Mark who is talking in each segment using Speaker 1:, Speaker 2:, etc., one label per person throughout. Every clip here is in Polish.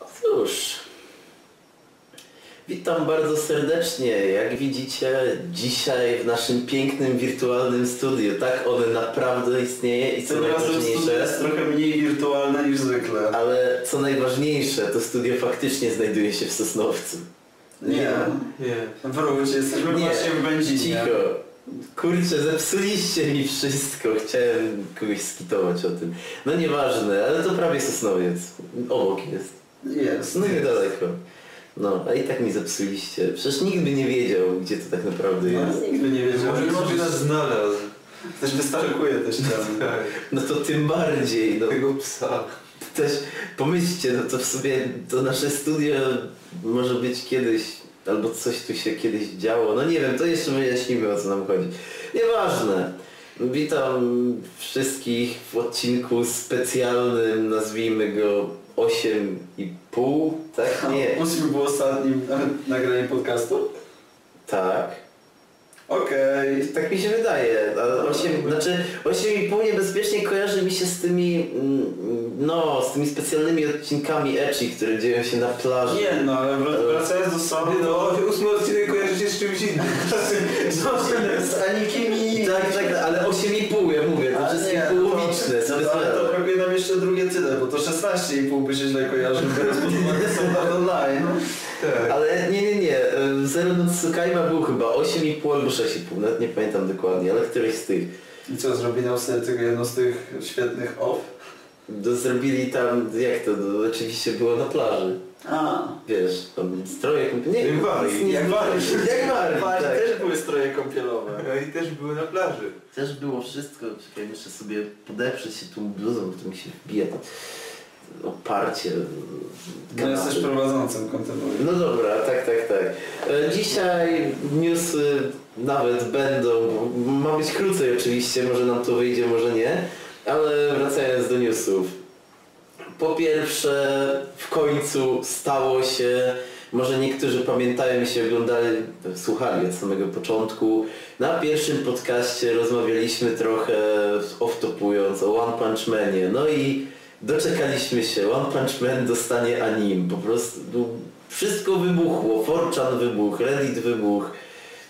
Speaker 1: No Cóż, witam bardzo serdecznie. Jak widzicie, dzisiaj w naszym pięknym, wirtualnym studiu. Tak, one naprawdę istnieje i co
Speaker 2: Tym razem studio
Speaker 1: najważniejsze,
Speaker 2: jest trochę mniej wirtualne niż zwykle.
Speaker 1: ale co najważniejsze, to studio faktycznie znajduje się w Sosnowcu.
Speaker 2: Nie,
Speaker 3: Nie.
Speaker 2: wróć, jesteśmy
Speaker 1: Nie.
Speaker 2: właśnie w Będzinie.
Speaker 1: Cicho. Kurczę, zepsuliście mi wszystko. Chciałem kogoś skitować o tym. No nieważne, ale to prawie Sosnowiec. Obok jest.
Speaker 2: Jest.
Speaker 1: No niedaleko. No, a i tak mi zepsuliście. Przecież nikt by nie wiedział, gdzie to tak naprawdę jest.
Speaker 2: No, nigdy nie wiedział.
Speaker 3: Może ktoś nas znalazł.
Speaker 2: Też wystarkuje też tam.
Speaker 3: Tak.
Speaker 1: No to tym bardziej, no.
Speaker 3: Tego psa.
Speaker 1: Też pomyślcie, no to w sobie to nasze studio może być kiedyś, albo coś tu się kiedyś działo. No nie wiem, to jeszcze wyjaśnimy o co nam chodzi. Nieważne. Witam wszystkich w odcinku specjalnym, nazwijmy go 8,5, tak? Nie.
Speaker 2: Musimy było ostatnim e, nagraniem podcastu?
Speaker 1: Tak.
Speaker 2: Okej.
Speaker 1: Tak mi się wydaje. A 8, znaczy 8,5 niebezpiecznie kojarzy mi się z tymi mm, no, z tymi specjalnymi odcinkami Echi, które dzieją się na plaży.
Speaker 2: Nie no, ale wr- wracając do sobie,
Speaker 3: Nie no,
Speaker 2: no...
Speaker 3: ósmy odcinek kojarzy się z czymś innym.
Speaker 2: Zobaczymy no, z Anikiem i...
Speaker 1: Tak, tak, ale 8,5 ja mówię, to
Speaker 2: Ale
Speaker 1: wszystkie
Speaker 2: nie,
Speaker 1: połowiczne,
Speaker 2: to- no, Ale to
Speaker 1: specjalne.
Speaker 2: brakuje nam jeszcze drugie tyle, bo to 16,5 by się źle kojarzył, teraz podsumowanie są online.
Speaker 3: Tak.
Speaker 1: Ale nie, nie, nie, y, Zero no Tsukaima był chyba 8,5 albo 6,5, nawet nie pamiętam dokładnie, ale któryś z tych.
Speaker 2: I co, zrobi nam sobie tylko jedno z tych świetnych off?
Speaker 1: No, Zrobili tam, jak to, no, oczywiście było na plaży,
Speaker 2: A.
Speaker 1: wiesz, tam stroje, nie,
Speaker 3: Jak Bali,
Speaker 1: nie-
Speaker 2: jak Bali.
Speaker 1: jak Bali, tak.
Speaker 2: też były stroje kąpielowe.
Speaker 3: No I też były na plaży.
Speaker 1: Też było wszystko. Czekaj, muszę sobie podeprzeć się tą bluzą, bo to mi się wbija to oparcie.
Speaker 2: No jesteś
Speaker 1: kanapy.
Speaker 2: prowadzącym, kontynuuj.
Speaker 1: No dobra, tak, tak, tak. E, Dzisiaj newsy nawet będą, ma być krócej oczywiście, może nam to wyjdzie, może nie, ale wracając do newsów. Po pierwsze, w końcu stało się, może niektórzy pamiętają i się oglądali, słuchali od samego początku. Na pierwszym podcaście rozmawialiśmy trochę oftopując o One Punch Manie, no i doczekaliśmy się, One Punch Man dostanie anim, po prostu no, wszystko wybuchło, 4chan wybuch, Reddit wybuch,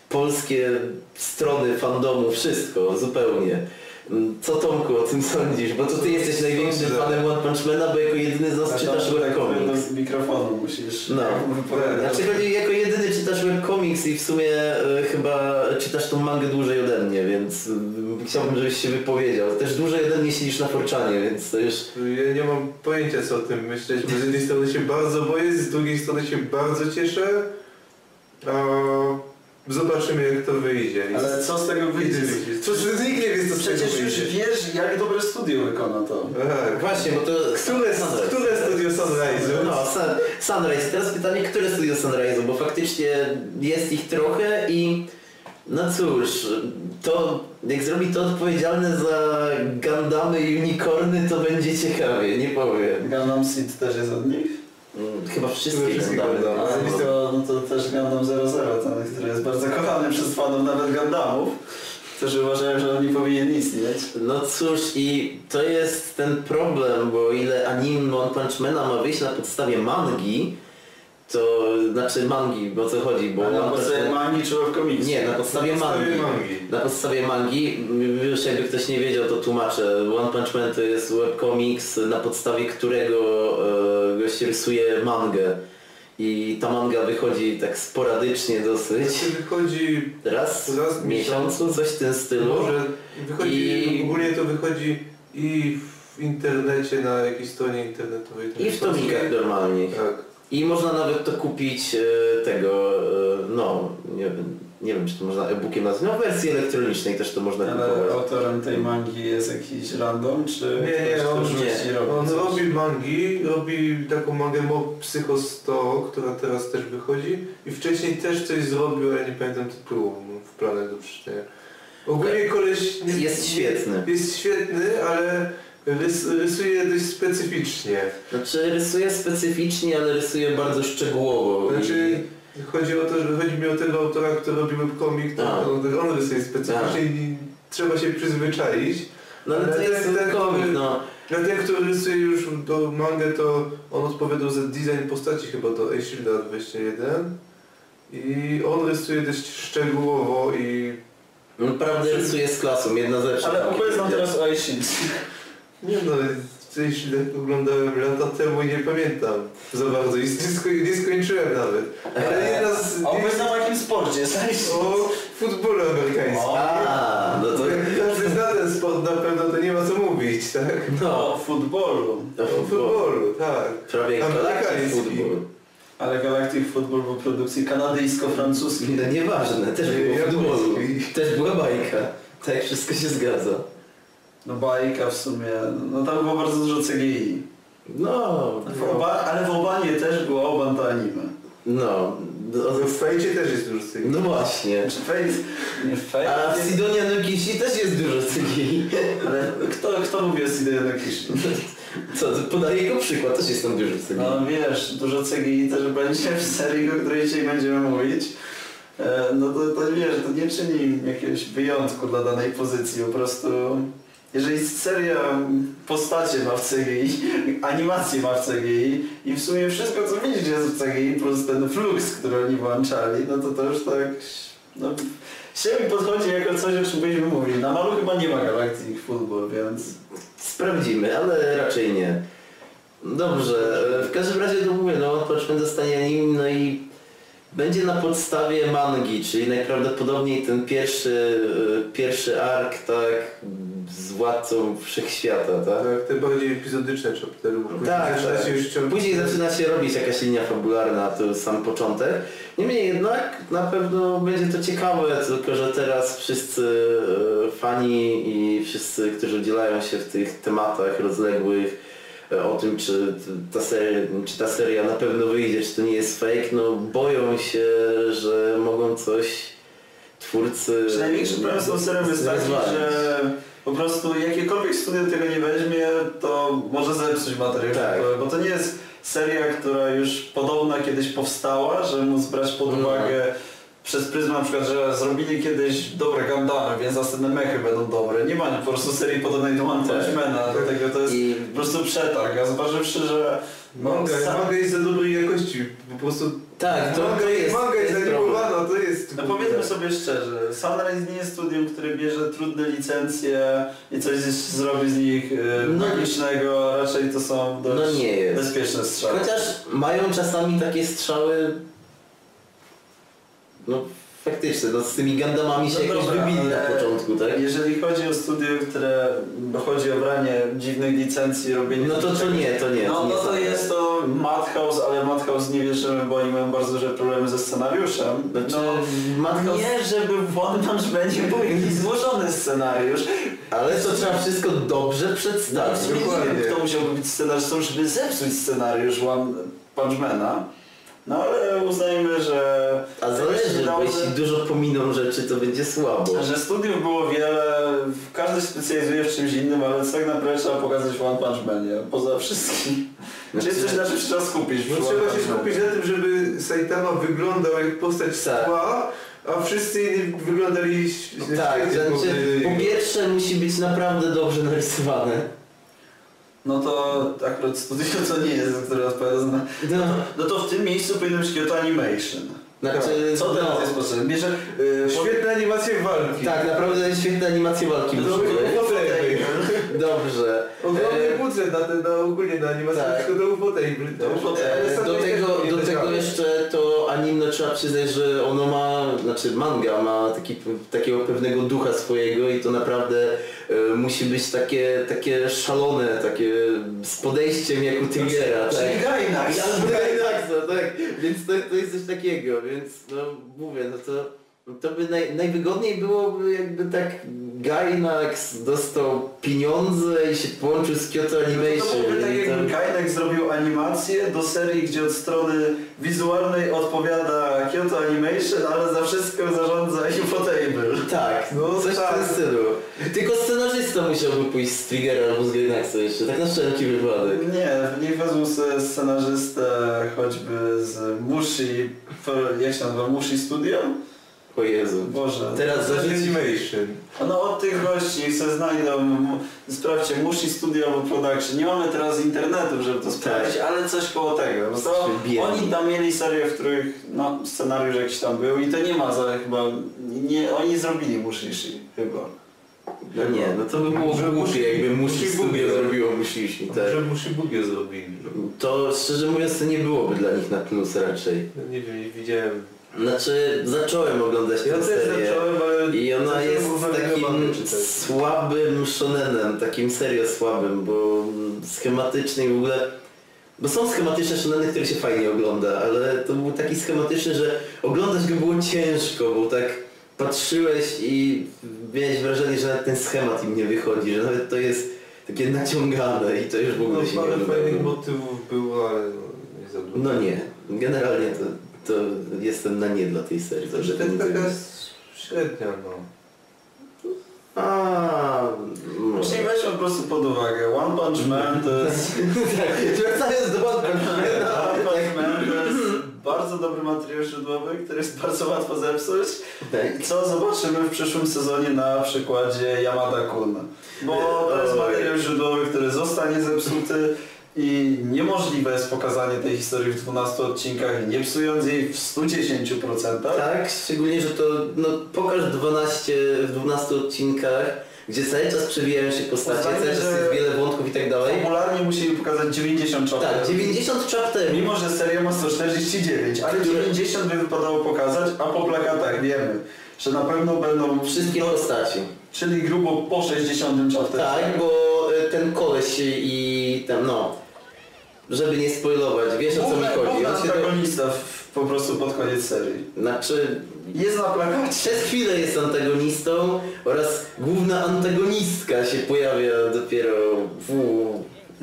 Speaker 1: polskie strony fandomu, wszystko, zupełnie. Mm, Co Tomku o tym sądzisz? Bo to ty jesteś największym fanem One Punch Mana, bo jako jedyny z nas czytasz
Speaker 3: tak
Speaker 1: webcomics.
Speaker 2: do mikrofonu musisz.
Speaker 1: No.
Speaker 2: Wypowiadać.
Speaker 1: Znaczy chodzi, jako jedyny czytasz webcomics i w sumie e, chyba czytasz tą mangę dłużej ode mnie, więc mm, chciałbym, żebyś się wypowiedział. Też dłużej ode mnie siedzisz na forczanie, więc to już...
Speaker 3: Ja nie mam pojęcia co o tym myśleć, bo z jednej strony się bardzo boję, z drugiej strony się bardzo cieszę. A zobaczymy jak to wyjdzie.
Speaker 1: Znaczy,
Speaker 3: I
Speaker 2: Ale
Speaker 3: z-
Speaker 2: co z tego wyjdzie?
Speaker 3: Co z nikt nie wie co z tego
Speaker 2: Przecież już
Speaker 3: wyjdzie.
Speaker 2: wiesz, jak dobre studio wykona to.
Speaker 3: Tak.
Speaker 1: Właśnie, bo to... No,
Speaker 3: Które,
Speaker 1: Sunrise.
Speaker 3: które studio Sunrise'u?
Speaker 1: No, Sun, Sunrise. Teraz pytanie, które studio Sunrise'u, bo faktycznie jest ich trochę i no cóż, to jak zrobi to odpowiedzialne za Gundamy i Unicorny, to będzie ciekawie, nie powiem.
Speaker 2: Gundam Seed też jest od nich?
Speaker 1: Mm, Chyba
Speaker 3: Chyba
Speaker 1: wszystkie
Speaker 3: wszystkie
Speaker 1: Gundamy.
Speaker 3: Gundamy.
Speaker 1: no,
Speaker 2: Ale
Speaker 1: no.
Speaker 2: to, no to też Gundam 00, ten, który jest bardzo kochany przez fanów nawet Gundamów, którzy uważają, że on nie powinien istnieć.
Speaker 1: No cóż, i to jest ten problem, bo o ile anime One Punch Mana ma wyjść na podstawie mangi, to znaczy mangi, bo o co chodzi, bo
Speaker 2: Bo na
Speaker 1: One Punch
Speaker 2: podstawie
Speaker 1: Man-
Speaker 2: mangi czy webkomiksu.
Speaker 1: Nie, na podstawie mangi.
Speaker 3: mangi.
Speaker 1: Na podstawie mangi, już jakby ktoś nie wiedział, to tłumaczę. One Punch Man to jest webcomics, na podstawie którego e, gość rysuje mangę. I ta manga wychodzi tak sporadycznie dosyć.
Speaker 3: Znaczy wychodzi
Speaker 1: Raz
Speaker 3: Raz
Speaker 1: w
Speaker 3: w
Speaker 1: miesiącu, coś w tym stylu.
Speaker 3: Może wychodzi,
Speaker 1: I-
Speaker 3: ogólnie to wychodzi i w internecie, na jakiejś stronie internetowej. tam
Speaker 1: I w
Speaker 3: jest polskie.
Speaker 1: tomikach normalnie.
Speaker 3: Tak.
Speaker 1: I można nawet to kupić e, tego, e, no, nie wiem, nie wiem czy to można e-bookiem nazwać, no w wersji elektronicznej też to można
Speaker 2: Ale
Speaker 1: kupować.
Speaker 2: autorem tej mangi jest jakiś random, czy
Speaker 3: Nie,
Speaker 2: ktoś,
Speaker 3: nie, on,
Speaker 2: kto rzuci
Speaker 3: nie.
Speaker 2: robi
Speaker 3: on
Speaker 2: coś?
Speaker 3: robi mangi, robi taką mangę Mob Psycho 100, która teraz też wychodzi i wcześniej też coś zrobił, ale nie pamiętam tytułu no, w planach do przeczytania. Ogólnie koleś... nie-
Speaker 1: Tak. Jest świetny.
Speaker 3: Jest świetny, ale rys, rysuje dość specyficznie.
Speaker 1: Znaczy rysuje specyficznie, ale rysuje bardzo szczegółowo.
Speaker 3: Znaczy, chodzi o to, że chodzi mi o tego autora, który robi webkomik, to
Speaker 1: Tak.
Speaker 3: on, on rysuje specyficznie
Speaker 1: Tak.
Speaker 3: i trzeba się przyzwyczaić.
Speaker 1: No ale to
Speaker 3: Ale
Speaker 1: jest
Speaker 3: ten-
Speaker 1: ten
Speaker 3: ten-
Speaker 1: komik, no.
Speaker 3: No ten, który rysuje już do mangę, to on odpowiadał za design postaci chyba do A Shielda 21. I on rysuje dość szczegółowo i...
Speaker 1: Naprawdę no, rysuje z klasą, jedna ze trzech.
Speaker 2: Ale opowiedz nam teraz o iShield.
Speaker 3: Nie no, A Shielda oglądałem lata temu i nie pamiętam za bardzo. I nie, sko- nie skończyłem nawet. Ale jedna z...
Speaker 2: Eee, A opowiedz nam o jakim sporcie jest iShield.
Speaker 3: O futbolu amerykańskim.
Speaker 1: A, no to...
Speaker 3: Jak Każdy zna ten sport na pewno, to nie ma co mówić, tak?
Speaker 1: No,
Speaker 2: O futbolu.
Speaker 1: to
Speaker 3: O futbolu, tak.
Speaker 1: Prawie jak Galactic
Speaker 3: Amerykański.
Speaker 1: Football.
Speaker 2: Ale Galactic Football był produkcji kanadyjsko-francuskiej.
Speaker 1: No nieważne, też
Speaker 3: Nie,
Speaker 1: było
Speaker 3: ja
Speaker 1: futbolu.
Speaker 3: polski.
Speaker 1: Też była bajka. Tak, wszystko się zgadza.
Speaker 2: No bajka w sumie. No tam było bardzo dużo CGI.
Speaker 1: No,
Speaker 2: W oba, ale w Obanie też było Oban to anime.
Speaker 1: no, no,
Speaker 3: W fejcie też jest dużo sygnał.
Speaker 1: no właśnie.
Speaker 2: Znaczy face... Nie face...
Speaker 1: A w Sidonia Nukisi też jest dużo CGI.
Speaker 2: Ale kto, kto mówi o Sidney Nakishi?
Speaker 1: Co, podaję jako przykład, też jest tam dużo CGI.
Speaker 2: No wiesz, dużo CGI też będzie w serii, o której dzisiaj będziemy mówić. E, No to, to wiesz, to nie czyni jakiegoś wyjątku dla danej pozycji, po prostu... Jeżeli seria mm, postacie ma w CGI, animacje ma w CGI i w sumie wszystko co widzisz jest w CGI plus ten flux, który oni włączali, no to to już tak... No, się mi podchodzi jako coś, o czym byśmy mówili. Na malu chyba nie ma Galactic Football, więc...
Speaker 1: Sprawdzimy, ale raczej nie. Dobrze, e, w każdym razie to mówię, no odpoczmy dostanie anim, no i będzie na podstawie mangi, czyli najprawdopodobniej ten pierwszy, e, pierwszy ark, tak, z władcą wszechświata, tak?
Speaker 3: Tak, te bardziej epizodyczne chaptery, bo później
Speaker 1: Tak,
Speaker 3: zaczyna
Speaker 1: tak.
Speaker 3: się już ciąg...
Speaker 1: Później zaczyna się robić jakaś linia fabularna, to sam początek. Niemniej jednak na pewno będzie to ciekawe, tylko że teraz wszyscy e, fani i wszyscy, którzy udzielają się w tych tematach rozległych e, o tym, czy ta, seria, czy ta seria na pewno wyjdzie, czy to nie jest fake, no boją się, że mogą coś twórcy...
Speaker 2: Czy największy problem z tą serią jest taki,
Speaker 1: zrezygnować.
Speaker 2: że po prostu jakiekolwiek studio tego nie weźmie, to może zepsuć materiał,
Speaker 1: Tak.
Speaker 2: źródłowy, bo to nie jest seria, która już podobna kiedyś powstała, że móc brać pod
Speaker 1: No.
Speaker 2: uwagę przez pryzmat na przykład, że zrobili kiedyś dobre Gundamy, więc następne mechy będą dobre. Nie ma po prostu serii podobnej do One
Speaker 1: Tak.
Speaker 2: Punch Mana, dlatego to jest
Speaker 1: I
Speaker 2: po prostu przetarg, a zważywszy, że
Speaker 3: Manga,
Speaker 2: Sam-
Speaker 3: manga jest za dobrej jakości, po prostu...
Speaker 1: tak, to,
Speaker 3: manga,
Speaker 1: to jest,
Speaker 3: manga
Speaker 1: jest
Speaker 3: jest
Speaker 1: problem.
Speaker 3: zanimulowana, to jest...
Speaker 2: No powiedzmy sobie szczerze, Sunrise nie jest studium, które bierze trudne licencje i coś z- zrobi z nich e,
Speaker 1: No nie.
Speaker 2: magicznego, a raczej to są dość
Speaker 1: No nie jest.
Speaker 2: bezpieczne strzały.
Speaker 1: Chociaż mają czasami takie strzały... No faktyczne, no z tymi Gundamami się
Speaker 2: No
Speaker 1: jakoś
Speaker 2: dobra,
Speaker 1: wybili na
Speaker 2: ale-
Speaker 1: początku, tak?
Speaker 2: Jeżeli chodzi o studio, które chodzi o branie dziwnych licencji, robienie...
Speaker 1: No to, to nie, to nie.
Speaker 2: No,
Speaker 1: to, nie tak.
Speaker 2: no to
Speaker 1: są.
Speaker 2: jest to Madhouse, ale Madhouse nie wierzymy, bo oni mają bardzo duże problemy ze scenariuszem.
Speaker 1: Znaczy,
Speaker 2: No,
Speaker 1: Madhouse...
Speaker 2: nie, żeby w One będzie był jakiś złożony scenariusz,
Speaker 1: Ale to trzeba wszystko dobrze przedstawić.
Speaker 2: No, Nie
Speaker 3: Tak, dokładnie.
Speaker 2: wiem, kto musiałby być scenarzystą, żeby zepsuć scenariusz One Punchmana. No ale uznajmy, że,
Speaker 1: A zależy, bo
Speaker 2: Dobrze.
Speaker 1: jeśli dużo pominą rzeczy, to będzie słabo.
Speaker 2: że studiów było wiele, każdy się specjalizuje w czymś innym, ale tak naprawdę trzeba pokazać w One Punch Manie, poza wszystkim. Czy jest coś na czym się trzeba skupić?
Speaker 3: No
Speaker 2: przy One
Speaker 3: trzeba się
Speaker 2: Punch Manie?
Speaker 3: skupić na tym, żeby Saitama wyglądał jak postać z
Speaker 1: Tak.
Speaker 3: tła, a wszyscy inni wyglądali... ś-
Speaker 1: Tak,
Speaker 3: świetnie
Speaker 1: znaczy,
Speaker 3: porównanie.
Speaker 1: po pierwsze musi być naprawdę dobrze narysowane.
Speaker 2: No to akurat studio to nie jest, które odpowiada za...
Speaker 1: No,
Speaker 2: No to w tym miejscu powinno być Kyoto Animation.
Speaker 1: znaczy,
Speaker 2: Co teraz
Speaker 1: no,
Speaker 2: jest potrzebne? Bierze... Yy,
Speaker 3: Świetne animacje walki.
Speaker 1: Tak, naprawdę świetne animacje walki
Speaker 3: Dobry
Speaker 1: były.
Speaker 3: ufotej.
Speaker 1: Dobrze.
Speaker 3: Ogromny
Speaker 1: E,
Speaker 3: budżet na, te- na ogólnie na animację,
Speaker 1: tak.
Speaker 3: tylko do ufotej.
Speaker 2: Do ufotej.
Speaker 1: E, Do tego, do tego jeszcze to anime no, trzeba przyznać, że ono ma, znaczy manga ma taki, takiego pewnego ducha swojego i to naprawdę e, musi być takie, takie szalone, takie z podejściem jak u Tigera, tak.
Speaker 2: Czyli Gainax.
Speaker 1: Gainaxa, tak, więc to, to jest coś takiego, więc no mówię, no to, to by naj, najwygodniej byłoby jakby tak Gainax dostał pieniądze i się połączył z Kyoto
Speaker 2: No to
Speaker 1: Animation.
Speaker 2: byłoby tak
Speaker 1: i tam-
Speaker 2: jakby Kainek zrobił animację do serii, gdzie od strony wizualnej odpowiada Kyoto Animation, ale za wszystko zarządza Infotable.
Speaker 1: Tak,
Speaker 3: No
Speaker 1: coś
Speaker 3: tak.
Speaker 1: w tym stylu. Tylko scenarzysta musiałby pójść z Triggera albo z Gainaxa jeszcze, tak na wszelki wypadek.
Speaker 2: Nie, nie wezmą sobie scenarzystę choćby z Mushi, jak się nazywa, Mushi Studio?
Speaker 1: O Jezu.
Speaker 2: Boże.
Speaker 1: Teraz zarzuci...
Speaker 3: Animation.
Speaker 2: A No od tych gości, niech se znajdą, m- sprawdźcie, Mushi Studio albo Production. Nie mamy teraz internetu, żeby to sprawdzić, ale coś koło tego. Bo to
Speaker 1: Czyli biedni.
Speaker 2: oni tam mieli serię, w których no, scenariusz jakiś tam był i to nie ma za chyba, nie, oni zrobili Mushishi chyba.
Speaker 1: No nie, no to by było
Speaker 3: Może musi-
Speaker 1: głupie, jakby
Speaker 3: musi
Speaker 1: musi studio
Speaker 3: Bugio.
Speaker 1: zrobiło musisz.
Speaker 3: Tak.
Speaker 1: Tak.
Speaker 3: Może musi Bugię zrobili.
Speaker 1: To szczerze mówiąc to nie byłoby dla nich na plus raczej.
Speaker 3: No nie wiem, nie widziałem.
Speaker 1: Znaczy zacząłem oglądać
Speaker 3: Ja
Speaker 1: tę
Speaker 3: też
Speaker 1: serię.
Speaker 3: zacząłem, ale...
Speaker 1: I ona
Speaker 3: zacząłem
Speaker 1: jest
Speaker 3: głównie romanty
Speaker 1: takim
Speaker 3: czytać.
Speaker 1: słabym shonenem, takim serio słabym, bo mm, schematyczny i w ogóle... Bo są schematyczne shoneny, które się fajnie ogląda, ale to był taki schematyczny, że oglądać go było ciężko, bo tak patrzyłeś i miałeś wrażenie, że nawet ten schemat im nie wychodzi, że nawet to jest takie naciągane i to już w
Speaker 3: No
Speaker 1: ogóle się nie
Speaker 3: parę fajnych
Speaker 1: ogląda.
Speaker 3: motywów było, ale no, nie za dużo.
Speaker 1: No nie, generalnie to, to jestem na nie dla tej serii.
Speaker 3: To jest
Speaker 1: dobrze to
Speaker 3: taka
Speaker 1: mówię.
Speaker 3: średnia, no.
Speaker 1: A, może.
Speaker 2: Czyli weźmy po prostu pod uwagę, One Punch Man to jest... Tak,
Speaker 1: Wracając do Batmana.
Speaker 2: One Punch Man to jest bardzo dobry materiał źródłowy, który jest bardzo łatwo zepsuć.
Speaker 1: Tak.
Speaker 2: Co zobaczymy w przyszłym sezonie na przykładzie Yamada Kun. Bo to jest materiał źródłowy, który zostanie zepsuty i niemożliwe jest pokazanie tej historii w 12 odcinkach, nie psując jej w 110%.
Speaker 1: tak, szczególnie, że to no, pokaż 12 w 12 odcinkach, gdzie cały czas przewijają się postacie,
Speaker 2: Uznajmy,
Speaker 1: cały czas
Speaker 2: że-
Speaker 1: jest wiele wątków i tak dalej.
Speaker 2: Popularnie musieli pokazać 90
Speaker 1: Tak,
Speaker 2: czapek.
Speaker 1: 90 chapter.
Speaker 2: Mimo, że seria ma 149, ale 90 by wypadało pokazać, a po plakatach wiemy, że na pewno będą
Speaker 1: Wszystkie postaci.
Speaker 2: czyli grubo po 60 czapce.
Speaker 1: Tak, bo y, ten koleś i tam no. Żeby nie spoilować, wiesz o co mi
Speaker 2: Główny-
Speaker 1: chodzi.
Speaker 2: główny
Speaker 1: On się do...
Speaker 2: antagonista w, po prostu pod koniec serii.
Speaker 1: Znaczy,
Speaker 2: Jest na plakacie.
Speaker 1: przez chwilę jest antagonistą oraz główna antagonistka się pojawia dopiero w...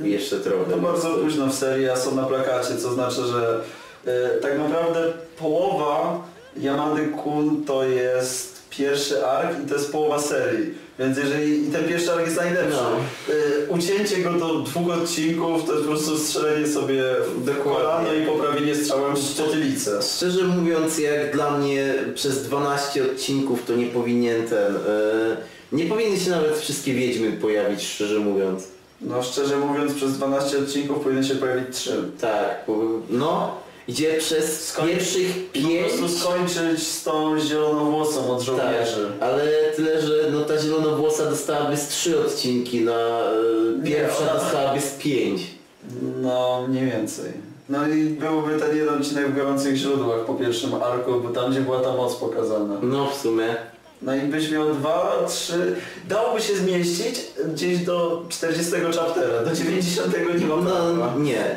Speaker 1: jeszcze trochę.
Speaker 2: To bardzo późno w serii, a są na plakacie, co znaczy, że e, tak naprawdę połowa Yamady Kun to jest pierwszy ark i to jest połowa serii. Więc jeżeli i ten pierwszy ark jest najlepszy.
Speaker 1: No.
Speaker 2: E, ucięcie go do dwóch odcinków to jest po prostu strzelenie sobie w
Speaker 1: Dokładnie.
Speaker 2: kolano i poprawienie strzałem w potylicę.
Speaker 1: Szczerze mówiąc, jak dla mnie przez 12 odcinków to nie powinien ten... e, nie powinny się nawet wszystkie wiedźmy pojawić, szczerze mówiąc.
Speaker 2: No szczerze mówiąc przez 12 odcinków powinny się pojawić 3.
Speaker 1: Tak, bo- no. Gdzie przez
Speaker 2: Skoń-
Speaker 1: pierwszych
Speaker 2: Po
Speaker 1: pięć...
Speaker 2: prostu skończyć z tą zielonowłosą od
Speaker 1: Tak,
Speaker 2: żołnierzy.
Speaker 1: ale tyle, że no, ta zielonowłosa dostałaby z trzy odcinki na... E,
Speaker 2: Nie,
Speaker 1: pierwsza
Speaker 2: ona-
Speaker 1: dostałaby z pięć.
Speaker 2: No, mniej więcej. No i byłby ten jeden odcinek w gorących źródłach po pierwszym arku, bo tam gdzie była ta moc pokazana.
Speaker 1: No w sumie.
Speaker 2: No i byś miał dwa, trzy... Dałoby się zmieścić gdzieś do 40 chaptera, do 90 nie ma
Speaker 1: No
Speaker 2: prawa.
Speaker 1: nie.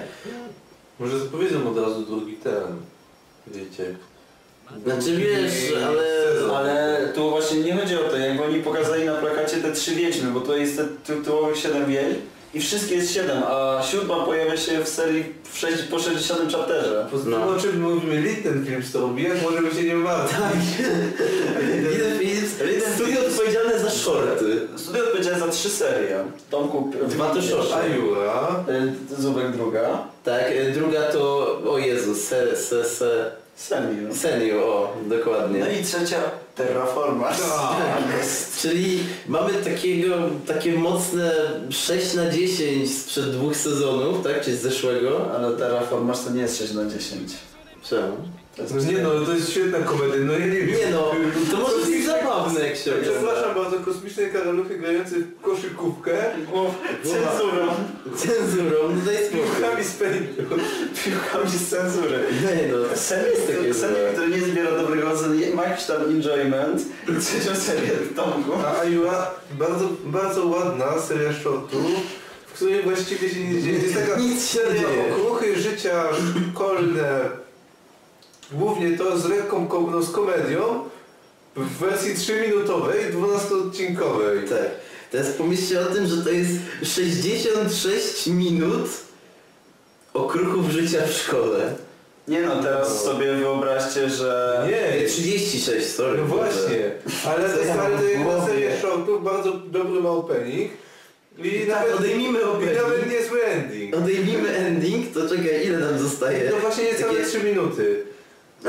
Speaker 3: Może zapowiedzą od razu drugi ten. Wiecie.
Speaker 1: Znaczy wiesz,
Speaker 3: Drugi
Speaker 1: ale...
Speaker 3: sezon.
Speaker 2: Ale tu właśnie nie chodzi o to, jakby oni pokazali na plakacie te trzy wiedźmy, bo to jest te tytułowych 7 wiel i wszystkie jest 7, a siódma pojawia się w serii w sześć, po 60 chapterze.
Speaker 3: Poza
Speaker 1: No.
Speaker 3: tym o czym mówimy, Lee ten film zrobił, jak może by się nie martwić.
Speaker 1: Tak. Jeden Phillips,
Speaker 2: Jeden
Speaker 1: studio odpowiedzialne za shorty.
Speaker 2: Studio odpowiedziałem za trzy serie. Tomku...
Speaker 1: Dwa też
Speaker 2: pierwsza,
Speaker 1: osiem.
Speaker 3: A Jura?
Speaker 2: y, Zubek druga.
Speaker 1: Tak, e, druga to... O Jezu, se, se, se...
Speaker 2: Semi.
Speaker 1: Seniu, o, dokładnie.
Speaker 2: No i trzecia Terraformers.
Speaker 1: Czyli mamy takiego, takie mocne 6 na 10 sprzed dwóch sezonów, tak? Czy z zeszłego?
Speaker 2: Ale Terraformers to nie jest 6 na 10.
Speaker 1: Czemu?
Speaker 2: To jest
Speaker 3: No nie no, to jest świetna komedia, no ja nie wiem.
Speaker 1: Nie no, to może być zabawne jak się ogląda.
Speaker 3: Przepraszam bardzo, kosmiczne karaluchy grające w koszykówkę
Speaker 2: Głów- Cenzurą.
Speaker 1: Cenzurą, no daj spokój.
Speaker 3: piłkami z pędu.
Speaker 2: Piłkami z cenzury.
Speaker 1: Nie no,
Speaker 2: Sen
Speaker 1: jest
Speaker 2: jest
Speaker 1: takie
Speaker 2: taki, sen,
Speaker 1: złe.
Speaker 2: który nie zbiera dobrego oceny, ma jakiś tam enjoyment i trzecią serię Tomku.
Speaker 3: A Ajura, bardzo, bardzo ładna seria shortów, w której właściwie się nie dzieje. To jest taka
Speaker 1: Nic się nie
Speaker 3: seria
Speaker 1: dzieje.
Speaker 3: okruchy życia szkolne. Głównie to z lekką kom- no, z komedią w wersji 3-minutowej, 12-odcinkowej.
Speaker 1: tak. Teraz pomyślcie o tym, że to jest 66 minut okruchów życia w szkole.
Speaker 2: Nie no, teraz sobie wyobraźcie, że...
Speaker 3: Nie,
Speaker 1: Ej, 36, sorry.
Speaker 3: no właśnie. Ale
Speaker 1: Co
Speaker 3: to
Speaker 1: ja
Speaker 3: stary
Speaker 1: mam
Speaker 3: to
Speaker 1: w
Speaker 3: jest na
Speaker 1: głowie?
Speaker 3: serię shortów, bardzo dobry ma opening. I
Speaker 1: Tak,
Speaker 3: nawet,
Speaker 1: odejmijmy
Speaker 3: i
Speaker 1: opening.
Speaker 3: nawet niezły ending.
Speaker 1: Odejmijmy ending, to czekaj, ile nam zostaje?
Speaker 3: No właśnie niecałe
Speaker 1: Takie-
Speaker 3: 3 minuty.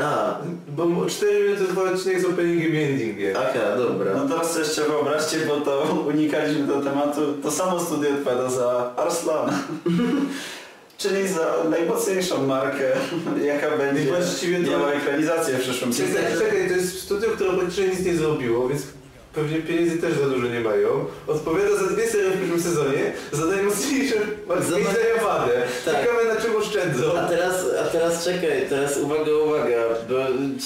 Speaker 1: A,
Speaker 3: Bo 4 minuty trwa odcinek z openingiem i endingiem.
Speaker 1: aha, dobra.
Speaker 2: No teraz jeszcze wyobraźcie, bo to unikaliśmy do tematu, to samo studio odpowiada za Arslan. Czyli za najmocniejszą markę, jaka będzie
Speaker 3: I właściwie to-
Speaker 2: miała ekranizację w przyszłym
Speaker 3: Czekaj, czekaj, to jest studio, które praktycznie nic nie zrobiło, więc pewnie pieniędzy też za dużo nie mają. Odpowiada za dwie serie w przyszłym sezonie, za najmocniejsze marki
Speaker 1: Zobacz-
Speaker 3: zajawane.
Speaker 1: Tak.
Speaker 3: Ciekawe na czym oszczędzą.
Speaker 1: A teraz, a teraz czekaj, teraz uwaga, uwaga. Bo,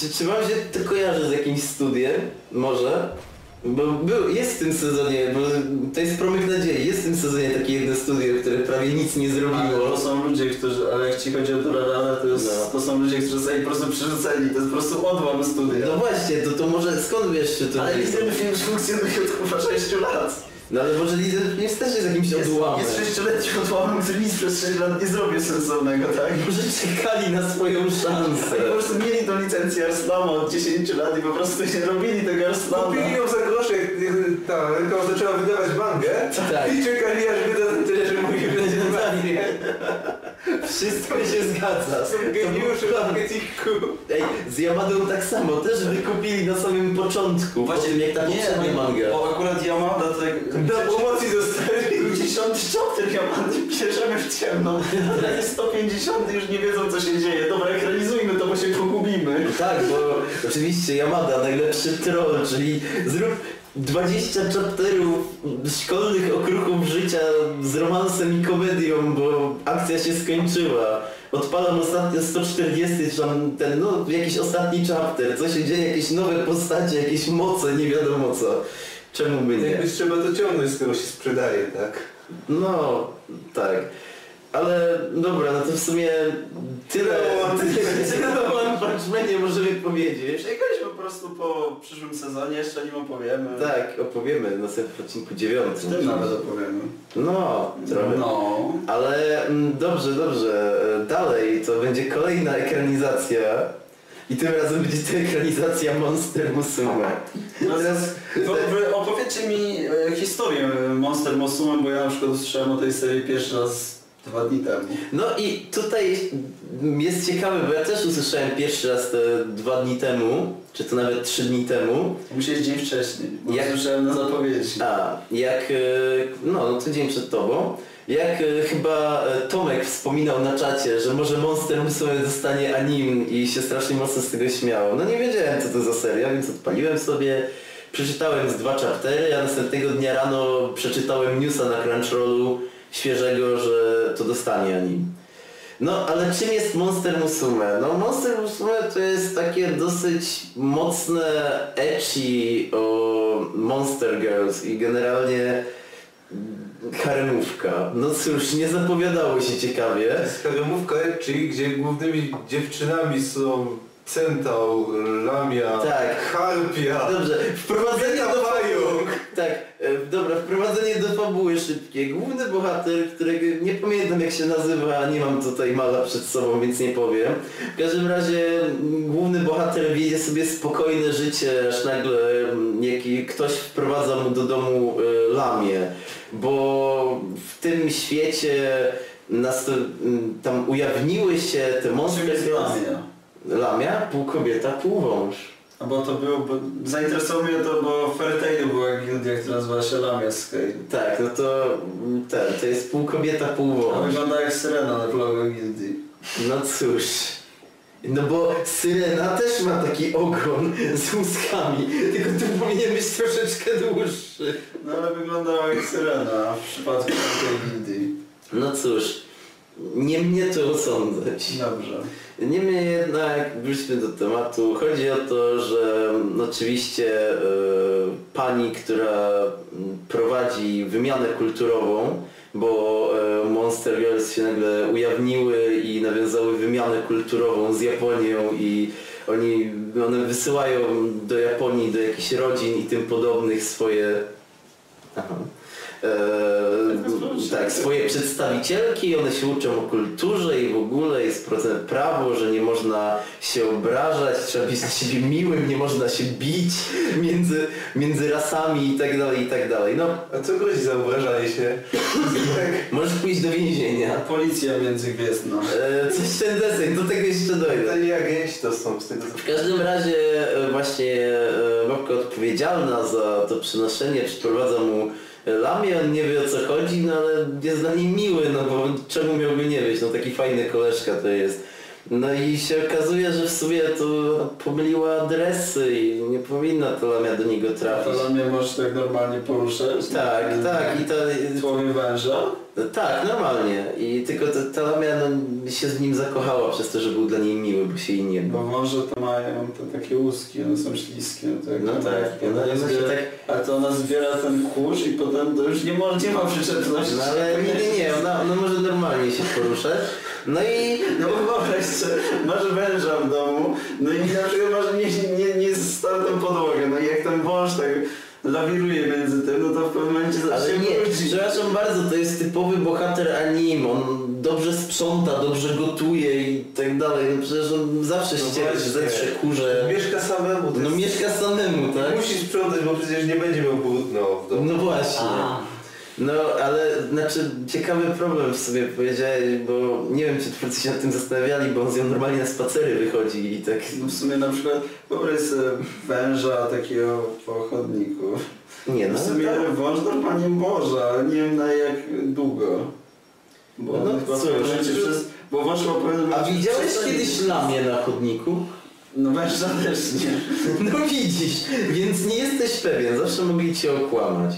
Speaker 1: czy, czy wam się to kojarzy z jakimś studiem? Może? Bo był, jest w tym sezonie, bo to jest promyk nadziei, jest w tym sezonie takie jedno studio, które prawie nic nie
Speaker 2: Ale
Speaker 1: zrobiło.
Speaker 2: to są ludzie, którzy, ale jak ci chodzi o Duradanę, to, jest,
Speaker 1: No.
Speaker 2: to są ludzie, którzy zostali po prostu przerzuceni, to jest po prostu odłam studia.
Speaker 1: No właśnie, to, to może skąd wiesz, czy to
Speaker 2: ale
Speaker 1: jest?
Speaker 2: ten film już funkcjonuje od chyba 6 lat.
Speaker 1: No ale może Lidl jest też jest jakimś
Speaker 2: Jest,
Speaker 1: odłamem.
Speaker 2: jest 6-letnim odłamem, który nic przez 6 lat nie zrobił sensownego, tak?
Speaker 1: Może czekali na swoją szansę.
Speaker 2: Tak, po prostu mieli tą licencję Arslama od 10 lat i po prostu nie robili tego Arslama.
Speaker 3: Kupili ją za grosze, jak jak ta ręka zaczęła wydawać bangę
Speaker 1: Tak.
Speaker 3: i czekali aż wyda tyle, że mogli wydać bangę.
Speaker 1: Wszystko się zgadza.
Speaker 3: Są geniusze w marketingu.
Speaker 1: Ej, z Yamadą tak samo, też wykupili na samym początku, po tym jak ta poprzednia
Speaker 3: no,
Speaker 1: manga.
Speaker 2: Bo akurat Yamada to jak...
Speaker 3: Na pomocy zostali.
Speaker 2: 50 czopter Yamady bierzemy w ciemno. Teraz jest 150 już nie wiedzą co się dzieje. Dobra, ekranizujmy to, bo się pogubimy.
Speaker 1: Tak, bo oczywiście Yamada, najlepszy troll, czyli zrób 20 chapterów szkolnych okruchów życia z romansem i komedią, bo akcja się skończyła. Odpalam ostatnio 140, czy tam ten, no jakiś ostatni chapter, co się dzieje, jakieś nowe postacie, jakieś moce, nie wiadomo co. Czemu by nie?
Speaker 3: Jakbyś trzeba to ciągnąć, skoro się sprzedaje, tak?
Speaker 1: No, tak. Ale dobra, no to w sumie tyle,
Speaker 3: Tyle o One Punch
Speaker 1: tyle o One Punch Manie możemy powiedzieć.
Speaker 2: Jakoś po prostu po przyszłym sezonie jeszcze nim opowiemy.
Speaker 1: Tak, opowiemy na następnym odcinku dziewiątym.
Speaker 2: W tym nawet opowiemy.
Speaker 1: No, trochę.
Speaker 2: No.
Speaker 1: Ale mm, dobrze, dobrze. E, Dalej to będzie kolejna ekranizacja. I tym razem będzie to ekranizacja Monster Musume.
Speaker 2: No Teraz wy opowiedzcie mi e, historię Monster Mosumem, bo ja na przykład usłyszałem o tej serii pierwszy raz dwa dni temu.
Speaker 1: No i tutaj jest ciekawe, bo ja też usłyszałem pierwszy raz te dwa dni temu, czy to nawet trzy dni temu.
Speaker 2: Musiałeś dzień wcześniej, bo
Speaker 1: Jak-
Speaker 2: słyszałem na zapowiedzi.
Speaker 1: no A, jak, e, no, no tydzień przed tobą, jak e, chyba e, Tomek wspominał na czacie, że może Monster sobie dostanie anim i się strasznie mocno z tego śmiało. No nie wiedziałem co to za seria, więc odpaliłem sobie, przeczytałem z dwa chaptery, a następnego dnia rano przeczytałem newsa na Crunchyrollu świeżego, że to dostanie anim. No, ale czym jest Monster Musume? No, Monster Musume to jest takie dosyć mocne ecchi o Monster Girls i generalnie haremówka. No cóż, nie zapowiadało się ciekawie.
Speaker 3: Skaremówka czyli gdzie głównymi dziewczynami są Centał, Lamia,
Speaker 1: Tak.
Speaker 3: Harpia,
Speaker 1: Dobrze, wprowadzenie do
Speaker 3: Pająk.
Speaker 1: Tak, e, dobra, wprowadzenie do fabuły szybkie. Główny bohater, którego nie pamiętam jak się nazywa, nie mam tutaj mala przed sobą, więc nie powiem. W każdym razie m, główny bohater wiedzie sobie spokojne życie, aż nagle m, jaki- ktoś wprowadza mu do domu e, lamię, bo w tym świecie nas, m, tam ujawniły się te
Speaker 2: Czym
Speaker 1: monstry.
Speaker 2: jest Lamia?
Speaker 1: Lamia? Pół kobieta, pół wąż.
Speaker 2: A bo to było, bo zainteresowało mnie to, bo w Fairytale'u była gildia, która nazywała się Lamia Sky.
Speaker 1: Tak, no to m, ten, to jest pół kobieta, pół
Speaker 2: A
Speaker 1: wąż.
Speaker 2: wygląda jak syrena na plogu gildii.
Speaker 1: No cóż. No bo Syrena też ma taki ogon z łuskami, tylko tu powinien być troszeczkę dłuższy.
Speaker 2: No ale wyglądała jak syrena w przypadku tej gildii.
Speaker 1: No cóż, nie mnie to osądzać.
Speaker 2: Dobrze.
Speaker 1: Niemniej jednak wróćmy do tematu. Chodzi o to, że mm, oczywiście e, pani, która mm, prowadzi wymianę kulturową, bo e, Monster Girls się nagle ujawniły i nawiązały wymianę kulturową z Japonią i oni, one wysyłają do Japonii, do jakichś rodzin i tym podobnych swoje... Aha. E, tak, swoje przedstawicielki, one się uczą o kulturze i w ogóle jest proce- prawo, że nie można się obrażać, trzeba być na siebie miłym, nie można się bić między, między rasami i tak dalej, i tak dalej. No,
Speaker 3: A co grozi za obrażanie się? tak.
Speaker 1: możesz pójść do więzienia.
Speaker 2: Policja międzygwiezdna.
Speaker 1: E, coś w ten deseń, do tego jeszcze dojdę.
Speaker 3: Pytanie jak jeść to są z tego co...
Speaker 1: W każdym razie e, właśnie e, babka odpowiedzialna za to przynoszenie przyprowadza mu lamię, on nie wie o co chodzi, no ale jest dla niej miły, no bo czemu miałby nie być, no taki fajny koleżka to jest. No i się okazuje, że w sumie to pomyliła adresy i nie powinna ta lamia do niego trafić.
Speaker 2: Falamie możesz tak normalnie poruszać.
Speaker 1: Tak, tak i ta,
Speaker 2: Tłowie węża.
Speaker 1: no tak, normalnie. I tylko ta, ta lamia no, się z nim zakochała przez to, że był dla niej miły, bo się jej nie bał.
Speaker 2: Bo wąże to mają te takie łuski, one są śliskie. No tak,
Speaker 1: No tak, no,
Speaker 2: Ona
Speaker 1: no,
Speaker 2: zbiera,
Speaker 1: tak
Speaker 2: A to ona zbiera ten kurz i potem to już nie, ma, nie ma przyczepności.
Speaker 1: No ale nie, nie, nie, ona, ona może normalnie się poruszać. No i
Speaker 2: No bo wyobraź sobie, masz węża w domu, no i na przykład masz nie, nie, nie startą podłogę, no i jak ten wąż tak lawiruje między tym, no to w pewnym momencie
Speaker 1: ale
Speaker 2: zacznie
Speaker 1: nie,
Speaker 2: brudzić.
Speaker 1: przepraszam bardzo, to jest typowy bohater anime. On dobrze sprząta, dobrze gotuje i tak dalej. No przecież on zawsze
Speaker 3: No
Speaker 1: ściera się,
Speaker 3: właśnie.
Speaker 1: zawsze kurze.
Speaker 3: Mieszka samemu, to
Speaker 1: No
Speaker 3: jest...
Speaker 1: mieszka samemu, tak?
Speaker 3: Musisz sprzątać, bo przecież nie będzie miał brudno w domu.
Speaker 1: No właśnie. No ale znaczy ciekawy problem w sobie powiedziałeś, bo nie wiem czy twórcy się nad tym zastanawiali, bo on z nią normalnie na spacery wychodzi i tak.
Speaker 2: No w sumie na przykład wyobraź sobie węża takiego po chodniku.
Speaker 1: Nie no.
Speaker 2: W sumie
Speaker 1: tak.
Speaker 2: wąż normalnie może, ale nie wiem na jak długo. Bo
Speaker 1: No
Speaker 2: no chyba
Speaker 1: cóż,
Speaker 2: cóż,
Speaker 1: czy-
Speaker 2: przez... Bo wąż ma pewien...
Speaker 1: A widziałeś kiedyś lamię na chodniku?
Speaker 2: No węża też nie.
Speaker 1: No widzisz, więc nie jesteś pewien, zawsze mogli cię okłamać.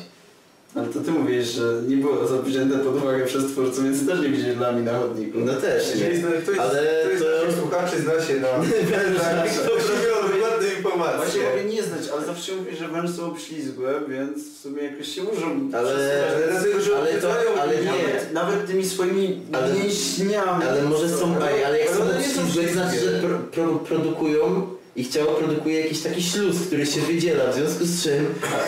Speaker 2: Ale to ty mówisz, że nie było to wzięte pod uwagę przez twórców, więc też nie widzieli lami na chodniku.
Speaker 1: No też
Speaker 3: Jeżeli
Speaker 1: nie.
Speaker 3: zna, ktoś,
Speaker 1: Ale
Speaker 3: ktoś
Speaker 1: to-
Speaker 3: z naszych słuchaczy zna się na... Tak,
Speaker 1: Węża.
Speaker 3: to zrobiło dokładne
Speaker 2: Właśnie
Speaker 3: informacje.
Speaker 2: mówię nie znać, ale zawsze mówi, że węże są obślizgłe, więc w sumie jakoś się muszą
Speaker 1: Ale-
Speaker 2: przesuwać.
Speaker 3: Ale dlatego, że
Speaker 1: Ale to-
Speaker 3: odbywają
Speaker 1: ale nie.
Speaker 2: Nawet, nawet tymi swoimi
Speaker 1: Ale-
Speaker 2: mięśniami.
Speaker 1: Ale może są, ej, ale jak
Speaker 3: Ale
Speaker 1: są
Speaker 3: one nie są
Speaker 1: odciski, to znaczy, że
Speaker 3: wszystkie.
Speaker 1: pro, pro, produkują i ciało produkuje jakiś taki śluz, który się wydziela, w związku z czym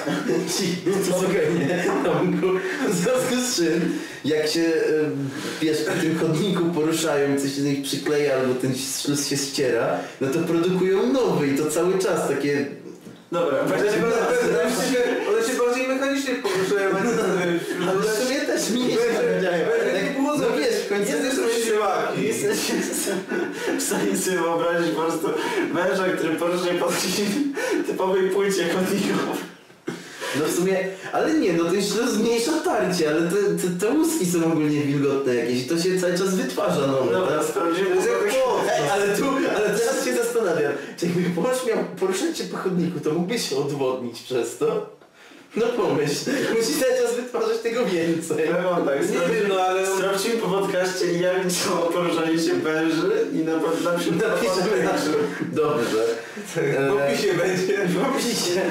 Speaker 1: ci, co nie, Tomku, w związku z czym jak się, y, wiesz, w tym chodniku poruszają i coś się do nich przykleja albo ten śluz się ściera, no to produkują nowy i to cały czas takie
Speaker 2: Dobra,
Speaker 3: One
Speaker 2: będzie na
Speaker 3: się bardziej- one się- one się bardziej mechanicznie poruszają, a nie
Speaker 1: Ale w sumie też mi nie sprawdziałem. Tak, No wiesz, w końcu
Speaker 3: Jesteś
Speaker 1: jesteś-
Speaker 3: rozsiewaki.
Speaker 2: Jesteś w stanie sobie wyobrazić po prostu męża, który porusznie po takiej typowej płycie chodników.
Speaker 1: No w sumie, ale nie, no ten śluz zmniejsza tarcie, ale te, te, te łuski są ogólnie wilgotne jakieś i to się cały czas wytwarza nowe,
Speaker 2: Dobra,
Speaker 1: tak?
Speaker 2: sprawdzimy.
Speaker 3: No. To jest jak no. po-
Speaker 1: Ej, ale tu, ale teraz się zastanawiam, czy jakby Boż miał poruszać się po chodniku, to mógłby się odwodnić przez to? No pomyśl, musi cały czas wytwarzać tego więcej.
Speaker 2: Powiem tak,
Speaker 3: Nie wiem, no ale...
Speaker 2: Sprawdźmy po podcaście jak działa poruszanie się węży i na pewno
Speaker 1: Napiszemy na Dobrze.
Speaker 3: W opisie będzie
Speaker 1: W opisie.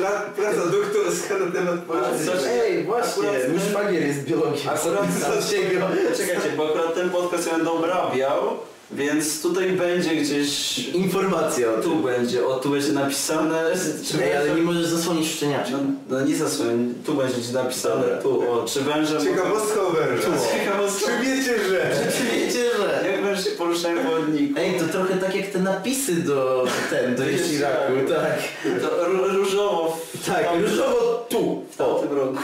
Speaker 3: pra, praca doktorska na temat poruszania się.
Speaker 1: Ej, właśnie,
Speaker 2: Akurat-
Speaker 1: mój szwagier jest biologiem.
Speaker 2: Akurat
Speaker 1: Dlaczego?
Speaker 2: Czekajcie, bo akurat ten podcast ja będę obrabiał, więc tutaj będzie gdzieś...
Speaker 1: Informacja o
Speaker 2: Tu
Speaker 1: tym.
Speaker 2: będzie, o tu będzie napisane... czy
Speaker 1: Ej, ale
Speaker 2: węże-
Speaker 1: nie możesz zasłonić szczeniaczka.
Speaker 2: No, no nie zasłonię, tu będzie gdzieś napisane,
Speaker 1: Dobra.
Speaker 2: tu, o, czy węże...
Speaker 3: Ciekawostka o wężu.
Speaker 2: Ciekawostka.
Speaker 3: Czy wiecie, że...
Speaker 1: Czy wiecie, że...
Speaker 2: Jak węże się poruszają po chodniku?
Speaker 1: Ej, to trochę tak jak te napisy do ten, do
Speaker 2: Do
Speaker 1: Jesiraku,
Speaker 2: Jesiraku.
Speaker 1: tak.
Speaker 2: To ró- różowo w
Speaker 1: Tak,
Speaker 2: tam-
Speaker 1: różowo tu.
Speaker 2: w
Speaker 1: O,
Speaker 2: tamtym roku.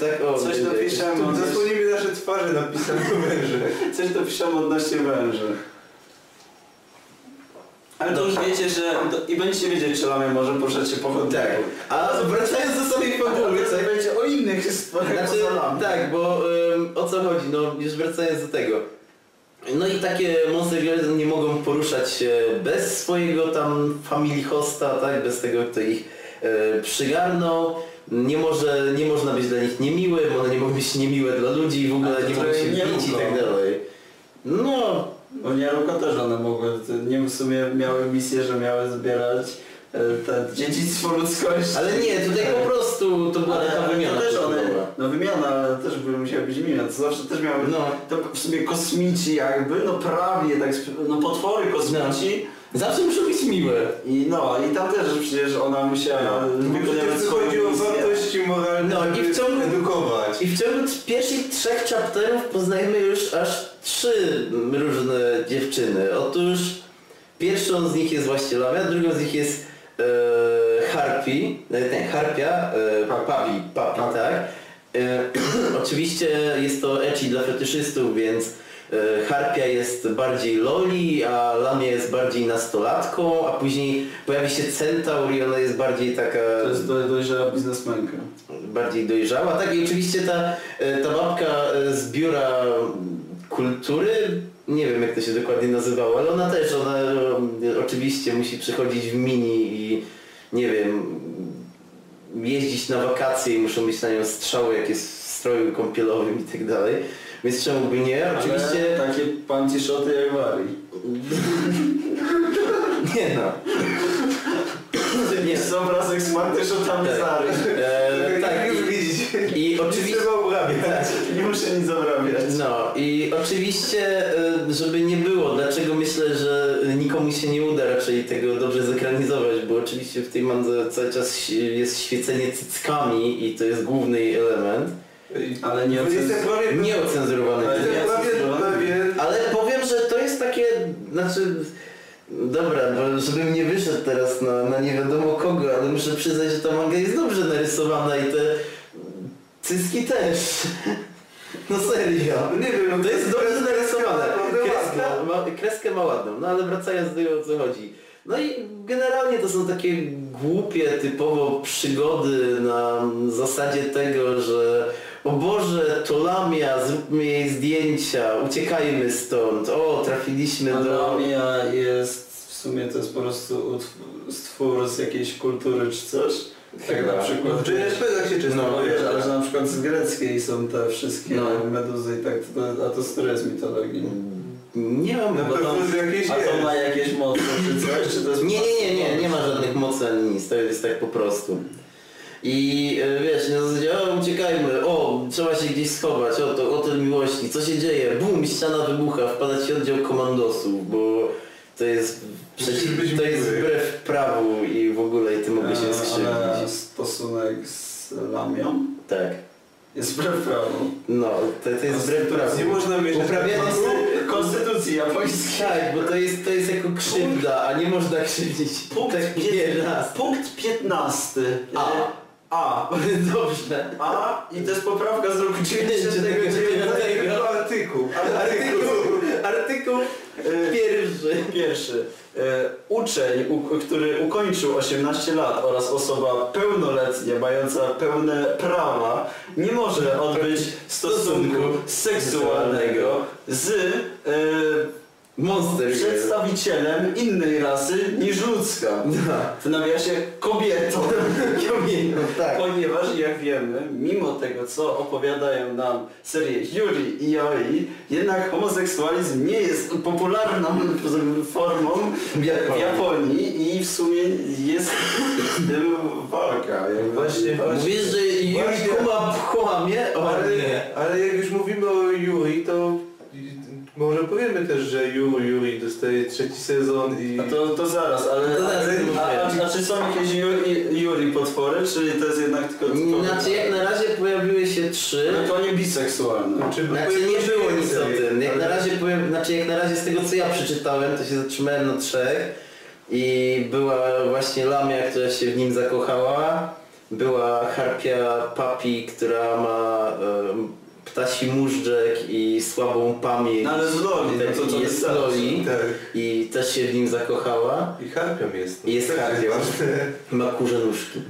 Speaker 1: tak o.
Speaker 2: Coś
Speaker 1: będzie.
Speaker 2: napiszemy,
Speaker 3: Tu Zasłonimy nasze twarze napisane o węże.
Speaker 2: coś dopiszemy odnośnie węży. Ale to już wiecie, że... do- I będziecie wiedzieć, czy lamy może poruszać się po chodniku.
Speaker 1: Tak. A wracając do samej fabuły, co
Speaker 2: będzie o innych sporach
Speaker 1: Znaczy, tak, bo ym, o co chodzi, no już wracając do tego. No i takie Monster Girls nie mogą poruszać się bez swojego tam family hosta, tak, bez tego, kto ich e, przygarnął. Nie, może, nie można być dla nich niemiłym, one nie mogą być niemiłe dla ludzi, w
Speaker 2: A
Speaker 1: ogóle
Speaker 2: to
Speaker 1: nie mogą
Speaker 2: trochę
Speaker 1: się
Speaker 2: nie
Speaker 1: bić i
Speaker 2: mogą.
Speaker 1: tak dalej. No,
Speaker 2: Bo Niaruko też one mogły, to nie w sumie miały misję, że miały zbierać e, te dziedzictwo ludzkości.
Speaker 1: ale nie, tutaj po prostu to była
Speaker 2: Ale-
Speaker 1: taka
Speaker 2: ale
Speaker 1: wymiana.
Speaker 2: też one,
Speaker 1: kulturowa.
Speaker 2: no wymiana, ale też by musiała być imiona, to zawsze też miały,
Speaker 1: No,
Speaker 2: to w sumie kosmici jakby, no prawie tak, sp- no potwory kosmici
Speaker 1: zawsze muszą być miłe.
Speaker 2: i no, i tam też przecież ona musiała
Speaker 1: No.
Speaker 2: wykonywać
Speaker 3: Tu
Speaker 2: swoją
Speaker 3: chodzi o
Speaker 2: misję.
Speaker 3: wartości moralne,
Speaker 1: No, i w
Speaker 3: żeby
Speaker 1: ciągu-
Speaker 3: edukować.
Speaker 1: I w ciągu t- pierwszych trzech chapterów poznajemy już aż trzy m, różne dziewczyny. Otóż Pierwszą z nich jest właśnie Lawia, drugą z nich jest e, Harpi, e, nie, Harpia, e,
Speaker 3: Papi.
Speaker 1: Papi, Papi,
Speaker 3: Papi.
Speaker 1: tak. E, oczywiście jest to ecchi dla fetyszystów, więc e, Harpia jest bardziej loli, a Lamia jest bardziej nastolatką, a później pojawi się Centaur i ona jest bardziej taka
Speaker 2: To jest do- dojrzała biznesmenka.
Speaker 1: bardziej dojrzała. Tak i oczywiście ta, e, ta babka e, z biura kultury, nie wiem jak to się dokładnie nazywało, ale ona też, ona e, oczywiście musi przychodzić w mini i nie wiem, jeździć na wakacje i muszą mieć na nią strzały, jak jest w stroju kąpielowym i tak dalej. Więc czemu by nie? Oczywiście...
Speaker 2: Ale tak. takie panciszoty jak Wari.
Speaker 1: Nie no. Nie.
Speaker 2: Są obrazek z pantyszotami
Speaker 1: Tak.
Speaker 2: Zary.
Speaker 1: E, tak,
Speaker 3: Jak już widzicie.
Speaker 1: i, i oczywiście...
Speaker 3: Trzeba obrabiać.
Speaker 2: Nie muszę nic obrabiać.
Speaker 1: No i oczywiście, y, żeby nie było, dlaczego myślę, że nikomu się nie uda raczej tego dobrze zekranizować, bo oczywiście w tej mandze cały czas si- jest świecenie cyckami i to jest główny jej element.
Speaker 2: Ale nie
Speaker 3: Jestem
Speaker 2: ocen-
Speaker 1: No,
Speaker 3: prawie,
Speaker 1: Nieocenzurowany.
Speaker 2: Ale
Speaker 1: cyck.
Speaker 2: nie
Speaker 3: jestem prawie
Speaker 2: ocenzurowany.
Speaker 3: pewien,
Speaker 1: Ale powiem, że to jest takie, znaczy... Dobra, bo żebym nie wyszedł teraz na, na nie wiadomo kogo, ale muszę przyznać, że ta manga jest dobrze narysowana i te cyski też. No serio.
Speaker 3: No nie wiem, no
Speaker 1: To jest dobrze narysowane.
Speaker 3: naprawdę
Speaker 1: Kreska
Speaker 3: ładna.
Speaker 1: ma, kreskę ma ładną, no ale wracając do tego o co chodzi. No i generalnie to są takie głupie, typowo przygody na zasadzie tego, że o Boże, to Lamia, zróbmy jej zdjęcia, uciekajmy stąd, o, trafiliśmy
Speaker 2: No,
Speaker 1: do...
Speaker 2: Anatomia jest w sumie to jest po prostu utw- stwór z jakiejś kultury czy coś. Tak
Speaker 1: Chyba.
Speaker 2: na przykład.
Speaker 3: W JSP-dach się czysto
Speaker 2: No, wiesz,
Speaker 3: pojawia.
Speaker 2: ale że na przykład z greckiej są te wszystkie
Speaker 1: No.
Speaker 2: meduzy i tak, to, to, a to z której z mitologii?
Speaker 1: Nie mam
Speaker 2: No,
Speaker 3: Na
Speaker 1: bo
Speaker 3: pewno
Speaker 1: tam...
Speaker 3: z jakiejś
Speaker 2: A to
Speaker 3: jest.
Speaker 2: ma jakieś moce czy coś, czy to jest
Speaker 1: Nie, nie, nie, nie, nie ma żadnych mocy ani nic, to jest tak po prostu. I e, wiesz, na zasadzie, o uciekajmy, o trzeba się gdzieś schować, o to, o ten miłości, co się dzieje, bum, ściana wybucha, wpada ci oddział komandosów, bo to jest przeciw,
Speaker 3: Musisz być
Speaker 1: to jest
Speaker 3: miły.
Speaker 1: wbrew prawu i w ogóle i ty mogłeś się
Speaker 2: E,
Speaker 1: skrzywdzić.
Speaker 2: Ale stosunek z lamią
Speaker 1: Tak,
Speaker 2: jest wbrew prawu.
Speaker 1: no, to, to jest wbrew prawu.
Speaker 3: Nie można mieć...
Speaker 1: Uprawianie
Speaker 2: Konstytucji japońskiej.
Speaker 1: Tak, bo to jest, to jest jako krzywda, a nie można krzywdzić.
Speaker 2: Punkt
Speaker 1: tak,
Speaker 2: pięt-
Speaker 1: nie raz.
Speaker 2: Punkt 15.
Speaker 1: A.
Speaker 2: E, A.
Speaker 1: Dobrze.
Speaker 2: A. I to jest poprawka z roku 99.
Speaker 1: Tego.
Speaker 3: Artykuł.
Speaker 1: Artykuł, artykuł pierwszy.
Speaker 2: Pierwszy. E, Uczeń, u, który ukończył 18 lat oraz osoba pełnoletnia, mająca pełne prawa, nie może odbyć stosunku seksualnego z e,
Speaker 1: Monster Girl.
Speaker 2: przedstawicielem innej rasy niż ludzka.
Speaker 1: No,
Speaker 2: W nawiasie kobietą.
Speaker 1: no tak.
Speaker 2: Ponieważ jak wiemy, mimo tego co opowiadają nam serie Yuri i Yoi, jednak homoseksualizm nie jest popularną formą
Speaker 1: W Japonii.
Speaker 2: w Japonii i w sumie jest z tym walka. jak
Speaker 3: Właśnie,
Speaker 1: Mówisz, że Yuri
Speaker 3: Właśnie.
Speaker 1: Kuma kłamie? O
Speaker 3: Ale,
Speaker 1: nie.
Speaker 3: ale jak już mówimy o Yuri, to i- może powiemy też, że Yuri, Yuri dostaje trzeci sezon i...
Speaker 2: A to, to zaraz, ale
Speaker 1: To zaraz
Speaker 2: a, a, a, czy są jakieś Yuri, Yuri potwory, czy to jest jednak tylko...
Speaker 1: Znaczy jak na razie pojawiły się trzy.
Speaker 2: No to nie biseksualne.
Speaker 3: Czy
Speaker 1: Znaczy
Speaker 3: powiemy
Speaker 1: nie było nic o
Speaker 3: więcej,
Speaker 1: tym. Jak
Speaker 3: ale-
Speaker 1: na razie powiem, znaczy jak na razie z tego co ja przeczytałem, to się zatrzymałem na trzech. I była właśnie Lamia, która się w nim zakochała. Była harpia Papi, która ma em, ptasi móżdżek i słabą pamięć.
Speaker 2: No ale z Loli,
Speaker 1: I tak-
Speaker 2: no to to
Speaker 1: i jest
Speaker 2: wystarczy.
Speaker 1: Loli
Speaker 3: Tak.
Speaker 1: i też się w nim zakochała.
Speaker 3: I harpią jest.
Speaker 1: I jest
Speaker 3: Tak,
Speaker 1: harpią.
Speaker 3: ważne.
Speaker 1: Ma kurze nóżki.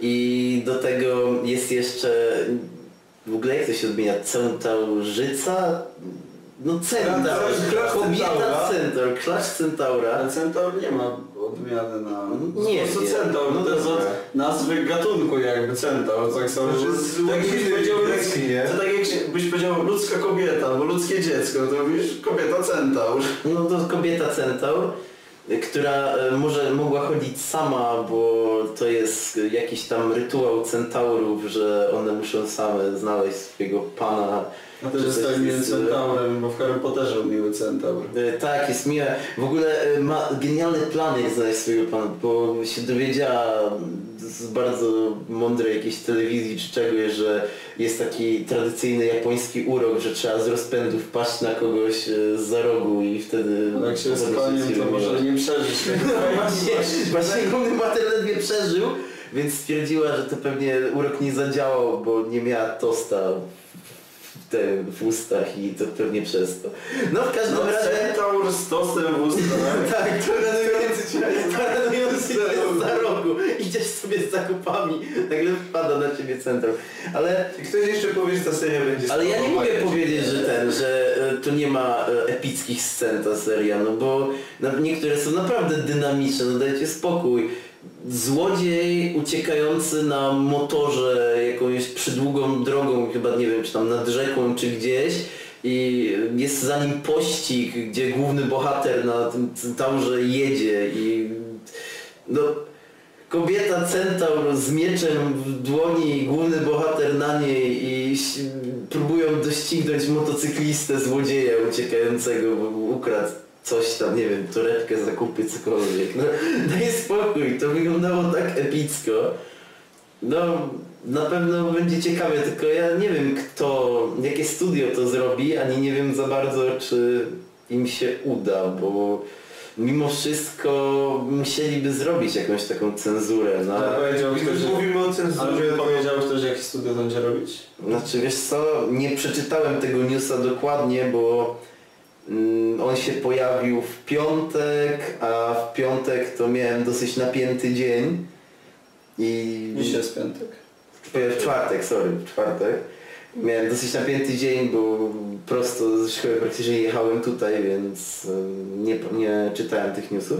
Speaker 1: I do tego jest jeszcze... W ogóle jak to się odmienia? Centaurzyca? No centaur.
Speaker 3: Klasz- klasz
Speaker 1: Kobieta
Speaker 3: centaura.
Speaker 1: centaur. Klasz centaura.
Speaker 2: Ale centaur nie ma odmiany na... no,
Speaker 1: Nie
Speaker 2: Po
Speaker 1: wiem.
Speaker 2: prostu centaur,
Speaker 1: No
Speaker 2: to jest od
Speaker 3: dobra.
Speaker 2: nazwy gatunku jakby centaur, tak samo,
Speaker 3: To
Speaker 2: że
Speaker 3: jest Znaczy, z
Speaker 2: tak jakbyś
Speaker 3: łaciny
Speaker 2: powiedział,
Speaker 3: greki, nie?
Speaker 2: to tak jakbyś powiedział ludzka kobieta, albo ludzkie dziecko, to mówisz kobieta centaur.
Speaker 1: No to kobieta centaur, która e, może mogła chodzić sama, bo to jest e, jakiś tam rytuał centaurów, że one muszą same znaleźć swojego pana.
Speaker 2: A
Speaker 1: to jest tak między
Speaker 2: centaurem, bo w Harry Potterze miły centaur.
Speaker 1: E, Tak, jest miłe. W ogóle e, ma genialny plan, jak znaleźć swojego pana, bo się dowiedziała z bardzo mądrej jakiejś telewizji czy czegoś, że jest taki tradycyjny japoński urok, że trzeba z rozpędu wpaść na kogoś e, za rogu i wtedy...
Speaker 2: Ale jak się
Speaker 1: po prostu
Speaker 2: z
Speaker 1: się
Speaker 2: koniem, No, to
Speaker 1: robi.
Speaker 2: No, może nie przeżyć tego.
Speaker 1: Właśnie, właśnie główny bohater ledwie przeżył, więc stwierdziła, że to pewnie urok nie zadziałał, bo nie miała tosta w, tym, w ustach i to pewnie przez to. No w każdym
Speaker 2: No
Speaker 1: razie...
Speaker 2: centaur z tostem w ustach.
Speaker 1: Tak, to radujący cię radujący cię za rogu. Idziesz sobie z zakupami, nagle wpada na ciebie centrum. Ale,
Speaker 3: I ktoś jeszcze powie, że ta seria będzie
Speaker 1: ale ja nie
Speaker 3: spoko.
Speaker 1: mogę powiedzieć, że ten, że e, tu nie ma e, epickich scen ta seria, no bo na- niektóre są naprawdę dynamiczne, no dajcie spokój. Złodziej uciekający na motorze jakąś przydługą drogą, chyba nie wiem, czy tam nad rzeką, czy gdzieś i jest za nim pościg, gdzie główny bohater na tym centaurze jedzie i no, kobieta centaur z mieczem w dłoni i główny bohater na niej i ś- próbują doścignąć motocyklistę złodzieja uciekającego, bo mu ukradł coś tam, nie wiem, torebkę, zakupy, cokolwiek. No, daj spokój, to wyglądało tak epicko. No, na pewno będzie ciekawe, tylko ja nie wiem kto, jakie studio to zrobi, ani nie wiem za bardzo, czy im się uda, bo mimo wszystko musieliby zrobić jakąś taką cenzurę, no.
Speaker 3: Tak.
Speaker 2: Ale powiedział
Speaker 3: Jak
Speaker 2: ktoś,
Speaker 3: już
Speaker 2: że...
Speaker 3: mówimy o cenzurze,
Speaker 2: Ale
Speaker 3: to
Speaker 2: powiedział ktoś, jakie studio to będzie robić?
Speaker 1: Znaczy wiesz co, nie przeczytałem tego newsa dokładnie, bo mm, on się pojawił w piątek, a w piątek to miałem dosyć napięty dzień. I
Speaker 2: Dziś jest piątek.
Speaker 1: w Yy, czwartek, sorry, w czwartek. Miałem dosyć napięty dzień, bo prosto ze szkoły praktycznie jechałem tutaj, więc em, nie, nie czytałem tych newsów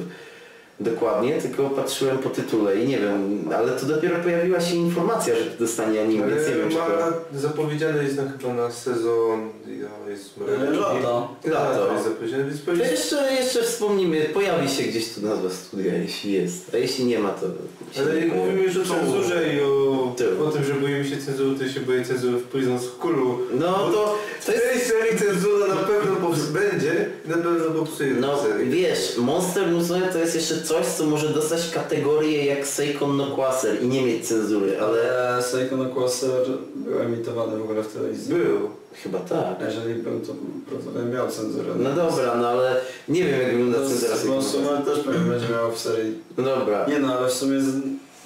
Speaker 1: dokładnie, tylko patrzyłem po tytule i nie wiem, ale to dopiero pojawiła się informacja, że to dostanie anime, więc nie wiem
Speaker 3: ale
Speaker 1: czy
Speaker 3: E, ma,
Speaker 1: to...
Speaker 3: zapowiedziane jest na chyba na sezon... Ja, jest
Speaker 1: E,
Speaker 2: Lato.
Speaker 3: Lato jest zapowiedziane, więc
Speaker 1: no To
Speaker 3: pewnie...
Speaker 1: jeszcze, jeszcze wspomnimy, pojawi się gdzieś tu nazwa studia, jeśli jest, a jeśli nie ma to... się
Speaker 3: Ale
Speaker 1: nie
Speaker 3: jak
Speaker 1: pojawi.
Speaker 3: mówimy już o cenzurze i o,
Speaker 1: Tył.
Speaker 3: o tym, że boimy się cenzury, to ja się boję cenzury w Prison Schoolu.
Speaker 1: No to,
Speaker 3: W
Speaker 1: to jest
Speaker 3: tej serii cenzura na pewno pops- będzie i na pewno popsuje
Speaker 1: No
Speaker 3: tę serię.
Speaker 1: wiesz, Monster Musume to jest jeszcze coś, co może dostać kategorię jak Seikon no Quasar i nie mieć cenzury, ale
Speaker 2: Ale Seiko no Quasar był emitowany w ogóle w telewizji.
Speaker 3: Był.
Speaker 1: chyba tak.
Speaker 2: Jeżeli był, to prawdopodobnie miał cenzurę.
Speaker 1: No dobra, no ale nie wiem jak wygląda cenzura Seikon no Quasar.
Speaker 2: Konsument też pewnie będzie miał w serii.
Speaker 1: No dobra.
Speaker 2: Nie no, ale w sumie z...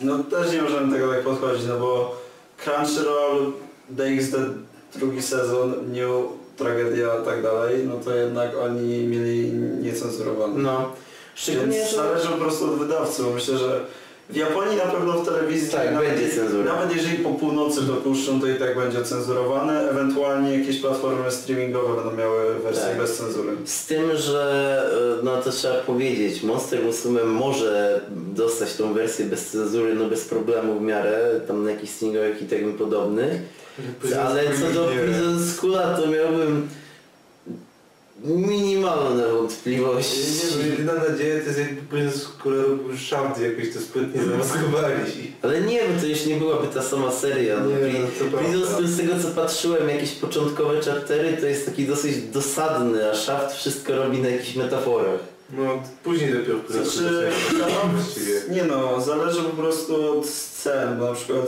Speaker 2: no też nie możemy tego tak podchodzić, no bo Crunchyroll, DxD drugi sezon, New Tragedia i tak dalej, no to jednak oni mieli niecenzurowane.
Speaker 1: No. Szczególnie,
Speaker 2: Więc
Speaker 1: że...
Speaker 2: zależy po prostu od wydawcy, bo myślę, że w Japonii na pewno w telewizji
Speaker 1: Tak,
Speaker 2: nawet,
Speaker 1: będzie cenzura.
Speaker 2: nawet jeżeli po północy dopuszczą, to i tak będzie cenzurowane, ewentualnie jakieś platformy streamingowe będą miały wersję
Speaker 1: Tak.
Speaker 2: bez cenzury.
Speaker 1: Z tym, że e, no to trzeba powiedzieć, Monster Musume może dostać tą wersję bez cenzury, no bez problemu w miarę, tam na jakichś single'ach i tego podobnych. Ale co do Prison Schoola to miałbym minimalne wątpliwości.
Speaker 3: Nie wiem, jedyna nadzieja to jest jakby Prison School robił szanty jakoś to sprytnie zamaskowali.
Speaker 1: Ale nie, bo to już nie byłaby ta sama seria. No.
Speaker 3: no,
Speaker 1: Pri-
Speaker 3: to
Speaker 1: Prison
Speaker 3: prawda.
Speaker 1: School z tego co patrzyłem, jakieś początkowe chaptery to jest taki dosyć dosadny, a Shaft wszystko robi na jakichś metaforach.
Speaker 3: No, później dopiero Prison
Speaker 2: Znaczy,
Speaker 3: School zaczęło Tak, właściwie.
Speaker 2: nie no, zależy po prostu od scen, bo na przykład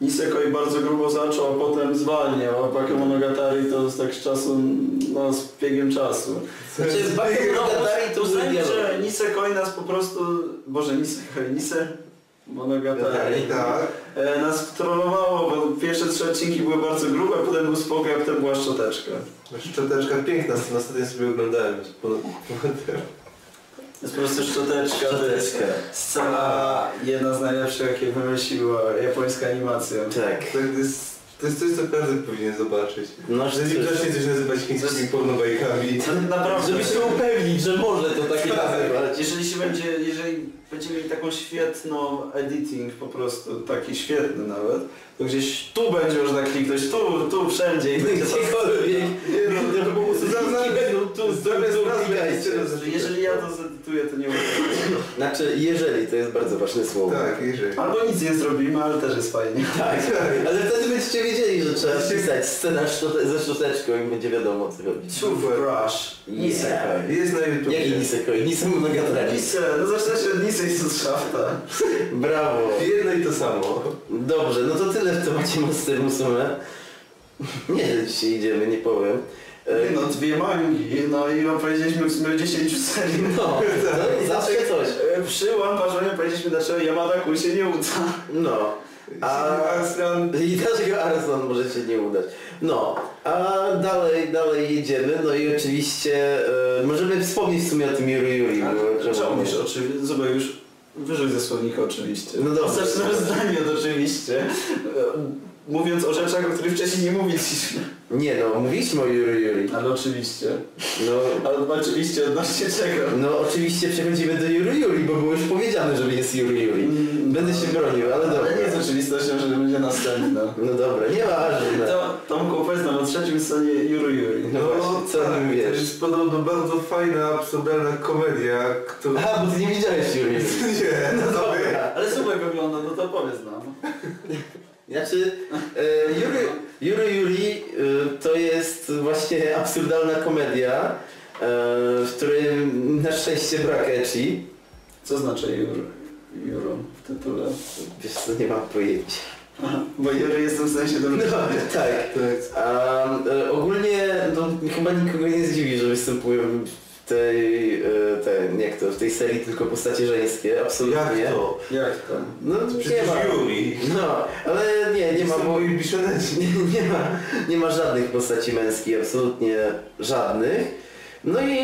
Speaker 2: Nisekoi bardzo grubo zaczął, a potem zwalniał, a Bakemonogatari to jest tak z czasu, no z biegiem czasu.
Speaker 1: Znaczy, Bakken Rogatari to był
Speaker 2: Uznajmy,
Speaker 1: dialog.
Speaker 2: że Nisekoi nas po prostu, Boże Nisekoi, Nise... Monogatari.
Speaker 3: Tak.
Speaker 2: E, nas trollowało, bo pierwsze trzy odcinki były bardzo grube, potem był spokój, a potem była szczoteczka.
Speaker 3: tak. Szczoteczka piękna, co ostatnio sobie oglądałem.
Speaker 2: Jest po prostu szczoteczka, to jest
Speaker 1: Szczoteczka.
Speaker 2: scena jedna z najlepszych, jakie wymyśliła japońska animacja.
Speaker 1: Tak.
Speaker 3: To jest, to jest coś, co każdy powinien zobaczyć.
Speaker 1: No,
Speaker 3: Że nie
Speaker 1: cóż.
Speaker 3: zacznie coś nazywać chińskimi pornobajkami.
Speaker 2: To Naprawdę.
Speaker 1: Żeby się upewnić, że może to takie nazywać.
Speaker 2: Jeżeli się będzie, jeżeli będziemy mieli taką świetną editing, po prostu taki świetny nawet, to gdzieś tu będzie można kliknąć, tu, tu, wszędzie i będzie to
Speaker 1: Gdziekolwiek.
Speaker 3: Nie no, to po prostu za- za-
Speaker 1: Zamiast
Speaker 3: zamiast
Speaker 1: nazwy,
Speaker 3: nazwy,
Speaker 1: klikajcie.
Speaker 2: Jeżeli ja to zedytuję, dyktuje, to nie mówię.
Speaker 1: Znaczy, jeżeli, to jest bardzo ważne słowo.
Speaker 3: Tak, jeżeli.
Speaker 2: Albo nic nie zrobimy, ale też jest fajnie.
Speaker 1: Tak, Znaczy- ale wtedy będziecie wiedzieli, że trzeba wpisać scenę sztu- ze sztuczeczką i będzie wiadomo o co chodzi.
Speaker 2: Toothbrush. Nisę.
Speaker 1: Yeah.
Speaker 3: Jest na YouTube.
Speaker 1: Jaki Nisekoi? Nisem Monogatari.
Speaker 2: Nisę. No zaczyna się od Nisę i z szafta.
Speaker 1: Brawo.
Speaker 3: Jedno i to samo.
Speaker 1: Dobrze, no to tyle w temacie Monster Musume. Nie, dzisiaj idziemy, nie powiem. E,
Speaker 2: No dwie mangi, no i opowiedzieliśmy w sumie o 10 serii.
Speaker 1: No, no zawsze coś.
Speaker 2: E, Przy One Punch Manie powiedzieliśmy dlaczego Yamada Kun się nie uda.
Speaker 1: No. A-
Speaker 3: Aslan...
Speaker 1: I dlaczego Arson może się nie udać? No, a dalej, dalej jedziemy, no i oczywiście e, możemy wspomnieć w sumie o tym Yuri Yuri.
Speaker 2: Tak,
Speaker 1: bo-
Speaker 2: Żołnierz oczywiście, zobacz już wyrzuć ze słownika oczywiście.
Speaker 1: No dobrze.
Speaker 2: Zacznę zdanie od oczywiście. E, Mówiąc o rzeczach, o których wcześniej nie mówiliśmy.
Speaker 1: Nie no, mówiliśmy o Yuri Yuri.
Speaker 2: Ale oczywiście.
Speaker 1: No,
Speaker 2: Ale oczywiście odnośnie czego?
Speaker 1: no oczywiście przechodzimy do Yuri Yuri, bo było już powiedziane, że jest Yuri Yuri. Mm, Będę się bronił, ale
Speaker 2: Ale nie
Speaker 1: dobra.
Speaker 2: z oczywistością, że będzie następna.
Speaker 1: No dobra, nieważne.
Speaker 2: To, Tomku, powiedz nam o trzecim stanie Juru Juri.
Speaker 1: Tak. No właśnie, co o tym
Speaker 3: To
Speaker 1: wiesz?
Speaker 3: jest podobno bardzo fajna, absurdalna komedia, która...
Speaker 1: Aha, bo ty nie widziałeś Yuri Yuri.
Speaker 3: Nie, no dobra.
Speaker 2: Ale super wygląda, no to powiedz nam.
Speaker 1: Znaczy, e, Yuri, Yuri Yuri e, to jest właśnie absurdalna komedia, e, w której na szczęście brak ecchi.
Speaker 2: Co znaczy Juru? Juru w tytule.
Speaker 1: Wiesz co, nie mam pojęcia.
Speaker 2: Bo Juru jestem w sensie
Speaker 1: No,
Speaker 2: dobrym.
Speaker 1: tak. A, e, ogólnie no, chyba nikogo nie zdziwi, że występują w tej, e, ten, jak to, w tej serii tylko postacie żeńskie, absolutnie.
Speaker 3: Jak to?
Speaker 2: Jak tam?
Speaker 1: No, nie
Speaker 3: Przecież
Speaker 1: ma.
Speaker 3: Yuri.
Speaker 1: No, ale nie, nie ma,
Speaker 3: Jestem
Speaker 1: bo
Speaker 3: moim biszoneci.
Speaker 1: nie, nie, ma, nie ma żadnych postaci męskich, absolutnie żadnych. No i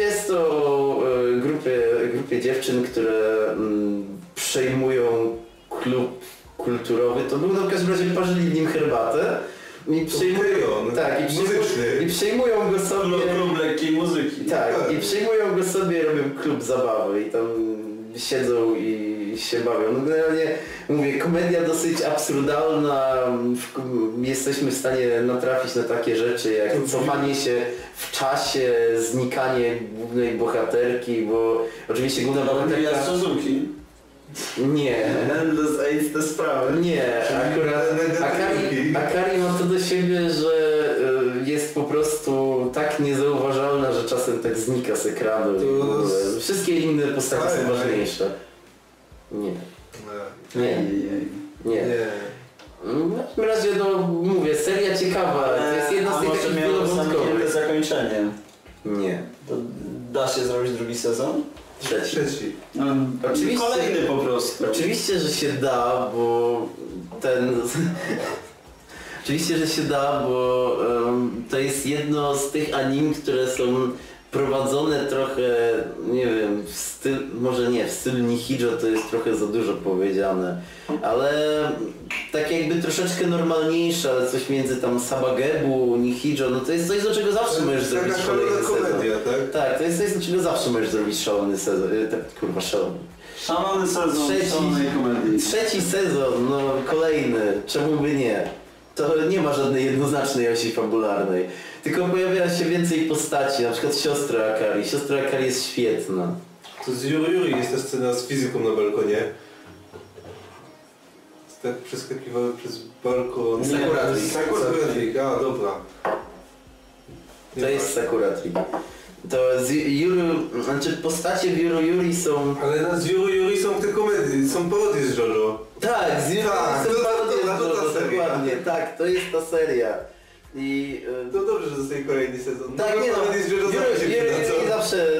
Speaker 1: jest to e, grupie, grupie dziewczyn, które mm, przejmują klub kulturowy. To był no, w każdym razie parzyli w nim herbatę. I przejmują,
Speaker 3: pejon
Speaker 1: tak, i przejmują,
Speaker 3: muzyczny.
Speaker 1: i przejmują go sobie.
Speaker 2: Klub, klub lekkiej muzyki.
Speaker 1: Tak, i przyjmują go sobie, robią klub zabawy i tam siedzą i się bawią. No generalnie mówię, komedia dosyć absurdalna, w- jesteśmy w stanie natrafić na takie rzeczy jak cofanie się w czasie, znikanie głównej bohaterki, bo oczywiście główna bohaterka...
Speaker 2: Ja z Suzuki.
Speaker 1: tak, Nie.
Speaker 2: Endless AIDS te sprawy.
Speaker 1: Nie, akurat Akari, Akari ma to do siebie, że y, jest po prostu tak niezauważalna, że czasem tak znika z ekranu. i w ogóle.
Speaker 3: To-
Speaker 1: Wszystkie inne
Speaker 2: Tak,
Speaker 1: postacie są
Speaker 3: Ale-
Speaker 1: ważniejsze. Nie, nie,
Speaker 2: Ojej.
Speaker 1: nie. W każdym razie, no mówię, seria ciekawa. To jest jedna z
Speaker 2: E, A
Speaker 1: tych
Speaker 2: może
Speaker 1: takich
Speaker 2: miało zamknięte
Speaker 1: wielowątkowych.
Speaker 2: zakończenie.
Speaker 1: Nie,
Speaker 2: To da się zrobić drugi sezon?
Speaker 1: trzeci.
Speaker 3: Trzeci.
Speaker 1: Oczywiście.
Speaker 2: Kolejny po prostu.
Speaker 1: Oczywiście, że się da, bo ten... Oczywiście, że się da, bo em, to jest jedno z tych anim, które są prowadzone trochę, nie wiem, w styl, może nie, w stylu Nihijo to jest trochę za dużo powiedziane, ale tak jakby troszeczkę normalniejsze, ale coś między tam Sabagebu, Nihijo, no to jest coś, do czego zawsze możesz zrobić
Speaker 3: Taka
Speaker 1: kolejny
Speaker 3: szalona
Speaker 1: sezon.
Speaker 3: komedia, tak?
Speaker 1: Tak, to jest coś, do czego zawsze możesz zrobić szalony sezon, e, tak, kurwa szalony.
Speaker 2: Szalony sezon
Speaker 1: Trzeci.
Speaker 2: szalonej komedii.
Speaker 1: Trzeci sezon, no kolejny, czemu by nie? To nie ma żadnej jednoznacznej osi fabularnej. Tylko pojawia się więcej postaci, na przykład siostra Akari. Siostra Akari jest świetna.
Speaker 3: To z Yuri Yuri jest ta scena z fizyką na balkonie. Tak przeskakiwały przez balkon.
Speaker 1: Nie, Sakura Trick.
Speaker 3: Sakura Trick, a dobra.
Speaker 1: To jest Sakura Tree. To z Juru, znaczy postacie w Juru Juri są...
Speaker 3: Ale na z Yuri Yuri są te komedie, są parodie z JoJo.
Speaker 1: Tak, z Juru
Speaker 3: Tak,
Speaker 1: są
Speaker 3: to- to-
Speaker 1: parodie
Speaker 3: to- to ta
Speaker 1: z Jojo,
Speaker 3: seria.
Speaker 1: dokładnie. Tak, to jest ta seria. I... y,
Speaker 3: To dobrze, że zostaje kolejny sezon.
Speaker 1: Tak, nie no,
Speaker 3: Parodie z JoJo
Speaker 1: Juru
Speaker 3: zawsze się
Speaker 1: Juri
Speaker 3: przydadzą.
Speaker 1: zawsze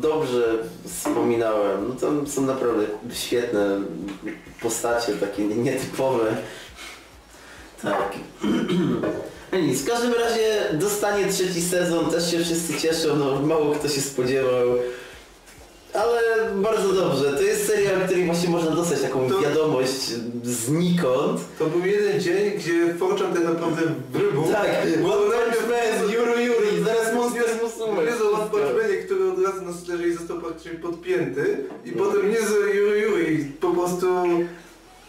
Speaker 1: dobrze wspominałem. No tam są naprawdę świetne postacie, takie nietypowe. Tak. No nic, w każdym razie dostanie trzeci sezon, też się wszyscy cieszą, no mało kto się spodziewał. Ale bardzo dobrze, to jest serial, w której właśnie można dostać taką
Speaker 3: To-
Speaker 1: wiadomość znikąd.
Speaker 3: To był jeden dzień, gdzie Forczan tak naprawdę wrybu.
Speaker 1: Tak, One Punch Man, Juru Juri, zaraz Monster Musume.
Speaker 3: Jezu, One Punch Manie, który od razu na sterze i został praktycznie podpięty i
Speaker 1: No.
Speaker 3: potem nie z Juri Juri, po prostu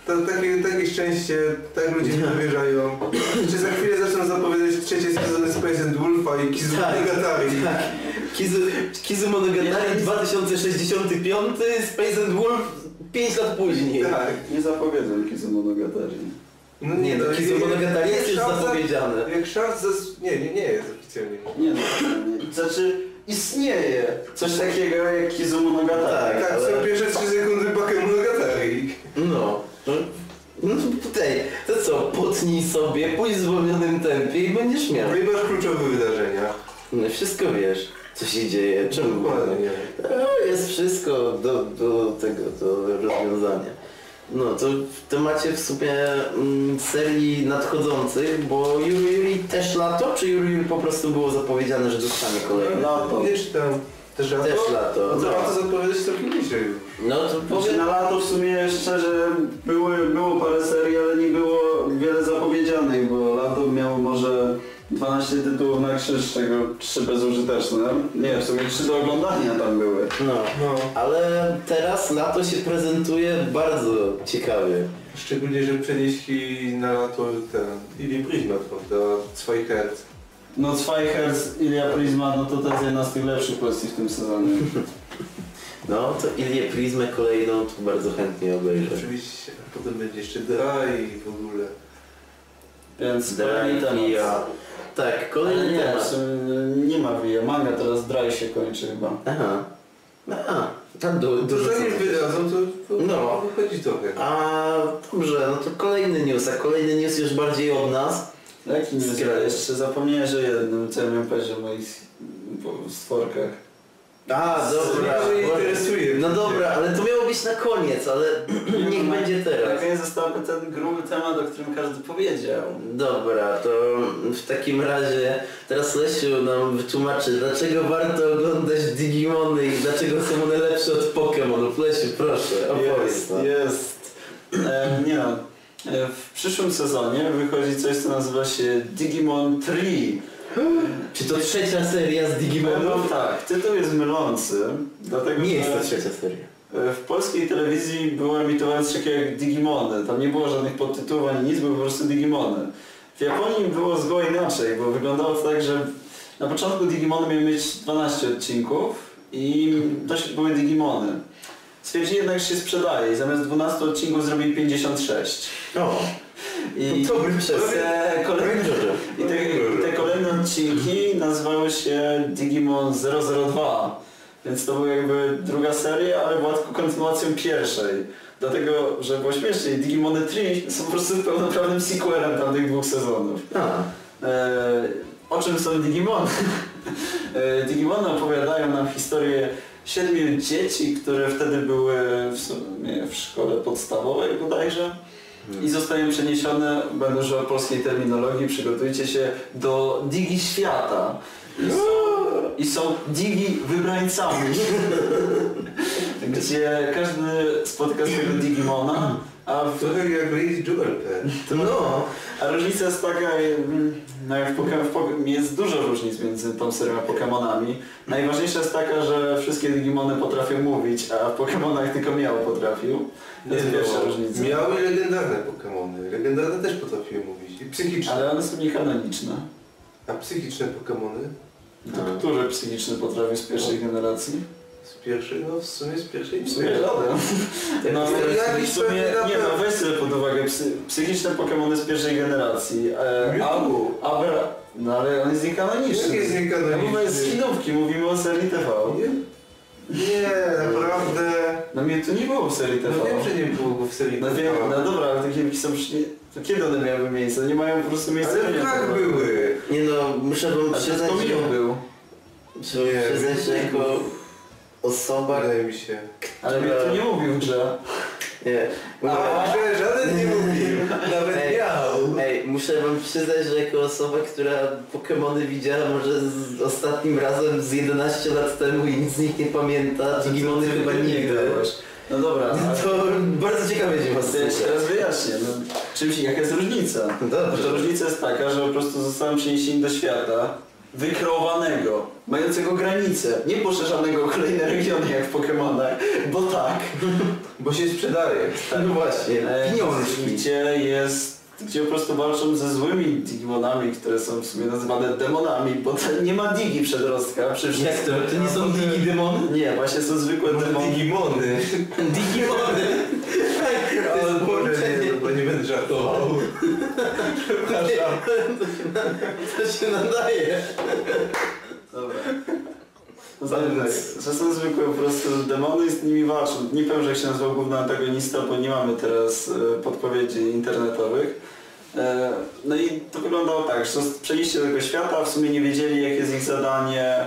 Speaker 3: ta, takie, takie szczęście, tak ludzie nie dowierzają. Czy za chwilę zaczną zapowiadać trzecie sezony Space and Wolfa i Kizuki
Speaker 1: Tak,
Speaker 3: Gatari.
Speaker 1: tak. Kizu, Kizu Monogatari 2065, Space and Wolf 5 lat później.
Speaker 3: Tak.
Speaker 2: Nie zapowiedzą Kizumonogatari.
Speaker 3: No
Speaker 1: Nie, no Kizu Monogatari jest już
Speaker 3: szansa-
Speaker 1: zapowiedziane.
Speaker 3: Jak szans zas... Nie, nie, nie jest oficjalnie.
Speaker 2: Nie no, nie. Znaczy istnieje coś takiego jak Kizumonogatari.
Speaker 1: Tak,
Speaker 3: Tak,
Speaker 1: ale-
Speaker 3: są pierwsze 3 sekundy Bakemonogatari.
Speaker 1: No. No, No to tutaj, to co, potnij sobie, pójdź w zwolnionym tempie i będziesz miał.
Speaker 3: Wybrasz kluczowe wydarzenia.
Speaker 1: No wszystko wiesz, co się dzieje, czemu
Speaker 3: Dokładnie. nie.
Speaker 1: No, jest wszystko do, do tego, do rozwiązania. No to w temacie w sumie mm, serii nadchodzących, bo Yuri Yuri też lato, czy Yuri Yuri po prostu było zapowiedziane, że dostanie kolejne?
Speaker 2: Lato.
Speaker 3: Nie czytam. No, Też
Speaker 1: No,
Speaker 3: lato?
Speaker 1: Też lato,
Speaker 3: No to
Speaker 1: no.
Speaker 3: warto zapowiadać trochę niżej już.
Speaker 1: No to
Speaker 2: Znaczy
Speaker 1: powiem...
Speaker 2: na lato w sumie szczerze były, było parę serii, ale nie było wiele zapowiedzianych, bo lato miało może 12 tytułów na krzyż, z czego 3 bezużyteczne. Nie, w sumie 3 do oglądania tam były.
Speaker 1: No.
Speaker 3: No.
Speaker 1: Ale teraz lato się prezentuje bardzo ciekawie.
Speaker 3: Szczególnie, że przenieśli na lato ten... Ili Prismat, prawda? Swoich herc.
Speaker 2: No Zweiherz, Ilia Prisma, no to to jest jedna z tych lepszych pozycji w tym sezonie.
Speaker 1: No, to Ilię Prizmę kolejną tu bardzo chętnie obejrzę.
Speaker 3: Oczywiście. a Potem będzie jeszcze Dra i w ogóle.
Speaker 2: Więc kolejny
Speaker 1: Drive i ja.
Speaker 2: temat.
Speaker 1: Tak,
Speaker 2: Ale
Speaker 1: kolejny
Speaker 2: nie, w
Speaker 1: temat.
Speaker 2: sumie nie ma Via, manga teraz Dry się kończy chyba.
Speaker 1: Aha. A, tam do,
Speaker 3: To
Speaker 1: dorzucam
Speaker 3: zanim
Speaker 1: coś.
Speaker 3: wydadzą, to, to
Speaker 1: No.
Speaker 3: wychodzi trochę.
Speaker 1: A dobrze, no to kolejny news, a kolejny news już bardziej od nas.
Speaker 2: Jaki
Speaker 1: Skraj.
Speaker 2: nie jeszcze zapomniałem, że jednym celem powiedział o moich bo- stworkach.
Speaker 1: A, dobra.
Speaker 3: Mnie nie interesuje.
Speaker 1: No dobra, ale to miało być na koniec, ale niech będzie teraz.
Speaker 2: Tak, nie zostałby ten gruby temat, o którym każdy powiedział.
Speaker 1: Dobra, to w takim razie teraz Lesiu nam wytłumaczy, dlaczego warto oglądać Digimony i dlaczego są one lepsze od Pokémonów. Lesiu, proszę, opowiedz
Speaker 2: Jest,
Speaker 1: nam.
Speaker 2: jest. E, nie no. E, W przyszłym sezonie wychodzi coś, co nazywa się Digimon 3.
Speaker 1: Czy to trzecia seria z
Speaker 2: No
Speaker 1: Digimonów?
Speaker 2: tak, tytuł jest mylący, dlatego
Speaker 1: Nie jest
Speaker 2: że
Speaker 1: to trzecia seria.
Speaker 2: e, w polskiej telewizji było emitowane coś takiego jak Digimony. Tam nie było żadnych podtytułów ani nic, były po prostu Digimony. W Japonii było zgoła inaczej, bo wyglądało to tak, że na początku Digimony miały mieć 12 odcinków i dość były Digimony. Stwierdzili jednak, że się sprzedaje i zamiast 12 odcinków zrobili 56.
Speaker 1: O,
Speaker 2: I
Speaker 1: dobry
Speaker 2: przez
Speaker 1: przez. tak-
Speaker 2: te kolejne, i te, i te kolejne odcinki nazywały się Digimon 002. Więc to była jakby druga seria, ale była tylko kontynuacją pierwszej. Dlatego, że było śmiesznie, Digimony 3 są po prostu pełnoprawnym sequelem tamtych dwóch sezonów.
Speaker 1: A,
Speaker 2: E, o czym są Digimony? E, Digimony opowiadają nam historię siedmiu dzieci, które wtedy były w sumie w szkole podstawowej bodajże i zostają przeniesione, będę używał polskiej terminologii, przygotujcie się, do Digi Świata. I są, i są Digi wybrańcami. Gdzie każdy spotyka swojego Digimona, a w
Speaker 3: Trochę jak Lady Jewel Pen.
Speaker 1: no.
Speaker 2: a różnica jest taka, mm, no jak w Poke- w Poke- jest dużo różnic między tą serią a Pokemonami. Najważniejsza jest taka, że wszystkie Digimony potrafią mówić, a w Pokemonach tylko Miał potrafił. To jest pierwsza różnica.
Speaker 3: Miały legendarne Pokemony. Legendarne też potrafiły mówić. I psychiczne.
Speaker 2: Ale one są niekanoniczne.
Speaker 3: A psychiczne Pokemony?
Speaker 2: To
Speaker 3: No.
Speaker 2: Które psychiczne potrafią z pierwszej generacji?
Speaker 3: Z pierwszej, no w sumie z pierwszej.
Speaker 2: W sumie żaden. No,
Speaker 3: jakiś
Speaker 2: w sumie,
Speaker 3: pewnie
Speaker 2: nie
Speaker 3: na
Speaker 2: no,
Speaker 3: pewno.
Speaker 2: weź sobie pod uwagę, psy, psychiczne Pokemony z pierwszej generacji. E,
Speaker 3: Mewtwo.
Speaker 2: a, a, no ale on jest niekanoniczny.
Speaker 3: Jak jest niekanoniczny?
Speaker 2: Ja mówię z kinówki, mówimy o serii TV.
Speaker 3: Nie? Nie, naprawdę.
Speaker 2: No mnie tu nie było w serii TV.
Speaker 3: No wiem, że nie było go w serii.
Speaker 2: No wiem, no dobra, ale te kiepki są przy... To kiedy one miałyby miejsce? No Nie mają po prostu miejsca.
Speaker 3: Ale
Speaker 2: nie
Speaker 3: tak
Speaker 2: wiem.
Speaker 3: były.
Speaker 1: Nie no, muszę wam
Speaker 2: A
Speaker 1: przyznać,
Speaker 2: to
Speaker 1: że...
Speaker 2: Mio był.
Speaker 1: Trzeba
Speaker 3: Nie,
Speaker 1: przyznać, że
Speaker 3: więc-
Speaker 1: jako osoba...
Speaker 3: Wydaje mi się.
Speaker 2: Ale mnie tu nie mówił, że...
Speaker 1: Nie. No,
Speaker 3: A, że żaden nie mówił. Nawet
Speaker 1: Ej.
Speaker 3: miał.
Speaker 1: Ej, muszę wam przyznać, że jako osoba, która Pokémony widziała może z ostatnim razem z 11 lat temu i nic z nich nie pamięta, Digimony chyba nigdy.
Speaker 2: No dobra, ale
Speaker 1: To bardzo ciekawe się was
Speaker 2: to ja ci
Speaker 1: słucha.
Speaker 2: teraz wyjaśnię. No, czymś, jaka jest różnica? To
Speaker 1: Dobrze.
Speaker 2: różnica jest taka, że po prostu zostałem przeniesieni do świata wykreowanego, mającego granice, nie poszerzanego o kolejne regiony jak w Pokemonach, bo tak.
Speaker 3: Bo się sprzedaje.
Speaker 1: No właśnie,
Speaker 2: E,
Speaker 1: pieniążki.
Speaker 2: Gdzie jest gdzie po prostu walczą ze złymi digimonami, które są w sumie nazywane demonami, bo to nie ma digi przedrostka, przecież
Speaker 1: Jak to? To nie są digi demony?
Speaker 2: Nie, właśnie są zwykłe
Speaker 3: Może
Speaker 2: demony.
Speaker 3: Digimony.
Speaker 1: Digimony!
Speaker 3: Ale Boże, nie, no bo nie będę żartował. Przepraszam.
Speaker 1: To się nadaje.
Speaker 2: Dobra. Zaraz. To są zwykłe po prostu demony i z nimi walczą. Nie powiem, że jak się nazywał główny antagonista, bo nie mamy teraz e, podpowiedzi internetowych. E, No i to wyglądało tak, że przejście do tego świata, w sumie nie wiedzieli jakie jest ich zadanie.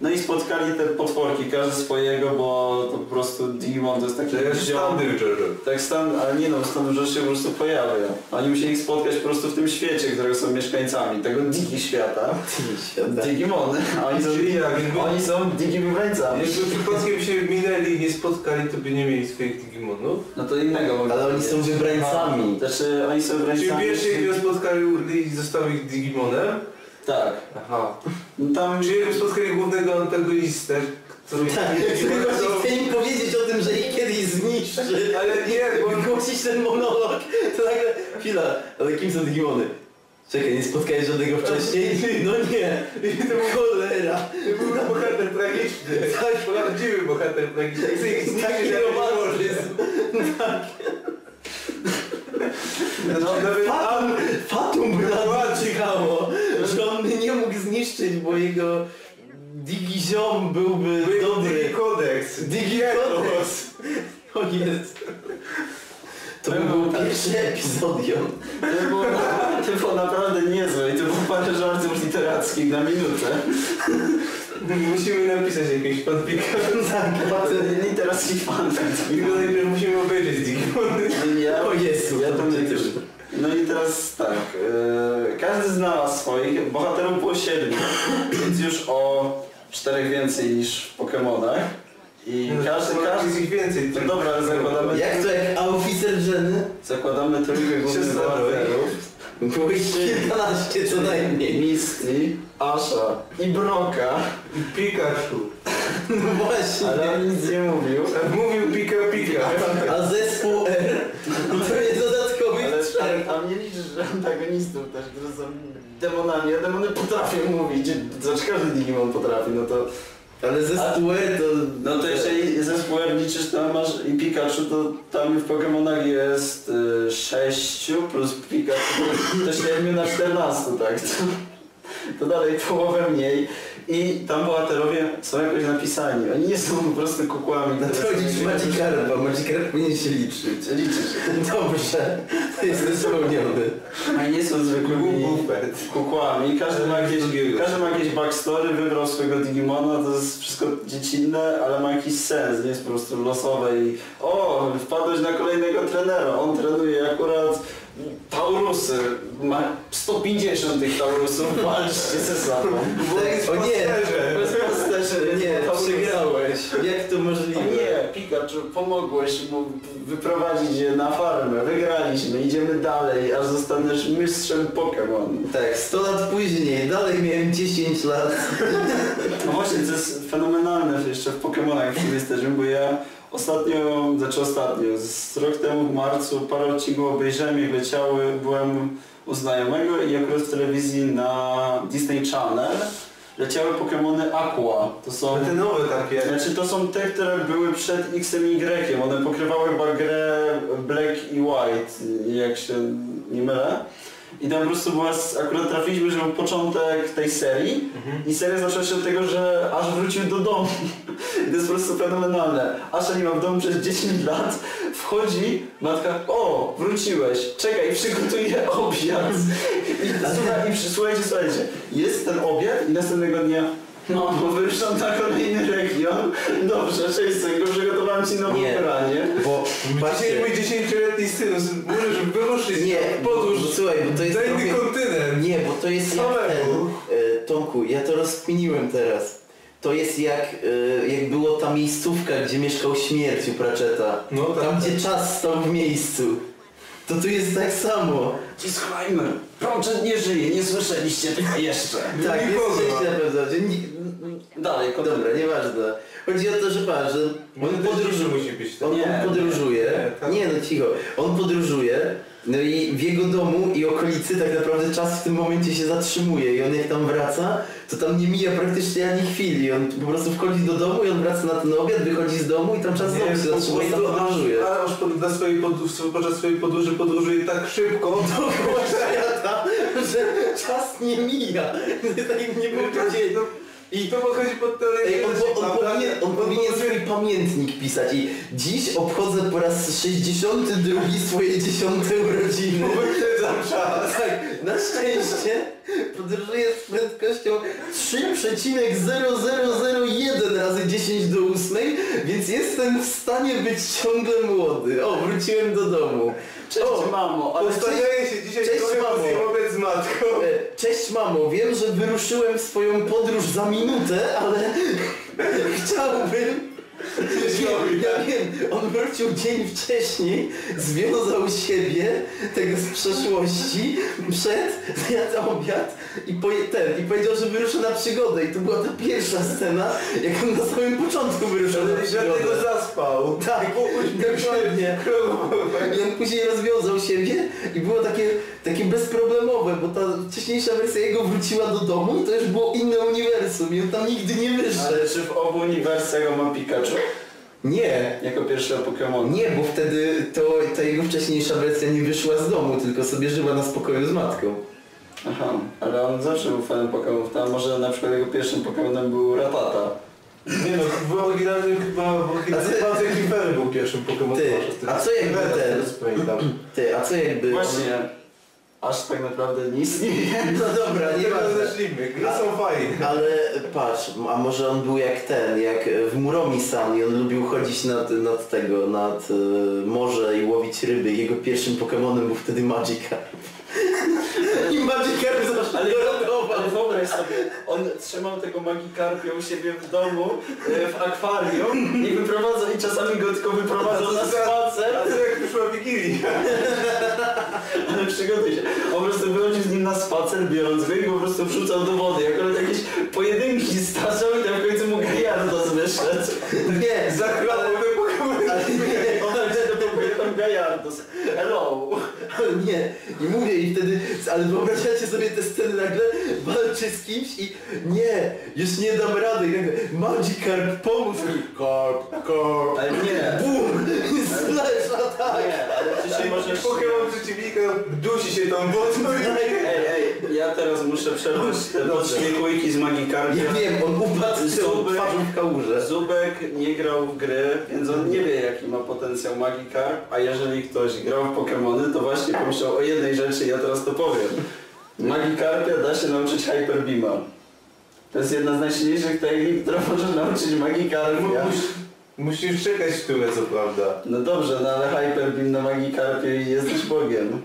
Speaker 2: No i spotkali te potworki, każdy swojego, bo to po prostu Digimon to jest taki
Speaker 3: To ja już
Speaker 2: dział-
Speaker 3: tam był, Jojo.
Speaker 2: Tak stan, ale nie no, stan że się po prostu pojawia. Oni musieli spotkać po prostu w tym świecie, którego są mieszkańcami, tego digi świata. Digimony. A Oni są,
Speaker 3: Czyli jak, jakby-
Speaker 2: oni są digimowrańcami.
Speaker 3: Jakby przypadkiem się minęli i nie spotkali, to by nie mieli swoich Digimonów.
Speaker 2: No to innego
Speaker 1: Ale oni są wybrańcami.
Speaker 2: Znaczy oni są
Speaker 3: Czyli
Speaker 2: wybrańcami.
Speaker 3: pierwszy ich nie spotkali Urli i został ich Digimonem.
Speaker 2: Tak.
Speaker 3: Aha.
Speaker 2: No tam
Speaker 3: Czyli jakby spotkali głównego antagonistę, który...
Speaker 1: Tak, tylko że chcę im powiedzieć o tym, że ich kiedyś zniszczy.
Speaker 3: Ale nie, bo
Speaker 1: Jak Głosić ten monolog, to nagle, chwila, ale kim są Digimony? Czekaj, nie spotkałeś żadnego wcześniej? No nie, cholera.
Speaker 3: To był bohater tragiczny.
Speaker 1: Tak.
Speaker 3: Prawdziwy bohater tragiczny. Chce ich zniszczyć,
Speaker 1: Taki
Speaker 3: ale nie
Speaker 1: romantyzm.
Speaker 3: może. No, nawet
Speaker 1: Fatum, Fatum by nas czekało, że on by nie mógł zniszczyć, bo jego digiziom byłby
Speaker 3: był
Speaker 1: dobry.
Speaker 3: taki kodeks.
Speaker 1: Digikodeks. O jest. To by był
Speaker 2: tak.
Speaker 1: pierwszy epizodium.
Speaker 2: to było, to było naprawdę niezłe i to było parę żartów literackich na minutę.
Speaker 3: Musimy napisać jakieś fanfica. Tak,
Speaker 2: Literacki fanfic.
Speaker 3: Tylko najpierw musimy obejrzeć Digimony.
Speaker 2: Ja,
Speaker 1: O Jezu,
Speaker 2: ja
Speaker 1: to
Speaker 2: tam nie
Speaker 1: przecież.
Speaker 2: wiem. No i teraz tak, e, każdy znalazł swoich, bohaterów było siedmiu, więc już o czterech więcej niż w Pokemonach. I
Speaker 3: No,
Speaker 2: każdy, każdy...
Speaker 3: Jest ich więcej.
Speaker 2: No dobra, ale zakładamy,
Speaker 1: Jak to jak a oficer Jenny?
Speaker 2: zakładamy trójkę
Speaker 3: Się
Speaker 2: głównych
Speaker 3: zabrał.
Speaker 2: bohaterów.
Speaker 1: Było ich 11 co najmniej.
Speaker 2: Misty, Asha i Broka,
Speaker 3: Pikachu.
Speaker 1: No właśnie.
Speaker 2: ale on nic nie mówił.
Speaker 3: Mówił Pika Pika.
Speaker 1: A zespół R to jest dodatkowych
Speaker 2: Ale
Speaker 1: trzech.
Speaker 2: tam, tam nie liczysz antagonistów też, którzy są demonami, a demony potrafią mówić. Znaczy każdy Digimon potrafi, no to...
Speaker 1: Ale zespół R to...
Speaker 2: No to jeżeli zespół R liczysz tam masz i Pikachu, to tam w Pokemonach jest y, 6 plus Pikachu to 7 na 14, tak? To, to dalej połowę mniej. I tam bohaterowie są jakoś napisani. Oni nie są po prostu kukłami.
Speaker 1: No to licz Magikarpa, Magikarp powinien się liczyć.
Speaker 2: Liczysz.
Speaker 1: Dobrze, to jest spełniony.
Speaker 2: Oni nie są zwykłymi
Speaker 3: Bufet.
Speaker 2: kukłami. Każdy ma jakieś,
Speaker 3: Drugiego.
Speaker 2: każdy ma jakieś backstory, wybrał swojego Digimona, to jest wszystko dziecinne, ale ma jakiś sens, nie jest po prostu losowe i o, wpadłeś na kolejnego trenera, on trenuje akurat Taurusy, ma 150 tych Taurusów, walczcie ze sobą.
Speaker 1: Tak, o nie,
Speaker 2: To jest pasterze,
Speaker 1: nie,
Speaker 2: Taurusy.
Speaker 1: przegrałeś. Jak to możliwe?
Speaker 2: O nie, Pikachu, pomogłeś mu wyprowadzić je na farmę, wygraliśmy, idziemy dalej, aż zostaniesz mistrzem Pokémon.
Speaker 1: Tak, 100 lat później, dalej miałem 10 lat.
Speaker 2: No właśnie, to jest fenomenalne że jeszcze w Pokemonach, w którym jesteśmy, bo ja ostatnio, znaczy ostatnio, z rok temu w marcu parę odcinków obejrzałem i leciały, byłem u znajomego i akurat w telewizji na Disney Channel leciały Pokemony Aqua. To są...
Speaker 3: Te nowe takie.
Speaker 2: Znaczy to są te, które były przed X i Y. One pokrywały chyba grę Black i White, jak się nie mylę. I tam po prostu była, s- akurat trafiliśmy, że był początek tej serii i seria zaczęła się od tego, że aż wrócił do domu. I to jest po prostu fenomenalne. Asza nie ma w domu przez 10 lat, wchodzi, matka, o, wróciłeś, czekaj, przygotuję obiad. I, słuchaj, i przy, słuchajcie, słuchajcie, jest ten obiad i następnego dnia, no, bo wyruszam na kolejny region, dobrze, cześć, synku, przygotowałem ci nowe
Speaker 1: Nie.
Speaker 2: pranie.
Speaker 1: Bo,
Speaker 3: Dzisiaj
Speaker 1: patrzcie,
Speaker 3: mój 10-letni syn możesz wyruszyć
Speaker 1: nie,
Speaker 3: w
Speaker 1: bo,
Speaker 3: podróż
Speaker 1: słuchaj, bo to jest
Speaker 3: na inny
Speaker 1: trochę...
Speaker 3: kontynent.
Speaker 1: Nie, bo to jest jak
Speaker 3: Samemu.
Speaker 1: ten, e, Tomku, ja to rozkminiłem teraz. To jest jak, e, jak było ta miejscówka, gdzie mieszkał śmierć u Pratchetta.
Speaker 3: No tak.
Speaker 1: Tam, gdzie czas stał w miejscu. To tu jest tak samo.
Speaker 2: Disclaimer, Pratchett nie żyje, nie słyszeliście tego jeszcze.
Speaker 3: No
Speaker 1: Tak, jest
Speaker 3: Nikogo.
Speaker 1: szczęście na pewno. że ni-
Speaker 2: Dalej, kontynuuj.
Speaker 1: Dobra, nieważne. Chodzi o to, że pan, że on
Speaker 3: On podróży
Speaker 1: podróżuje.
Speaker 3: musi być tak.
Speaker 1: On,
Speaker 2: Nie,
Speaker 1: on podróżuje.
Speaker 3: nie, tak.
Speaker 1: Nie, no cicho. On podróżuje. No i w jego domu i okolicy tak naprawdę czas w tym momencie się zatrzymuje i on jak tam wraca, to tam nie mija praktycznie ani chwili. On po prostu wchodzi do domu i on wraca na ten obiad, wychodzi z domu i tam czas znowu się
Speaker 3: po
Speaker 1: zatrzymuje i tam
Speaker 3: prostu
Speaker 1: podróżuje.
Speaker 3: aż- aż pod, na swojej podróż, podczas swojej podróży podróżuje tak szybko, to
Speaker 1: Że ja tam- że czas nie mija. Tak nie było dzień.
Speaker 3: I to podchodzi pod
Speaker 1: Ej,
Speaker 3: telewizję.
Speaker 1: on, on, on, powinien, on powinien swój pamiętnik pisać i dziś obchodzę po raz 62 swoje dziesiąte urodziny.
Speaker 2: Wyprzedzam czas.
Speaker 1: Tak, na szczęście podróżuję z prędkością 3,0001 razy 10 do 8, więc jestem w stanie być ciągle młody. O, wróciłem do domu.
Speaker 2: Cześć
Speaker 1: O,
Speaker 2: mamo, ale cześć.
Speaker 3: Powstaje się dzisiaj
Speaker 1: Cześć,
Speaker 3: trochę
Speaker 1: mamo.
Speaker 3: wobec z matką.
Speaker 1: E, Cześć mamo, wiem, że wyruszyłem w swoją podróż za minutę, ale chciałbym... Wiem, ja wiem, on wrócił dzień wcześniej, związał siebie, tego z przeszłości, przed, zjadł obiad i, poje, ten, i powiedział, że wyrusza na przygodę. I to była ta pierwsza scena, jak on na samym początku wyruszał na
Speaker 3: I Dlatego
Speaker 1: przygodę.
Speaker 3: zaspał.
Speaker 1: Tak, dokładnie. I on później rozwiązał siebie i było takie, takie bezproblemowe, bo ta wcześniejsza wersja jego wróciła do domu i to już było inne uniwersum i on tam nigdy nie wyszedł.
Speaker 2: Ale czy w obu uniwersach ma Pikachu?
Speaker 1: Nie,
Speaker 2: Jako pierwsza Pokémon.
Speaker 1: nie, bo wtedy to, ta jego wcześniejsza wersja nie wyszła z domu, tylko sobie żyła na spokoju z matką.
Speaker 2: Aha, ale on zawsze był fanem Pokémonów. Tam może na przykład jego pierwszym Pokémonem był Ratata.
Speaker 3: Nie no, w oryginalnym chyba, w oryginalnym
Speaker 1: A ty-
Speaker 3: chyba Zekifer był pierwszym Pokémon.
Speaker 1: Ty, a co jakby ten-
Speaker 3: ten?
Speaker 1: Ty, a co jakby...
Speaker 2: Właśnie. Y, Aż tak naprawdę nic nie wiem.
Speaker 1: No dobra, nie ma...
Speaker 3: Zacznijmy, gry są fajne.
Speaker 1: Ale patrz, a może on był jak ten, jak w Muromi-san i on lubił chodzić nad, nad tego, nad e, morze i łowić ryby. Jego pierwszym Pokemonem był wtedy Magikarp. I Magikarp zawsze go ratował.
Speaker 2: Ale wyobraź sobie, on trzymał tego magikarpia u siebie w domu, e, w akwarium i wyprowadzał, i czasami go tylko wyprowadzał na spacer.
Speaker 3: A co jak wyszła Wigilia?
Speaker 2: Ale przygotuj się. On po prostu wychodzi z nim na spacer, biorąc go i go po prostu wrzucał do wody. Akurat jakieś pojedynki staczał i tam w końcu mu Gajardos wyszedł.
Speaker 1: Nie,
Speaker 3: Zaklapał te Pokémony.
Speaker 1: ale nie,
Speaker 2: Ona wtedy był tam Gajardos. Hello.
Speaker 1: ale nie. I mówię i wtedy, ale wyobrażacie sobie te sceny nagle, walczy z kimś i nie, już nie dam rady. I nagle Magikarp, pomóż mi. Karp, karp.
Speaker 2: Ale nie.
Speaker 1: Bum! tak. Slash atak!
Speaker 2: Nie, ale
Speaker 3: I
Speaker 2: dzisiaj możesz...
Speaker 3: Pokémon przeciwnika dusi się tą wodą.
Speaker 2: Ej, ej, ja teraz muszę przerwać te
Speaker 1: Dobrze.
Speaker 2: podśmiechujki z
Speaker 1: Ja
Speaker 2: Magikarpia.
Speaker 1: wiem, on upadł z tyłu
Speaker 2: Zupy.
Speaker 1: twarzą w kałuże.
Speaker 2: Zubek nie grał w gry, więc on nie wie jaki ma potencjał Magikarp, a jeżeli ktoś grał w Pokémony, to właśnie pomyślał o jednej rzeczy, ja teraz to powiem. Magikarpia da się nauczyć Hyper Beama. To jest jedna z najsilniejszych technik, która może nauczyć Magikarpia.
Speaker 3: Musisz czekać w tyle, co prawda.
Speaker 2: No dobrze, no ale Hyper Beam na Magikarpie i jesteś Bogiem.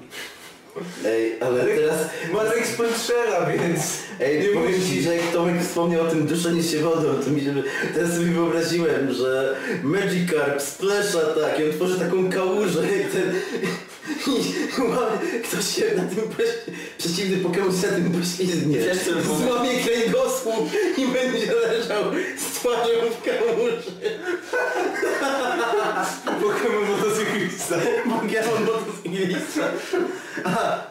Speaker 1: Ej, ale teraz...
Speaker 3: Marek strzela, więc...
Speaker 1: Ej,
Speaker 3: Nie
Speaker 1: powiem
Speaker 3: musi.
Speaker 1: ci, że jak Tomek wspomniał o tym duszeniu się wodą, to mi się... Teraz sobie wyobraziłem, że Magikarp splesza tak i on tworzy taką kałużę i ten... I łamie- ktoś się na tym poś- przeciwny Pokemon się na tym poślizgnie.
Speaker 2: Wiesz, co by było?
Speaker 1: Złamie kręgosłup i będzie leżał z twarzą w kałuży.
Speaker 3: Pokémon motocyklista.
Speaker 1: Pokemon motocyklista. Aha,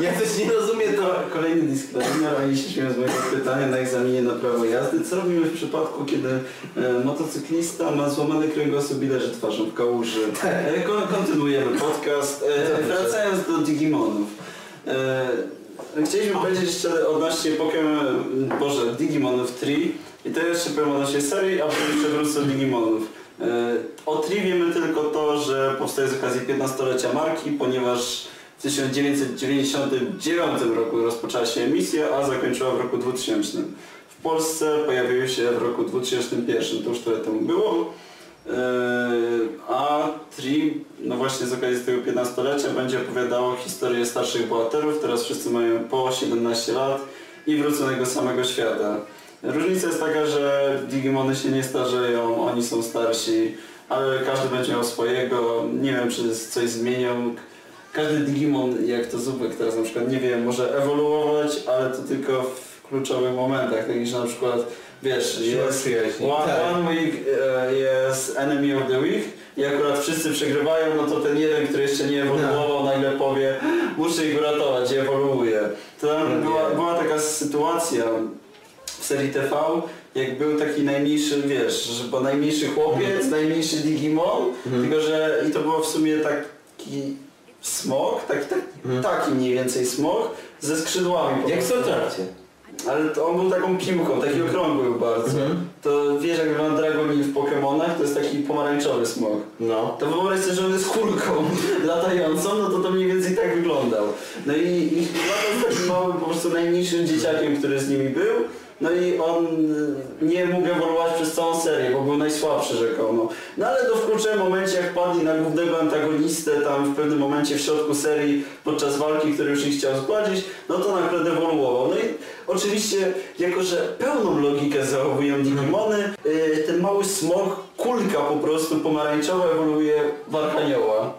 Speaker 1: jak ktoś nie rozumie to...
Speaker 2: Ko- Kolejny disclaimer, oni się śmieją z mojego pytania na egzaminie na prawo jazdy. Co robimy w przypadku, kiedy e, motocyklista ma złamany kręgosłup i leży twarzą w kałuży? E, kon- kontynuujemy podcast. E,
Speaker 1: Dobrze.
Speaker 2: wracając do Digimonów. E, chcieliśmy powiedzieć jeszcze odnośnie Pokémon, Boże, Digimonów 3. I to jeszcze powiem o naszej serii, a potem przewrócę do Digimonów. E, O Tri wiemy tylko to, że powstaje z okazji 15-lecia marki, ponieważ w 1999 roku rozpoczęła się emisja, a zakończyła w roku 2000. W Polsce pojawiły się w roku 2001, to już trochę temu było. E, A Tri, no właśnie z okazji tego 15-lecia, będzie opowiadało historię starszych bohaterów. Teraz wszyscy mają po 17 lat i wróconego samego świata. Różnica jest taka, że Digimony się nie starzeją, oni są starsi, ale każdy będzie miał swojego, nie wiem czy z- coś zmienią. Każdy Digimon, jak to Zubek teraz na przykład, nie wiem, może ewoluować, ale to tylko w kluczowych momentach, tak jak na przykład wiesz,
Speaker 3: Siła
Speaker 2: jest
Speaker 3: przyjaźni.
Speaker 2: one,
Speaker 1: Tak.
Speaker 2: one week e, jest enemy of the week i akurat wszyscy przegrywają, no to ten jeden, który jeszcze nie
Speaker 1: No.
Speaker 2: ewoluował, nagle powie muszę ich uratować, ja ewoluuję. To tam
Speaker 1: No
Speaker 2: była,
Speaker 1: nie.
Speaker 2: była taka sytuacja w serii TV, jak był taki najmniejszy, wiesz, że- bo najmniejszy chłopiec, najmniejszy Digimon,
Speaker 1: Mhm.
Speaker 2: tylko że i to było w sumie taki smok, taki, tak,
Speaker 1: Mhm.
Speaker 2: taki mniej więcej smok ze skrzydłami. po
Speaker 1: Jak Mhm. w
Speaker 2: prostu.
Speaker 1: Sotarcie.
Speaker 2: Ale to on był taką piłką, taki okrągły był bardzo.
Speaker 1: Mhm.
Speaker 2: To wiesz jak wygląda Dragonin w Pokemonach, to jest taki pomarańczowy smok.
Speaker 1: No.
Speaker 2: To wyobraź sobie, że on jest kulką latającą, no to to mniej więcej tak wyglądał. No i, i latał taki mały, po prostu najmniejszym dzieciakiem, który z nimi był. No i on y, nie mógł ewoluować przez całą serię, bo był najsłabszy rzekomo. No ale do w kluczowym momencie, jak padli na głównego antagonistę tam w pewnym momencie w środku serii podczas walki, który już nie chciał spłacić, no to nagle dewoluował. No i oczywiście, jako że pełną logikę zachowują Digimony, y, ten mały smog, kulka po prostu pomarańczowa ewoluuje w Arkanioła.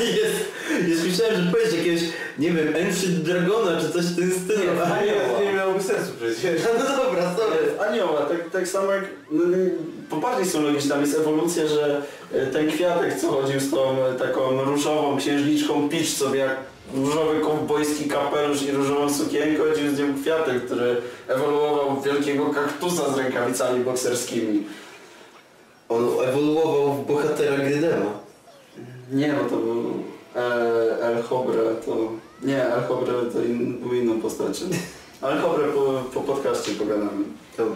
Speaker 1: jest, jest, myślałem, że powiesz jakiegoś, nie wiem, Ancient Dragona czy coś w tym stylu.
Speaker 2: Nie,
Speaker 1: A,
Speaker 3: A nie, nie miałoby sensu przecież.
Speaker 1: no dobra, sorry.
Speaker 2: W Anioła, tak, tak samo jak no, nie- bo bardziej są logiczne, tam jest ewolucja, że e, ten kwiatek, co chodził z tą e, taką różową księżniczką Peach, co miał różowy kowbojski kapelusz i różową sukienkę, chodził z nią kwiatek, który ewoluował w wielkiego kaktusa z rękawicami bokserskimi.
Speaker 1: On ewoluował w bohatera gry demo.
Speaker 2: Nie, bo to był e, El Hobre, to... Nie, El Hobre to in, był inną postacią. El Hobre po, po podcaście pogadamy.
Speaker 1: Dobra.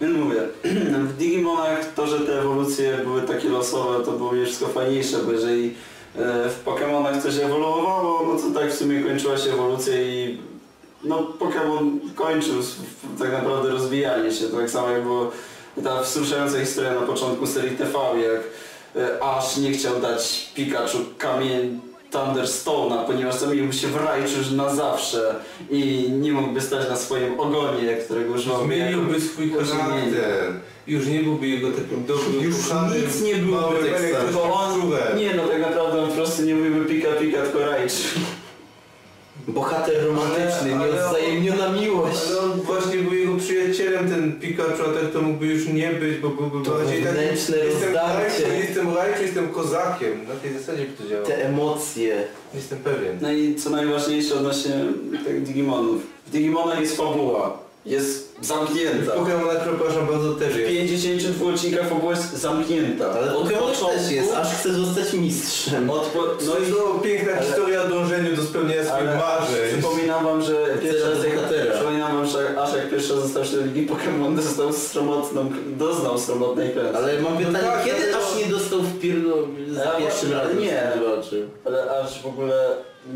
Speaker 2: Więc No mówię, w Digimonach to, że te ewolucje były takie losowe, to było mi wszystko fajniejsze, bo jeżeli e, w Pokemonach coś ewoluowało, no to tak w sumie kończyła się ewolucja i no Pokemon kończył s- w- tak naprawdę rozwijanie się, tak samo jak było ta wzruszająca historia na początku serii TV, jak e, Ash nie chciał dać Pikachu kamień Thunderstone'a, ponieważ zamienił się w Raichu już na zawsze i nie mógłby stać na swoim ogonie, którego używał
Speaker 3: Zmieniłby No, swój charakter. Już nie byłby jego takim dobrym
Speaker 1: Już
Speaker 3: kochanym,
Speaker 1: nic nie byłoby
Speaker 3: małym,
Speaker 1: tak
Speaker 3: jak
Speaker 1: samo.
Speaker 3: ktoś
Speaker 2: Bo on-
Speaker 3: wróbel.
Speaker 2: Nie no, tak naprawdę on po prostu nie mówiłby pika pika, tylko rajcz.
Speaker 1: Bohater romantyczny,
Speaker 3: Ale- ale-
Speaker 1: nieodzajemniona miłość.
Speaker 3: Ale on właśnie był jego przyjacielem, ten Pikachu, a tak to mógłby już nie być, bo byłby
Speaker 1: To
Speaker 3: bardziej taki...
Speaker 1: wewnętrzne
Speaker 3: Jestem
Speaker 1: rozdarcie.
Speaker 3: Raichu, jestem Raichu, jestem kozakiem. Na tej zasadzie by to działało.
Speaker 1: Te emocje.
Speaker 3: Jestem pewien.
Speaker 2: No i co najważniejsze odnośnie tych Digimonów. W Digimonach jest fabuła. Jest
Speaker 1: No
Speaker 2: zamknięta.
Speaker 3: Pokemona, przepraszam bardzo, też
Speaker 2: W
Speaker 3: jest.
Speaker 2: 52 odcinkach fabuła jest zamknięta.
Speaker 1: Ale Pokémon też jest, aż chce zostać mistrzem.
Speaker 2: Od po...
Speaker 3: No i znowu piękna
Speaker 2: ale-
Speaker 3: historia o dążeniu do spełnienia swoich
Speaker 2: ale
Speaker 3: marzeń.
Speaker 2: przypominam wam, że pierwszy raz
Speaker 1: bohatera.
Speaker 2: jak, przypominam wam, że aż jak pierwszy raz został się Ligi Pokémon, dostał sromotną, doznał sromotnej klęski.
Speaker 1: Ale mam pytanie,
Speaker 3: tak,
Speaker 1: kiedy
Speaker 3: dlatego-
Speaker 1: aż nie dostał w pierdol za
Speaker 2: Ale
Speaker 1: pierwszym
Speaker 2: właśnie,
Speaker 1: razem?
Speaker 2: nie.
Speaker 1: co Zobaczył.
Speaker 2: Ale aż w ogóle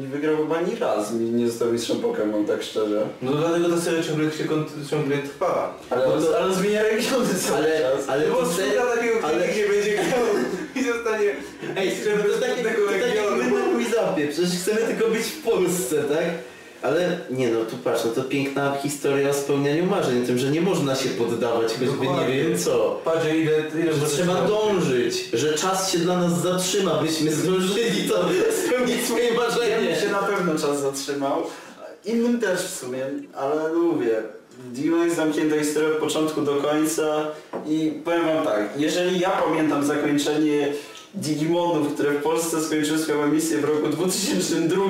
Speaker 2: nie wygrał chyba ani raz, mi- nie został mistrzem Pokémon, tak szczerze.
Speaker 3: No dlatego ta seria ciągle, się kont- ciągle trwa.
Speaker 2: Ale,
Speaker 1: No to-
Speaker 2: ale zmienia regiony cały
Speaker 1: Ale,
Speaker 2: czas.
Speaker 1: ale
Speaker 3: Bo
Speaker 1: to serio...
Speaker 3: szuka takiego, który
Speaker 1: ale-
Speaker 3: nie będzie grał i zostanie...
Speaker 1: Ej,
Speaker 3: żeby
Speaker 1: to tak jak, to tak jak my na Quizapie, przecież chcemy tylko być w Polsce, tak? Ale nie no, tu patrz, no to piękna historia o spełnianiu marzeń, tym, że nie można się poddawać, choćby nie
Speaker 3: Dokładnie.
Speaker 1: wiem co.
Speaker 3: Patrz ile... ile
Speaker 1: Że trzeba dążyć, że czas się dla nas zatrzyma, byśmy zdążyli to spełnić swoje
Speaker 2: Jemu
Speaker 1: marzenie.
Speaker 2: się na pewno czas zatrzymał. Innym też w sumie, ale mówię. Dima jest zamknięta historia od początku do końca i powiem wam tak, jeżeli ja pamiętam zakończenie Digimonów, które w Polsce skończyły swoją emisję w roku 2002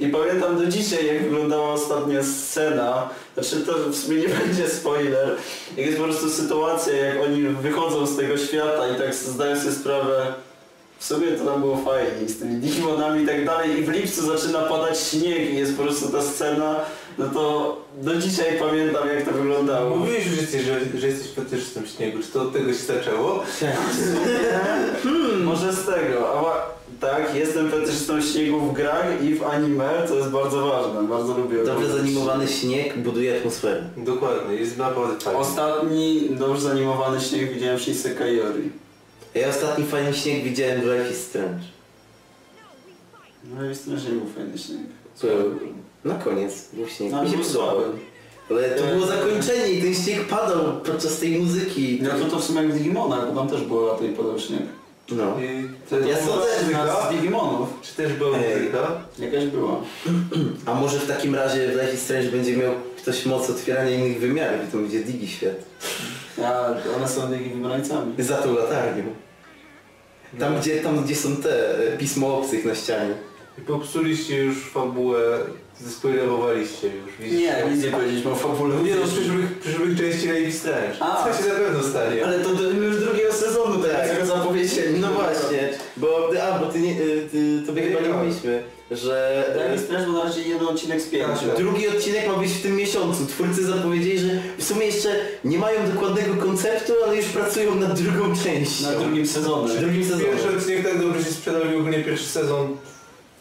Speaker 2: i pamiętam do dzisiaj jak wyglądała ostatnia scena, znaczy to w sumie nie będzie spoiler, jak jest po prostu sytuacja jak oni wychodzą z tego świata i tak zdają sobie sprawę, w sumie to tam było fajnie z tymi Digimonami i tak dalej i w lipcu zaczyna padać śnieg i jest po prostu ta scena, no to do dzisiaj pamiętam jak to wyglądało.
Speaker 3: Mówiłeś już, że jesteś, że, że jesteś fetyszyzm śniegu. Czy to od tego się zaczęło?
Speaker 2: Hmm, może z tego, a wa- tak, jestem fetyszystą śniegu w grach i w anime, to jest bardzo ważne, bardzo lubię.
Speaker 1: Dobrze
Speaker 2: oglądać.
Speaker 1: zanimowany śnieg buduje atmosferę.
Speaker 3: Dokładnie, jest naprawdę tak. fajnie.
Speaker 2: Ostatni dobrze zanimowany śnieg widziałem w Shinsekai Yori.
Speaker 1: Ja ostatni fajny śnieg widziałem w Life is Strange.
Speaker 2: No i strasznie był fajny śnieg.
Speaker 1: Słuchaj, Na koniec był śnieg.
Speaker 2: No,
Speaker 1: Mi się
Speaker 2: był
Speaker 1: podobał.
Speaker 2: słaby.
Speaker 1: Ale to
Speaker 2: Ja-
Speaker 1: było zakończenie i ten śnieg padał podczas tej muzyki.
Speaker 2: No to, to w sumie jak w Digimonach, bo tam też było lato i padał śnieg.
Speaker 1: No.
Speaker 3: I też
Speaker 1: Ja
Speaker 3: była
Speaker 1: sądzę,
Speaker 2: Na
Speaker 3: muzyka,
Speaker 2: z Digimonów.
Speaker 3: czy też była
Speaker 1: Ej.
Speaker 3: muzyka?
Speaker 2: Jakaś była.
Speaker 1: A może w takim razie w Life is Strange będzie miał ktoś moc otwierania innych wymiarów i to będzie digi świat.
Speaker 2: A one są jakimi wybrańcami.
Speaker 1: Za tą latarnią. Tam,
Speaker 3: No.
Speaker 1: gdzie, tam gdzie są te e, pismo obcych na ścianie.
Speaker 3: I popsuliście już fabułę, zespoilerowaliście już,
Speaker 2: Nie,
Speaker 3: widzicie?
Speaker 2: nic nie powiedzieliśmy o fabule.
Speaker 3: tak. Nie no, w przyszłych, przyszłych części Life is Strange.
Speaker 2: A.
Speaker 3: Co się na pewno stanie?
Speaker 1: Ale to do, już drugiego sezonu
Speaker 2: teraz,
Speaker 1: tego
Speaker 2: tylko zapowiedzieli.
Speaker 1: No właśnie, bo, a, bo ty nie, y, ty, tobie
Speaker 3: Nie
Speaker 1: chyba nie
Speaker 3: grałem.
Speaker 1: mówiliśmy, że... e,
Speaker 2: Daj mi straż, bo na razie jeden odcinek z pięciu.
Speaker 3: Tak.
Speaker 1: Drugi odcinek ma być w tym miesiącu. Twórcy zapowiedzieli, że w sumie jeszcze nie mają dokładnego konceptu, ale już pracują nad drugą częścią.
Speaker 2: Na drugim
Speaker 1: Nad
Speaker 2: sezonie.
Speaker 1: drugim
Speaker 3: Pierwszy
Speaker 1: sezonem.
Speaker 3: odcinek tak dobrze się sprzedał i ogólnie pierwszy sezon.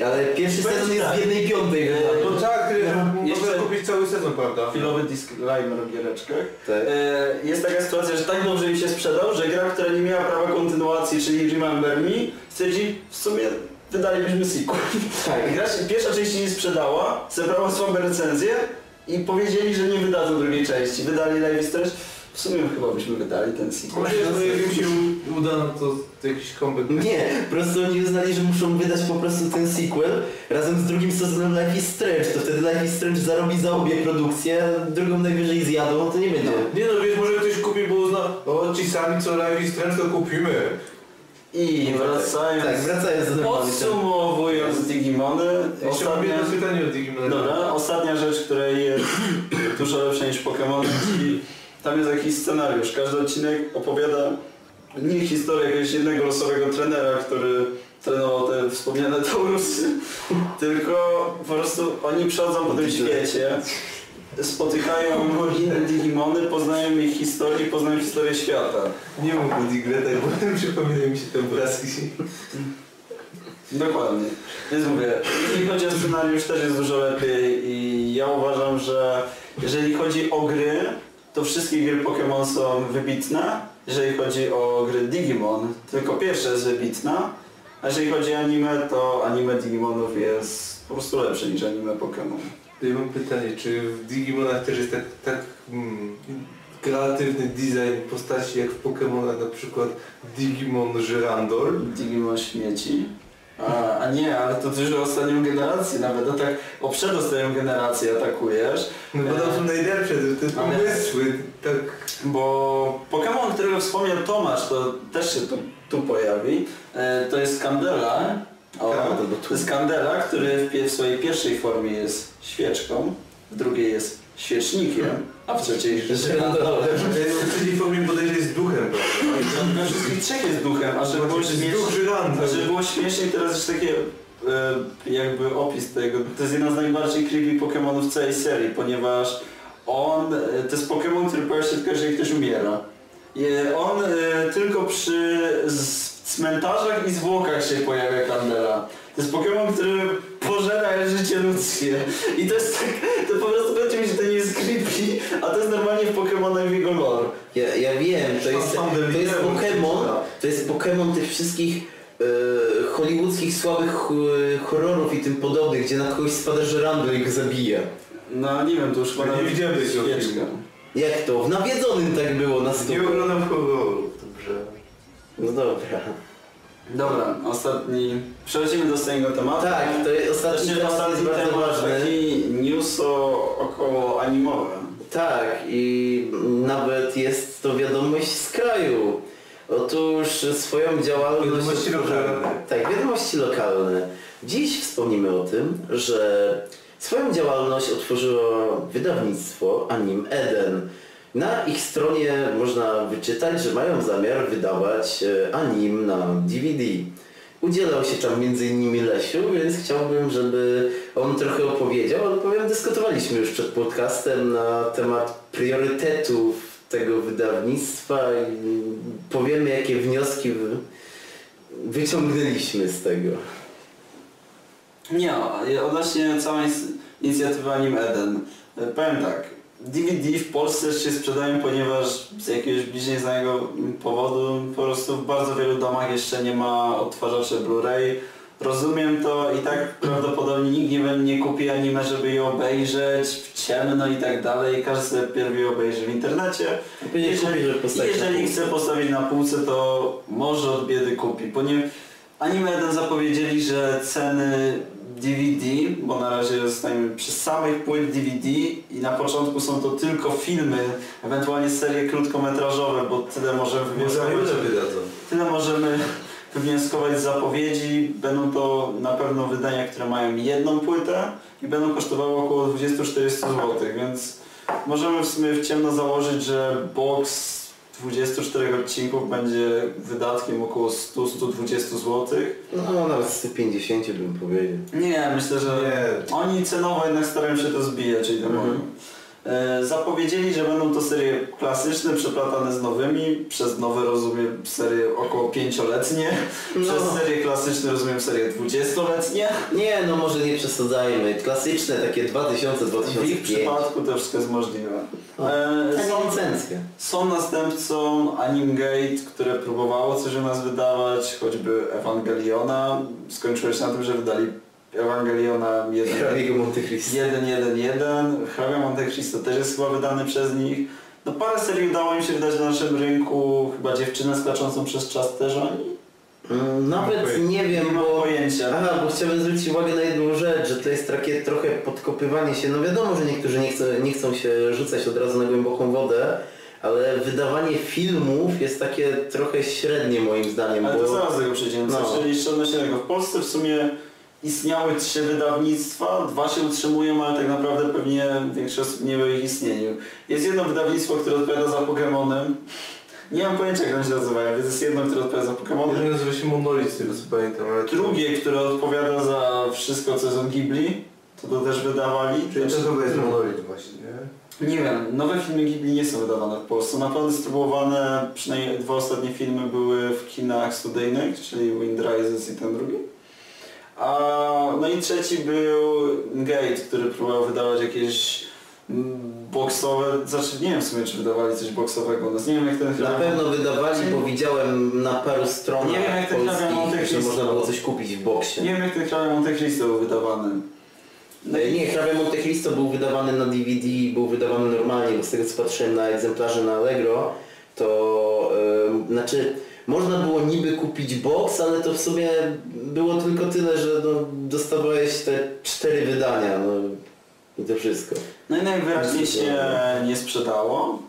Speaker 1: Ale pierwszy
Speaker 2: Będzie
Speaker 1: sezon jest
Speaker 2: tak.
Speaker 1: w jednej piątej.
Speaker 2: Eee,
Speaker 3: No tak,
Speaker 2: Ja
Speaker 3: można
Speaker 2: jeszcze-
Speaker 3: kupić cały sezon, prawda?
Speaker 2: Chwilowy disclaimer w giereczkach.
Speaker 1: Tak.
Speaker 2: E, Jest taka sytuacja, że tak dobrze im się sprzedał, że gra, która nie miała prawa kontynuacji, czyli Remember Me, stwierdzi w sumie wydalibyśmy sequel.
Speaker 1: Tak.
Speaker 2: Gra się, pierwsza część się nie sprzedała, zebrała słabe recenzje i powiedzieli, że nie wydadzą drugiej części. Wydali Live is Strange. W sumie chyba byśmy wydali ten sequel.
Speaker 3: Myślę, że jak im no, się u- uda, no to jakiś comeback.
Speaker 1: Nie, po prostu oni uznali, że muszą wydać po prostu ten sequel razem z drugim sezonem Life is Strange. To wtedy Life is Strange zarobi za obie produkcje, a drugą najwyżej zjadą, to nie będzie.
Speaker 3: Nie no, wiesz, może ktoś kupi, bo uzna, o ci sami co Life is Strange to kupimy.
Speaker 2: I wracając...
Speaker 1: Tak, wracając do normalnych tematów.
Speaker 2: Podsumowując Digimony,
Speaker 3: Jeszcze No, mam
Speaker 2: ostatnia,
Speaker 3: jedno pytanie o Digimon.
Speaker 2: dobra, No, ostatnia rzecz, która jest dużo lepsza niż Pokémon, czyli tam jest jakiś scenariusz. Każdy odcinek opowiada nie historię jakiegoś jednego losowego trenera, który trenował te wspomniane taurusy, tylko po prostu oni przechodzą po tym świecie, spotykają inne Digimony, poznają ich historię, poznają historię świata.
Speaker 3: Nie mów o Digle, tak, bo przypomina mi się te obrazki.
Speaker 2: Dokładnie. Więc mówię, jeśli chodzi o scenariusz też jest dużo lepiej i ja uważam, że jeżeli chodzi o gry, to wszystkie gry Pokémon są wybitne. Jeżeli chodzi o gry Digimon, tylko pierwsza jest wybitna. A jeżeli chodzi o anime, to anime Digimonów jest po prostu lepsze niż anime Pokémon.
Speaker 3: Ja mam pytanie, czy w Digimonach też jest tak, tak mm, kreatywny design postaci jak w Pokémonach, na przykład Digimon Żyrandol?
Speaker 2: Digimon śmieci. A, a nie, ale to ty już o ostatnią generację nawet, a tak o przedostatnią generację atakujesz.
Speaker 3: No bo tam są najlepsze te, te
Speaker 2: Ale-
Speaker 3: pomysły, tak...
Speaker 2: Bo Pokémon, którego wspomniał Tomasz, to też się tu, tu pojawi. E, to jest Kandela. O,
Speaker 3: Tak,
Speaker 1: albo tu.
Speaker 2: to jest Kandela, który w, pie- w swojej pierwszej formie jest świeczką, w drugiej jest świecznikiem, a w trzeciej
Speaker 1: Żyrandolem.
Speaker 3: W trzeciej formie bodajże jest duchem, prawda?
Speaker 2: We wszystkich trzech jest duchem, a żeby było
Speaker 3: Właśnie jest
Speaker 2: śmieszniej,
Speaker 3: duch Żyrandol.
Speaker 2: a żeby Znaczy, było śmieszniej teraz jest takie e, jakby opis tego. To jest jeden z najbardziej creepy Pokémonów w całej serii, ponieważ on, e, to jest Pokémon, który pojawia się tylko jeżeli ktoś umiera. Je- On e, tylko przy z- cmentarzach i zwłokach się pojawia Kandela. To jest Pokémon, który pożera życie ludzkie. I to jest tak, to po prostu będzie mi, że to nie jest creepy, a to jest normalnie w Pokémonach jego lore.
Speaker 1: Ja, ja wiem, to jest, to jest Pokémon, to jest Pokémon tych wszystkich e, hollywoodzkich słabych e, horrorów i tym podobnych, gdzie na kogoś spada żerandol i go zabija.
Speaker 2: No nie wiem, to już chyba
Speaker 3: Nie
Speaker 2: nawet
Speaker 3: widziałem tego
Speaker 2: świeczka.
Speaker 3: filmu.
Speaker 1: Jak to? W nawiedzonym tak było na
Speaker 3: Nie
Speaker 1: stopniu.
Speaker 3: oglądam horrorów, dobrze.
Speaker 1: No dobra.
Speaker 2: Dobra, ostatni. Przechodzimy do ostatniego tematu.
Speaker 1: Tak, to jest ostatni
Speaker 2: Znaczy,
Speaker 1: temat jest bardzo
Speaker 2: temat,
Speaker 1: ważny.
Speaker 2: Taki news o, około animowe.
Speaker 1: Tak, i nawet jest to wiadomość z kraju. Otóż swoją działalność...
Speaker 3: Wiadomości lokalne.
Speaker 1: Tak, wiadomości lokalne. Dziś wspomnimy o tym, że swoją działalność otworzyło wydawnictwo Anim Eden. Na ich stronie można wyczytać, że mają zamiar wydawać e, anim na DVD. Udzielał się tam m.in. Lesiu, więc chciałbym, żeby on trochę opowiedział, ale powiem, dyskutowaliśmy już przed podcastem na temat priorytetów tego wydawnictwa i powiemy, jakie wnioski wy- wyciągnęliśmy z tego.
Speaker 2: Nie, odnośnie całej ins- inicjatywy Anim Eden. E, Powiem tak, DVD w Polsce też się sprzedają, ponieważ z jakiegoś bliżej znanego powodu po prostu w bardzo wielu domach jeszcze nie ma odtwarzaczy Blu-ray. Rozumiem to i tak prawdopodobnie nikt nie, będzie- nie kupi anime, żeby je obejrzeć w ciemno i tak dalej. Każdy sobie pierwi obejrzy w internecie.
Speaker 1: Jeżeli,
Speaker 2: Jeżeli, jeżeli chce postawić na półce, to może biedy kupi. Bo nie, anime jeden zapowiedzieli, że ceny DVD, bo na razie zostajemy przy samych płyt DVD i na początku są to tylko filmy, ewentualnie serie krótkometrażowe, bo tyle możemy
Speaker 3: Może
Speaker 2: wywnioskować.
Speaker 3: Aruna wydadzą.
Speaker 2: Tyle możemy wywnioskować z zapowiedzi. Będą to na pewno wydania, które mają jedną płytę i będą kosztowały około 20-40 zł, więc możemy w sumie w ciemno założyć, że box 24 odcinków będzie wydatkiem około 100-120 zł.
Speaker 1: No nawet z tych 50 bym powiedział.
Speaker 2: Nie, myślę, że...
Speaker 3: Nie,
Speaker 2: Oni cenowo jednak starają się to zbijać, i
Speaker 1: Mhm.
Speaker 2: mm Zapowiedzieli, że będą to serie klasyczne, przeplatane z nowymi, przez nowe rozumiem serie około pięcioletnie, przez
Speaker 1: No.
Speaker 2: serie klasyczne rozumiem serie dwudziestoletnie.
Speaker 1: Nie, no może nie przesadzajmy. Klasyczne takie 2000
Speaker 2: W ich
Speaker 1: 2005
Speaker 2: przypadku to wszystko jest możliwe.
Speaker 1: O,
Speaker 2: E,
Speaker 1: Taka
Speaker 2: są,
Speaker 1: licencja.
Speaker 2: są następcą Animgate, które próbowało coś u nas wydawać, choćby Ewangeliona. Skończyło się na tym, że wydali Ewangeliona jeden
Speaker 1: Hrabiego Monte Cristo.
Speaker 2: 1-1-1, Hrabia Monte Cristo też jest chyba wydany przez nich. No parę serii udało im się wydać na naszym rynku, chyba dziewczynę skaczącą przez czas też oni.
Speaker 1: Mm, Nawet
Speaker 3: Okej.
Speaker 1: nie
Speaker 2: Nie
Speaker 1: wiem,
Speaker 2: mam
Speaker 1: bo...
Speaker 2: pojęcia.
Speaker 1: Aha, bo chciałbym zwrócić uwagę na jedną rzecz, że to jest takie trochę podkopywanie się. No wiadomo, że niektórzy nie, chcą, nie chcą się rzucać od razu na głęboką wodę, ale wydawanie filmów jest takie trochę średnie moim zdaniem,
Speaker 2: Ale to
Speaker 1: bo...
Speaker 2: zaraz do tego przejdziemy.
Speaker 1: No.
Speaker 2: No. Czyli jeszcze odnośnie tego. W Polsce w sumie istniały trzy wydawnictwa, dwa się utrzymują, ale tak naprawdę pewnie większość osób nie wie o ich istnieniu. Jest jedno wydawnictwo, które odpowiada za Pokemonem. Nie mam pojęcia jak one się nazywają, więc jest jedno, które odpowiada za Pokemonem.
Speaker 3: Jeden nazywa się Monolith, z tego co pamiętam, ale...
Speaker 2: Drugie, które odpowiada za wszystko, co jest od Ghibli, to to też wydawali.
Speaker 3: Czyli to
Speaker 2: Znaczy,
Speaker 3: chyba jest Monolith właśnie, nie?
Speaker 2: Nie wiem, nowe filmy Ghibli nie są wydawane w Polsce. Naprawdę spróbowane, przynajmniej dwa ostatnie filmy były w kinach studyjnych, czyli Wind Rises i ten drugi. A, no i trzeci był Gate, który próbował wydawać jakieś mm, boksowe, znaczy nie wiem w sumie czy wydawali coś boksowego u nas, nie wiem jak ten
Speaker 1: Na
Speaker 2: film...
Speaker 1: pewno wydawali, bo widziałem na paru stronach
Speaker 2: Nie wiem, jak to działa na
Speaker 1: polskich,
Speaker 2: tych
Speaker 1: że
Speaker 2: listach.
Speaker 1: można było coś kupić w boksie.
Speaker 2: Nie wiem jak ten Hrabia Monte Cristo był wydawany. No
Speaker 1: E,
Speaker 2: i
Speaker 1: Nie, Hrabia Monte Cristo był wydawany na DVD, był wydawany normalnie, bo z tego co patrzyłem na egzemplarze na Allegro, to e, znaczy można było niby kupić box, ale to w sumie było tylko tyle, że no, dostawałeś te cztery wydania, no i to wszystko.
Speaker 2: No i najwyraźniej się nie sprzedało,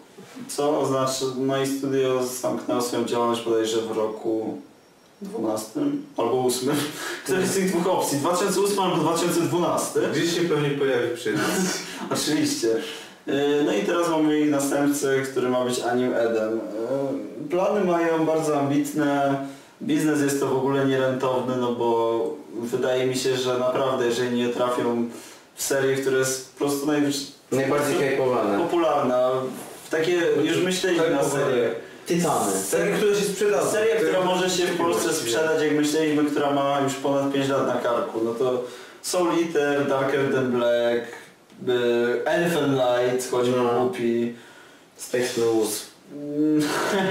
Speaker 2: co oznacza, no i studio zamknęło swoją działalność bodajże w roku 12 albo 8. Któryś z tych dwóch opcji, 2008 albo 2012.
Speaker 3: Gdzieś się pewnie pojawi przy nas.
Speaker 2: Oczywiście. Yy, No i teraz mamy jej następcę, który ma być Anim Edem. Yy, Plany mają bardzo ambitne. Biznes jest to w ogóle nierentowny, no bo wydaje mi się, że naprawdę jeżeli nie trafią w serię, która jest po prostu najwyż...
Speaker 1: Najbardziej hypowane.
Speaker 2: popularna. W Takie już myśleliśmy
Speaker 3: Tak,
Speaker 2: na
Speaker 3: popularne.
Speaker 2: serię.
Speaker 1: Tytany.
Speaker 3: Seria, która się sprzedała.
Speaker 2: Seria,
Speaker 3: tak.
Speaker 2: która może się w Polsce sprzedać, jak myśleliśmy, która ma już ponad 5 lat na karku, no to Soul Eater, Darker than Black, y, Elfen Light, choćby
Speaker 1: No.
Speaker 2: głupi.
Speaker 1: Space News.
Speaker 2: Mm,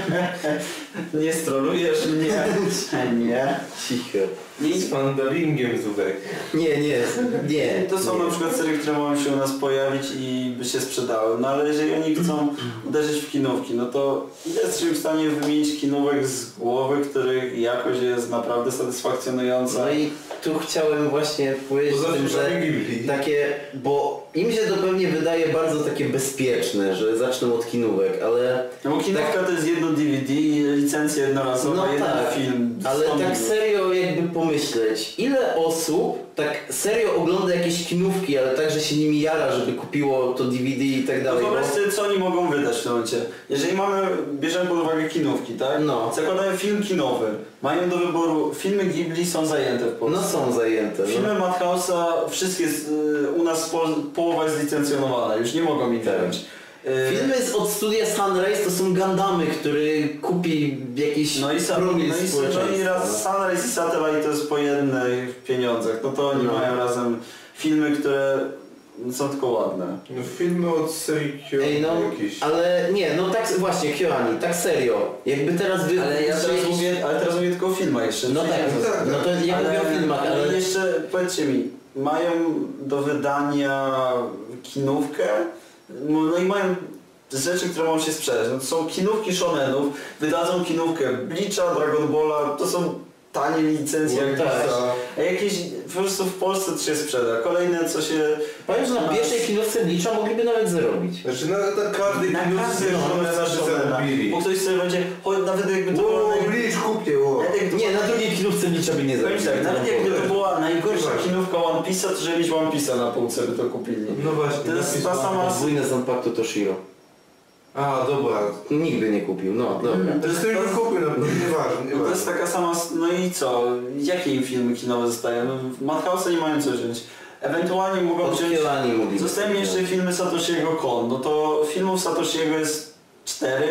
Speaker 2: nie strolujesz mnie. nie.
Speaker 1: Cicho.
Speaker 2: nie.
Speaker 3: Z pandalingiem z Ubek.
Speaker 1: Nie, nie, nie.
Speaker 2: To są
Speaker 1: nie.
Speaker 2: na przykład serie, które mają się u nas pojawić i by się sprzedały. No ale jeżeli oni chcą uderzyć w kinówki, no to ile jesteśmy w stanie wymienić kinówek z głowy, których jakość jest naprawdę satysfakcjonująca.
Speaker 1: No i tu chciałem właśnie powiedzieć,
Speaker 3: Poza
Speaker 1: o tym,
Speaker 3: tym,
Speaker 1: że
Speaker 3: że Ghibli.
Speaker 1: takie, bo im się to pewnie wydaje bardzo takie bezpieczne, że zaczną od kinówek, ale,
Speaker 2: No bo kinówka to jest jedno DVD, licencja jednorazowa,
Speaker 1: No
Speaker 2: jeden
Speaker 1: tak,
Speaker 2: film.
Speaker 1: ale
Speaker 2: Stąd
Speaker 1: tak
Speaker 2: nie-
Speaker 1: serio jakby pomyśleć, ile osób tak serio ogląda jakieś kinówki, ale także się nimi jara, żeby kupiło to DVD i tak
Speaker 2: No
Speaker 1: dalej.
Speaker 2: wyobraź
Speaker 1: bo-
Speaker 2: sobie, co oni mogą wydać w tym momencie. Jeżeli mamy, bierzemy pod uwagę kinówki, tak?
Speaker 1: No.
Speaker 2: Zakładają film kinowy. Mają do wyboru, filmy Ghibli są zajęte w Polsce.
Speaker 1: No są zajęte. No.
Speaker 2: Filmy Madhouse'a wszystkie z, y, u nas po, połowa jest licencjonowana, już nie mogą ich
Speaker 1: Tak.
Speaker 2: wziąć. Y,
Speaker 1: Filmy z- od studia Sunrise to są Gundamy, który kupi jakiś
Speaker 2: no i, sa, no, i,
Speaker 1: promil
Speaker 2: no i raz Sunrise i Satellite to jest po jednych pieniądzach, no to oni
Speaker 1: No.
Speaker 2: mają razem filmy, które są tylko ładne.
Speaker 3: No, filmy od serii Kyoto
Speaker 1: Ej, no,
Speaker 3: jakieś.
Speaker 1: ale nie, no tak właśnie, Kioani, tak serio. Jakby teraz wy...
Speaker 2: Ale ja
Speaker 1: czy
Speaker 2: teraz
Speaker 1: jakiś-
Speaker 2: mówię, ale teraz mówię tylko o filmach jeszcze.
Speaker 1: No
Speaker 2: nie
Speaker 1: tak,
Speaker 2: wiem, co-
Speaker 3: tak,
Speaker 1: no to ja mówię o filmach, ale...
Speaker 2: jeszcze powiedzcie mi, mają do wydania kinówkę, no i mają rzeczy, które mogą się sprzedać. No, to są kinówki shonenów, wydadzą kinówkę Bleacha, Dragon Balla, to są tanie licencje.
Speaker 1: No
Speaker 2: jak
Speaker 1: tak.
Speaker 2: za- A jakieś po prostu w Polsce to się sprzeda. Kolejne co się...
Speaker 1: Powiem, że na pierwszej kinówce Licza mogliby nawet zarobić.
Speaker 3: Znaczy na, na każdej
Speaker 2: Na
Speaker 3: kinówce
Speaker 2: każdym
Speaker 3: żonę
Speaker 2: jest
Speaker 3: nasze
Speaker 2: Shonena.
Speaker 3: zarobili.
Speaker 2: Bo ktoś sobie będzie, choć nawet jakby to było...
Speaker 3: Ło, Bleach kupię, ło.
Speaker 1: Nie, na drugiej kinówce Licza by nie zarobił.
Speaker 2: Tak,
Speaker 3: No,
Speaker 2: nawet jakby to była najgorsza
Speaker 3: Chyba.
Speaker 2: kinówka One Piece'a, to żeby mieć One Piece'a na półce by to kupili.
Speaker 3: No właśnie.
Speaker 2: To jest
Speaker 3: napis
Speaker 2: ta
Speaker 3: ma-
Speaker 2: sama...
Speaker 1: Podwójne z Unpactu Toshiro.
Speaker 3: A, dobra.
Speaker 1: Nigdy nie kupił, no
Speaker 2: Mm.
Speaker 1: dobra.
Speaker 3: To jest tylko kupił, no, nieważne,
Speaker 2: No to jest
Speaker 3: nieważne.
Speaker 2: taka sama... s- No i co? Jakie im filmy kinowe zostają? W Madhouse'a nie mają co wziąć. Ewentualnie mogą wziąć...
Speaker 1: Odpielani mogli.
Speaker 2: Zostają jeszcze filmy Satoshi'ego Kon. No to filmów Satoshi'ego jest cztery.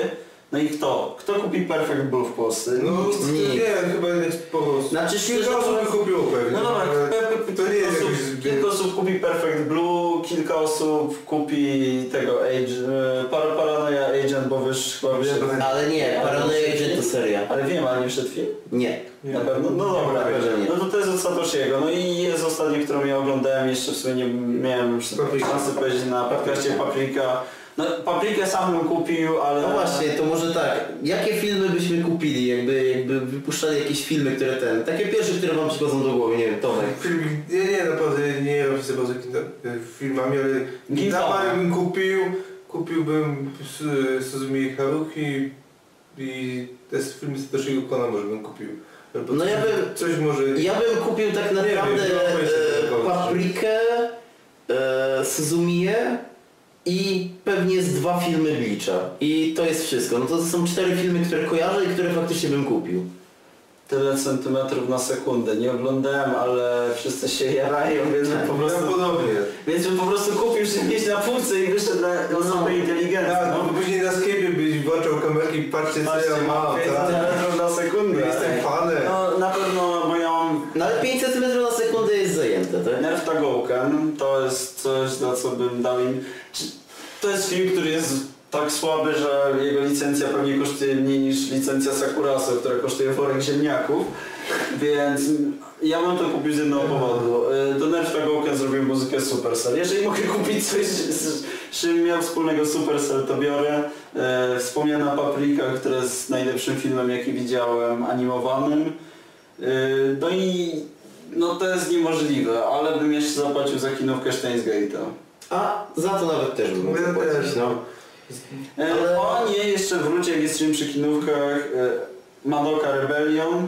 Speaker 2: No i kto? Kto kupi Perfect Blue w Polsce?
Speaker 3: No
Speaker 1: Nikt.
Speaker 3: nie, chyba jest po prostu.
Speaker 1: Znaczy szczerze
Speaker 3: Kilka osób by
Speaker 1: mówiąc,
Speaker 3: kupiło pewnie.
Speaker 2: No dobra,
Speaker 3: ale
Speaker 2: pe- pe-
Speaker 3: to nie
Speaker 2: kilka
Speaker 3: jest
Speaker 2: osób-
Speaker 3: jakoś zbyt-
Speaker 2: Kilka osób kupi Perfect Blue, kilka osób kupi tego Age, e, Par- Paranoia Agent, bo wiesz chyba
Speaker 3: Nie,
Speaker 2: wyszedł.
Speaker 3: to nie.
Speaker 1: ale nie, Paranoia Agent to seria.
Speaker 2: Ale wiem, ale nie wszedł film?
Speaker 1: Nie.
Speaker 3: Nie.
Speaker 2: Na pewno? No dobra.
Speaker 1: Nie, że nie.
Speaker 2: No to to jest od Satoshi'ego. No i jest ostatnie, którą ja oglądałem, jeszcze w sumie nie miałem
Speaker 3: Paprika.
Speaker 2: szansy powiedzieć na podcaście Paprika. No Paprikę sam bym kupił, ale...
Speaker 1: No właśnie, to może tak. Jakie filmy byśmy kupili, jakby, jakby wypuszczali jakieś filmy, które ten... Takie pierwsze, które wam przychodzą do głowy, nie wiem, Tomek.
Speaker 3: Film, nie, nie, naprawdę nie robię sobie bardzo kina, e, filmami, ale
Speaker 2: Gintama.
Speaker 3: Gintama bym kupił, kupiłbym s- Suzumi Haruki i te filmy z Toshiego Kona może bym kupił. Albo
Speaker 1: No
Speaker 3: coś,
Speaker 1: ja bym-
Speaker 3: Coś może...
Speaker 1: Ja bym kupił tak naprawdę
Speaker 3: Nie wiem, nie opowiem sobie
Speaker 1: e,
Speaker 3: tego, że-
Speaker 1: Paprikę, e, Suzumię i pewnie z dwa filmy Blicza. I to jest wszystko. No to są cztery filmy, które kojarzę i które faktycznie bym kupił.
Speaker 2: Tyle centymetrów na sekundę. Nie oglądałem, ale wszyscy się jarają, więc po prostu...
Speaker 3: Ja podobnie.
Speaker 2: Więc bym po prostu kupił się gdzieś na półce i wyszedł na osobę no. no, inteligentną.
Speaker 3: Tak, no, bo później na sklepie byś włączał kamerki, patrzcie co ja mam, tak?
Speaker 2: metrów na sekundę.
Speaker 3: Jestem fanem.
Speaker 2: No na pewno, bo ja mam
Speaker 1: No ale 5 cm na sekundę jest zajęte, tak?
Speaker 2: Nerf Tagołkan, to jest coś, za co bym dał im... Czy- To jest film, który jest tak słaby, że jego licencja pewnie kosztuje mniej niż licencja Sakurasa, która kosztuje worek ziemniaków, więc ja bym to kupił z jednego powodu. Y, Do Nerf Tagołkan zrobił muzykę Supercell. Jeżeli mogę kupić coś, z z czym miał wspólnego Supercell, to biorę. E, Wspomniana Paprika, która jest najlepszym filmem, jaki widziałem, animowanym. E, No i no to jest niemożliwe, ale bym jeszcze zapłacił za kinówkę Steins Gate'a.
Speaker 1: A za to nawet też bym mógł
Speaker 3: Ja
Speaker 1: zapłacić,
Speaker 3: też.
Speaker 1: no.
Speaker 2: E,
Speaker 1: Ale-
Speaker 2: O nie, jeszcze wróćcie, jak jesteśmy przy kinówkach. e, Madoka Rebellion.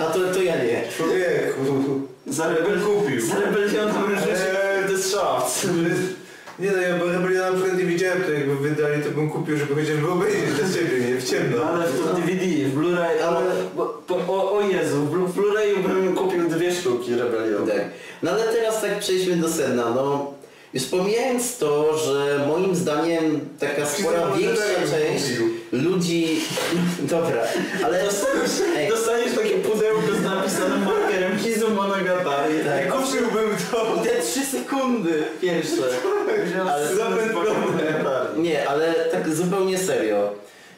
Speaker 1: A to, to ja nie.
Speaker 3: Człowieku.
Speaker 2: Za,
Speaker 3: Bym
Speaker 2: rebel...
Speaker 3: kupił.
Speaker 2: za Rebellion to bym
Speaker 3: Eee.
Speaker 2: rzucił The Shaft.
Speaker 3: Nie no, ja bo Rebeliona na przykład nie widziałem, to jakby wydali, to bym kupił, żeby chociażby obejrzeć dla ciebie, nie? W ciemno.
Speaker 2: No, ale w to DVD, w Blu-ray, ale...
Speaker 1: Ale-
Speaker 2: Bo, bo, o, o Jezu, w Blu- w Blu-rayu bym kupił dwie sztuki Rebellion.
Speaker 1: Tak. No ale teraz tak przejdźmy do sedna, no. Już pomijając to, że moim zdaniem taka spora większa część ludzi... Dobra, ale... Ej,
Speaker 2: Dostaniesz takie pudełko z napisanym markerem Kizu Monogatari.
Speaker 1: Tak.
Speaker 2: Kupiłbym to.
Speaker 1: te trzy sekundy pierwsze.
Speaker 2: Ale zapędzone.
Speaker 1: Nie, ale tak zupełnie serio.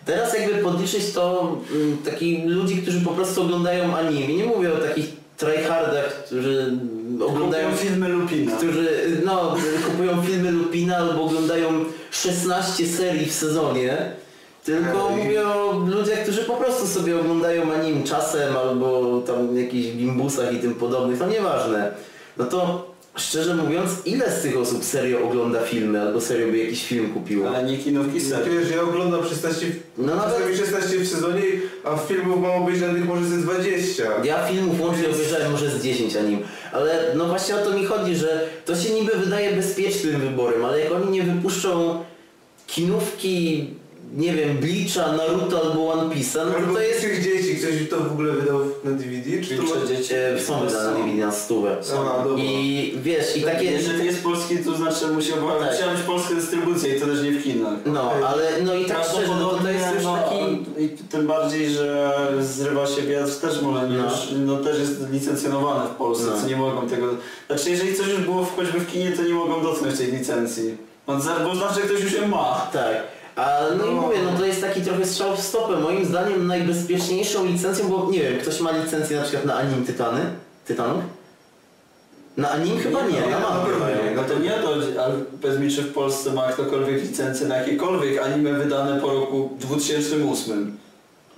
Speaker 1: Teraz jakby podliczyć to mm, takich ludzi, którzy po prostu oglądają anime. Nie mówię o takich tryhardach, którzy oglądają
Speaker 2: Oglądają filmy Lupina.
Speaker 1: którzy no, kupują filmy Lupina albo oglądają 16 serii w sezonie. Tylko
Speaker 3: Ej.
Speaker 1: mówię o ludziach, którzy po prostu sobie oglądają anim czasem albo tam jakichś gimbusach i tym podobnych, to nieważne. No to szczerze mówiąc, ile z tych osób serio ogląda filmy albo serio by jakiś film kupiło?
Speaker 2: Ale nie kinówki serii.
Speaker 3: Tak, Wiesz, ja oglądam 16,
Speaker 1: No
Speaker 3: no
Speaker 1: nawet-
Speaker 3: czasami 16 w sezonie, a filmów mam obejrzanych może ze 20.
Speaker 1: Ja filmów łącznie obejrzałem może z 10 anim, ale no właśnie o to mi chodzi, że to się niby wydaje bezpiecznym wyborem, ale jak oni nie wypuszczą kinówki, nie wiem, Bleacha, Naruto albo One Piece'a, no to,
Speaker 3: Albo
Speaker 1: to jest...
Speaker 3: tych dzieci, ktoś to w ogóle wydał na DVD, czy...
Speaker 2: Czyli przecież
Speaker 1: E, Są wydane DVD na stówę.
Speaker 3: A, dobra.
Speaker 1: I wiesz, i takie...
Speaker 2: Jeżeli jest polski, to znaczy musiał
Speaker 1: Tak.
Speaker 2: chciałem mieć polską dystrybucję i to też nie w kinach.
Speaker 1: No, ale no i tak szczerze, no to, to jest już
Speaker 2: no,
Speaker 1: taki...
Speaker 2: I tym bardziej, że zrywa się wiatr też może nie
Speaker 1: No.
Speaker 2: już, no też jest licencjonowane w Polsce,
Speaker 1: No.
Speaker 2: co nie mogą tego... Znaczy jeżeli coś już było w- choćby w kinie, to nie mogą dotknąć tej licencji. No, za- bo znaczy ktoś już ją ma.
Speaker 1: Tak. A no i
Speaker 3: No.
Speaker 1: mówię, no to jest taki trochę strzał w stopę. Moim zdaniem najbezpieczniejszą licencją, bo nie wiem, ktoś ma licencję na przykład na Anim Tytany? Tytanów? Na anim chyba nie, na
Speaker 3: na
Speaker 1: mangę
Speaker 3: pewno
Speaker 1: mają.
Speaker 3: nie.
Speaker 2: No to nie to, ale powiedz mi, czy w Polsce ma ktokolwiek licencję na jakiekolwiek anime wydane po roku 2008.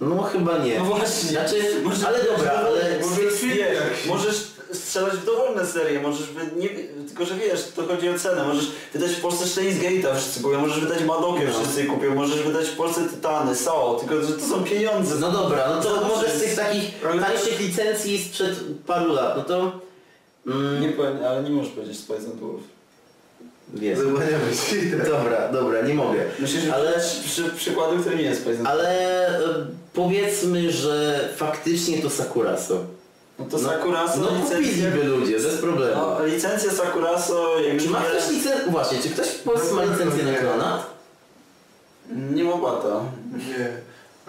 Speaker 1: No chyba nie.
Speaker 2: No właśnie.
Speaker 1: Znaczy,
Speaker 2: Może-
Speaker 1: ale dobra, ale...
Speaker 2: Może
Speaker 3: Może film
Speaker 2: wiesz,
Speaker 3: jakiś.
Speaker 2: możesz strzelać w dowolne serie, możesz wy- nie, tylko że wiesz, to chodzi o cenę, możesz wydać w Polsce Steins Gate'a wszyscy kupią, możesz wydać Madokę
Speaker 1: No.
Speaker 2: wszyscy kupią, możesz wydać w Polsce Tytany, Saw, tylko że to są pieniądze.
Speaker 1: No dobra, no to
Speaker 2: Zawsze
Speaker 1: może z
Speaker 2: jest-
Speaker 1: tych takich
Speaker 3: Ale-
Speaker 1: tańszych licencji sprzed paru lat, no to...
Speaker 2: Nie
Speaker 1: Mm,
Speaker 2: powiem, ale nie możesz powiedzieć Spice and Wolf.
Speaker 1: wiem.
Speaker 3: Zabłaniamy się.
Speaker 1: Dobra, dobra, nie mogę.
Speaker 2: Myślisz, że
Speaker 1: Ale-
Speaker 2: ale... przy, przykładu, który nie jest Spice and Wolf.
Speaker 1: Ale e, powiedzmy, że faktycznie to Sakuraso.
Speaker 2: No to Sakuraso,
Speaker 1: No
Speaker 2: licencja...
Speaker 1: kupiliby ludzie, bez problemu.
Speaker 2: No, licencja Sakuraso, jak
Speaker 1: Czy
Speaker 2: już
Speaker 1: ma
Speaker 2: nie-
Speaker 1: ktoś licencję? Właśnie, czy ktoś w Polsce ma licencję na klonat?
Speaker 2: Nie ma bata.
Speaker 3: Nie.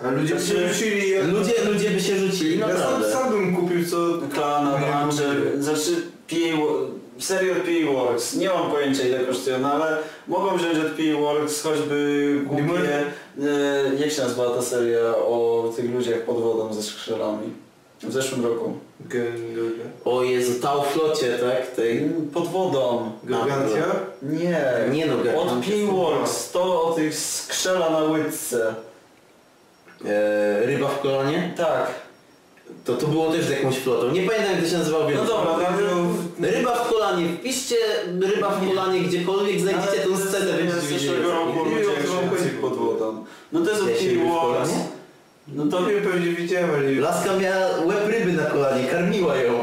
Speaker 3: A ludzie
Speaker 2: Znaczy,
Speaker 3: przerzucili je.
Speaker 1: Ludzie, ludzie by się rzucili,
Speaker 3: Ja sam,
Speaker 1: naprawdę.
Speaker 3: sam bym kupił co...
Speaker 2: Klana,
Speaker 3: Nie
Speaker 2: Ranger, znaczy PA, Wo- serio od PA Works, nie mam pojęcia ile kosztują, no ale mogą wziąć od PA Works choćby głupie,
Speaker 3: Nie
Speaker 2: e, jak się nazywała ta seria o tych ludziach pod wodą ze skrzelami w zeszłym roku.
Speaker 3: Gen-
Speaker 1: O Jezu, ta o flocie, tak? Tej...
Speaker 2: Pod wodą,
Speaker 3: Gargantia?
Speaker 2: nie,
Speaker 1: Nie no,
Speaker 2: od
Speaker 1: Gerhard.
Speaker 2: PA Works, to o tych skrzela na łydce,
Speaker 1: E, ryba w kolonie?
Speaker 2: tak,
Speaker 1: To to było też z jakąś flotą. Nie pamiętam jak to się nazywało.
Speaker 2: no
Speaker 1: wiem.
Speaker 2: dobra,
Speaker 3: Tam, no,
Speaker 1: Ryba w kolanie. Wpiszcie ryba w kolanie gdziekolwiek, znajdziecie
Speaker 2: Ale
Speaker 1: tę scenę,
Speaker 2: z-
Speaker 1: będziecie
Speaker 2: z
Speaker 1: wiedzieli.
Speaker 2: zeszłego roku ludzie
Speaker 3: Nie wiem, co mam
Speaker 2: jak się
Speaker 3: powiedzieć.
Speaker 2: pod wodą, no to jest od
Speaker 1: Ja się ryby w
Speaker 2: PA Works,
Speaker 1: kolanie?
Speaker 2: no to
Speaker 3: to mnie pewnie widziałem, ale nie
Speaker 1: Laska miała łeb ryby na kolanie, karmiła ją.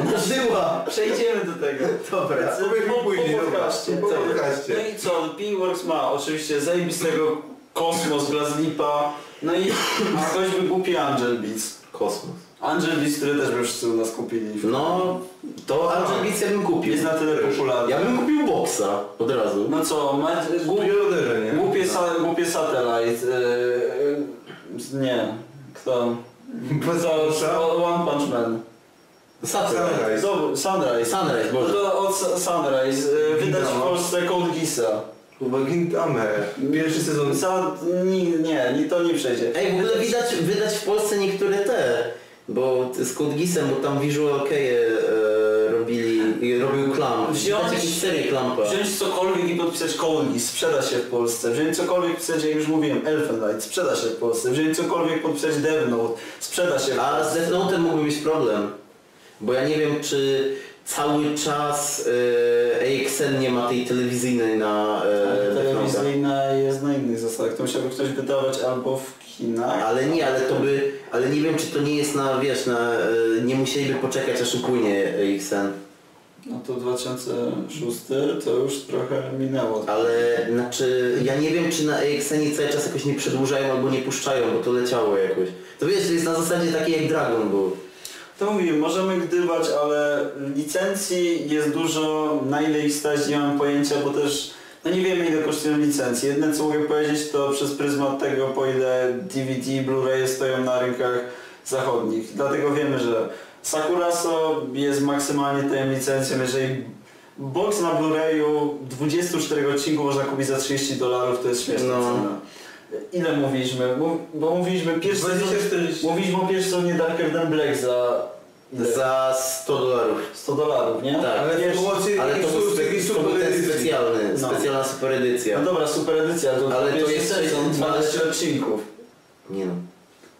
Speaker 1: Ona żyła.
Speaker 2: Przejdziemy do tego.
Speaker 1: Dobra.
Speaker 3: Powiedzmy
Speaker 2: Po-
Speaker 3: później,
Speaker 2: po
Speaker 3: dobra.
Speaker 2: podcaście.
Speaker 3: Po
Speaker 2: Tak.
Speaker 3: podcaście.
Speaker 2: No i co, P-Works ma oczywiście zajebistego Kosmos, Glazlipa, no i a choćby głupi Angel Beats.
Speaker 1: Kosmos.
Speaker 2: Angel Beats, który też by wszyscy u nas kupili.
Speaker 1: No, to Angel Beats ja bym kupił.
Speaker 2: Jest na tyle popularny.
Speaker 1: Ja bym kupił boksa od razu.
Speaker 2: No co, ma, głupie,
Speaker 3: Preorderze, nie?
Speaker 2: głupie, sa, głupie Satellite, yy, nie, kto? Za,
Speaker 3: Poza
Speaker 2: o- One Punch Man.
Speaker 1: Saturday.
Speaker 3: Sunrise.
Speaker 2: Zobacz, Sunrise.
Speaker 1: Sunrise,
Speaker 2: No
Speaker 1: Boże.
Speaker 2: to od Su- Sunrise, yy, wydać w
Speaker 1: No.
Speaker 3: Wiadomo.
Speaker 2: Polsce Code Geassa.
Speaker 3: Chyba Gintame. Pierwszy sezon.
Speaker 2: Za, nie, nie, nie, to nie przejdzie.
Speaker 1: Ej, w ogóle widać, wydać w Polsce niektóre te, bo z Kudgisem, bo tam Visual OK e, robili, i robił klam.
Speaker 2: Wziąć-
Speaker 1: Widać jakieś serię klampa.
Speaker 2: Wziąć cokolwiek i podpisać Colony, sprzeda się w Polsce. Wziąć cokolwiek, podpisać, jak już mówiłem, Elfenlight, sprzeda się w Polsce. Wziąć cokolwiek, podpisać Death Note, sprzeda się w
Speaker 1: A z
Speaker 2: Polsce.
Speaker 1: Death Note'em mógłby mieć problem, bo ja nie wiem, czy cały czas e, AXN nie ma tej telewizyjnej na e, Death Note'a.
Speaker 2: Telewizyjna jest na innych zasadach. To musiałby ktoś wydawać albo w kinach.
Speaker 1: Ale nie, ale to by, ale nie wiem, czy to nie jest na, wiesz, na, e, nie musieliby poczekać, aż upłynie AXN.
Speaker 2: No to 2006 to już trochę minęło.
Speaker 1: Ale znaczy, ja nie wiem czy na EXN cały czas jakoś nie przedłużają albo nie puszczają, bo to leciało jakoś. To wiesz, to jest na zasadzie takie jak Dragon Ball.
Speaker 2: To mówię, możemy gdybać, ale licencji jest dużo, na ile ich stać nie mam pojęcia, bo też no nie wiemy ile kosztują licencje. Jedne co mogę powiedzieć to przez pryzmat tego po ile DVD i Blu-ray stoją na rynkach zachodnich. Dlatego wiemy, że Sakuraso jest maksymalnie tym licencją, jeżeli box na Blu-rayu 24 odcinków można kupić za 30 dolarów, to jest śmieszna
Speaker 1: No.
Speaker 2: cena. Ile mówiliśmy? Mów- Bo mówiliśmy pierwszy sezon-
Speaker 3: 2040.
Speaker 2: Mówiliśmy o pierwszym nie Darker Than Black za... Ile?
Speaker 1: Za 100 dolarów.
Speaker 2: 100 dolarów, nie?
Speaker 1: Tak.
Speaker 3: Ale
Speaker 2: Pierwszy-
Speaker 3: to było
Speaker 1: Ale to był,
Speaker 3: super,
Speaker 1: spe- to
Speaker 3: super
Speaker 1: był ten
Speaker 3: edycji.
Speaker 1: specjalny,
Speaker 2: No.
Speaker 1: specjalna super
Speaker 2: No
Speaker 1: edycja.
Speaker 2: dobra, super edycja, to
Speaker 1: Ale to
Speaker 2: pierwszy
Speaker 1: jest-
Speaker 2: sezon, 12 odcinków.
Speaker 1: Nie no.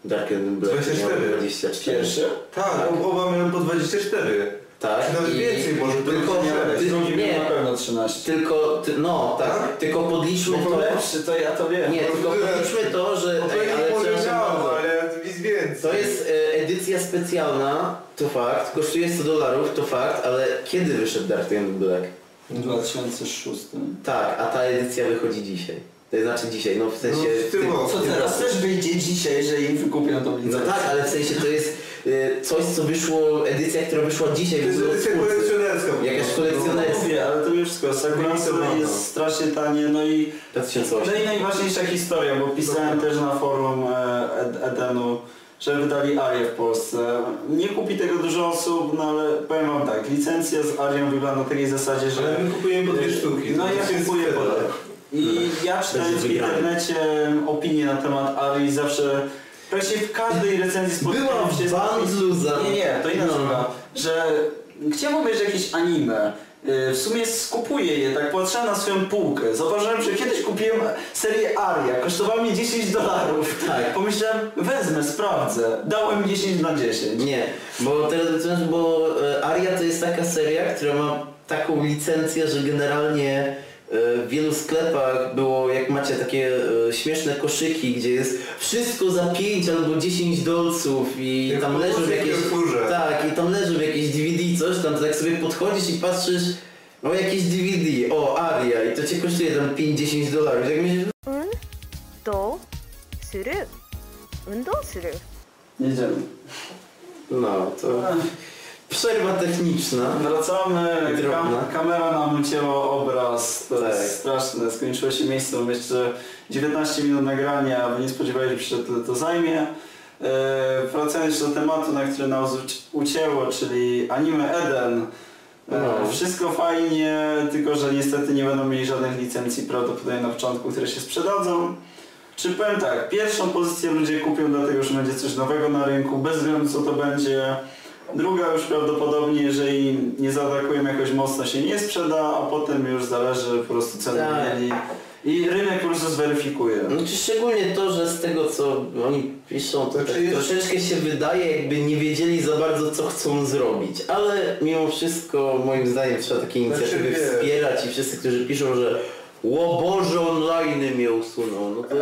Speaker 1: Dark and Black
Speaker 3: 24.
Speaker 1: miał 24.
Speaker 2: Pierwszy?
Speaker 3: Tak, oba mają po 24.
Speaker 1: Tak.
Speaker 3: Nawet
Speaker 1: i-
Speaker 3: więcej może.
Speaker 1: Tylko,
Speaker 3: to
Speaker 1: ty-
Speaker 2: Ty, drugi
Speaker 1: nie.
Speaker 2: był na pewno 13.
Speaker 1: Tylko, ty, no tak,
Speaker 3: Tak?
Speaker 1: tylko podliczmy
Speaker 2: Bo był
Speaker 1: to.
Speaker 2: lepszy, No to ja to wiem.
Speaker 1: Nie,
Speaker 3: No,
Speaker 1: tylko
Speaker 3: tyle.
Speaker 1: podliczmy to, że...
Speaker 3: No to
Speaker 1: Ej,
Speaker 3: ja
Speaker 1: ale
Speaker 3: nie
Speaker 1: przepraszam
Speaker 3: powiedziałem,
Speaker 1: bardzo.
Speaker 3: ale nic więcej.
Speaker 1: To jest e, edycja specjalna, to fakt, kosztuje 100 dolarów, to fakt, ale kiedy wyszedł Dark and Black?
Speaker 2: W 2006.
Speaker 1: Tak, a ta edycja wychodzi dzisiaj. To znaczy dzisiaj, no w sensie...
Speaker 3: No, w tym roku.
Speaker 2: Co teraz też wyjdzie dzisiaj, jeżeli im wykupią tą
Speaker 1: No
Speaker 2: licencję?
Speaker 1: tak, ale w sensie to jest e, coś, co wyszło, edycja, która wyszła dzisiaj.
Speaker 3: To jest
Speaker 1: w ogóle od
Speaker 3: edycja
Speaker 1: twórcy.
Speaker 3: kolekcjonerska. po
Speaker 1: Jakaś
Speaker 3: prostu.
Speaker 1: kolekcjonerska.
Speaker 2: No mówię, ale to już wszystko. Sakuransy
Speaker 3: Limitowane.
Speaker 2: jest strasznie tanie, no i
Speaker 1: 2008.
Speaker 2: No i najważniejsza historia, bo pisałem też na forum e, Ed- Edenu, że wydali Arię w Polsce. Nie kupi tego dużo osób, no ale powiem wam tak, licencja z Arią wygląda na takiej zasadzie, że...
Speaker 3: Ale my kupujemy po dwie sztuki.
Speaker 2: No ja
Speaker 3: To jest
Speaker 2: kupuję
Speaker 3: super.
Speaker 2: po I ja czytając w
Speaker 1: wygrane.
Speaker 2: internecie opinie na temat Arii zawsze Praktycznie w każdej recenzji
Speaker 1: Była
Speaker 2: spotykałem się z takim-
Speaker 1: bandluza.
Speaker 2: Nie, nie, to inaczej.
Speaker 1: No.
Speaker 2: No. Że chciałem obejrzeć jakieś anime. Yy, W sumie skupuję je, tak patrzę na swoją półkę. Zauważyłem, że kiedyś kupiłem serię Aria, kosztowała mi 10 dolarów.
Speaker 1: Tak.
Speaker 2: Pomyślałem, wezmę, sprawdzę. Dałem 10 na 10.
Speaker 1: Nie, bo teraz wracając, bo e, Aria to jest taka seria, która ma taką licencję, że generalnie e, w wielu sklepach było, jak macie takie e, śmieszne koszyki, gdzie jest wszystko za 5 albo 10 dolców i
Speaker 3: Jak
Speaker 1: tam
Speaker 3: po
Speaker 1: leży w
Speaker 3: polskim
Speaker 1: jakieś...
Speaker 3: Carrefourze.
Speaker 1: Tak, i tam leży w jakieś DVD coś, tam tak sobie podchodzisz i patrzysz, o jakieś DVD, o Aria i to cię kosztuje tam 5-10 dolarów. Jak myślisz,
Speaker 4: 運動する運動する
Speaker 2: Jedziemy.
Speaker 1: no to przerwa techniczna.
Speaker 2: Wracamy,
Speaker 1: Drobna.
Speaker 2: Kam- kamera nam ucięła obraz, to
Speaker 1: Tak.
Speaker 2: jest straszne, skończyło się miejsce, mam jeszcze 19 minut nagrania, bo nie spodziewaliśmy się, że tyle to zajmie. Yy, wracając jeszcze do tematu, na który nas uci- ucięło, czyli anime Eden. Yy,
Speaker 1: No.
Speaker 2: Wszystko fajnie, tylko że niestety nie będą mieli żadnych licencji prawdopodobnie na początku, które się sprzedadzą. Czy powiem tak, pierwszą pozycję ludzie kupią dlatego, że będzie coś nowego na rynku, bez względu co to będzie. Druga już prawdopodobnie, jeżeli nie zaatakują jakoś mocno się nie sprzeda, a potem już zależy po prostu co będą
Speaker 1: Tak.
Speaker 2: mieli. I rynek po prostu zweryfikuje.
Speaker 3: No,
Speaker 1: Znaczy szczególnie to, że z tego co oni piszą, to
Speaker 3: Znaczy
Speaker 1: tak
Speaker 3: jest-
Speaker 1: troszeczkę się wydaje, jakby nie wiedzieli za bardzo co chcą zrobić, ale mimo wszystko moim zdaniem trzeba takie
Speaker 3: Znaczy,
Speaker 1: inicjatywy
Speaker 3: wiesz-
Speaker 1: wspierać i wszyscy, którzy piszą, że Ło Boże, online mnie usuną, no to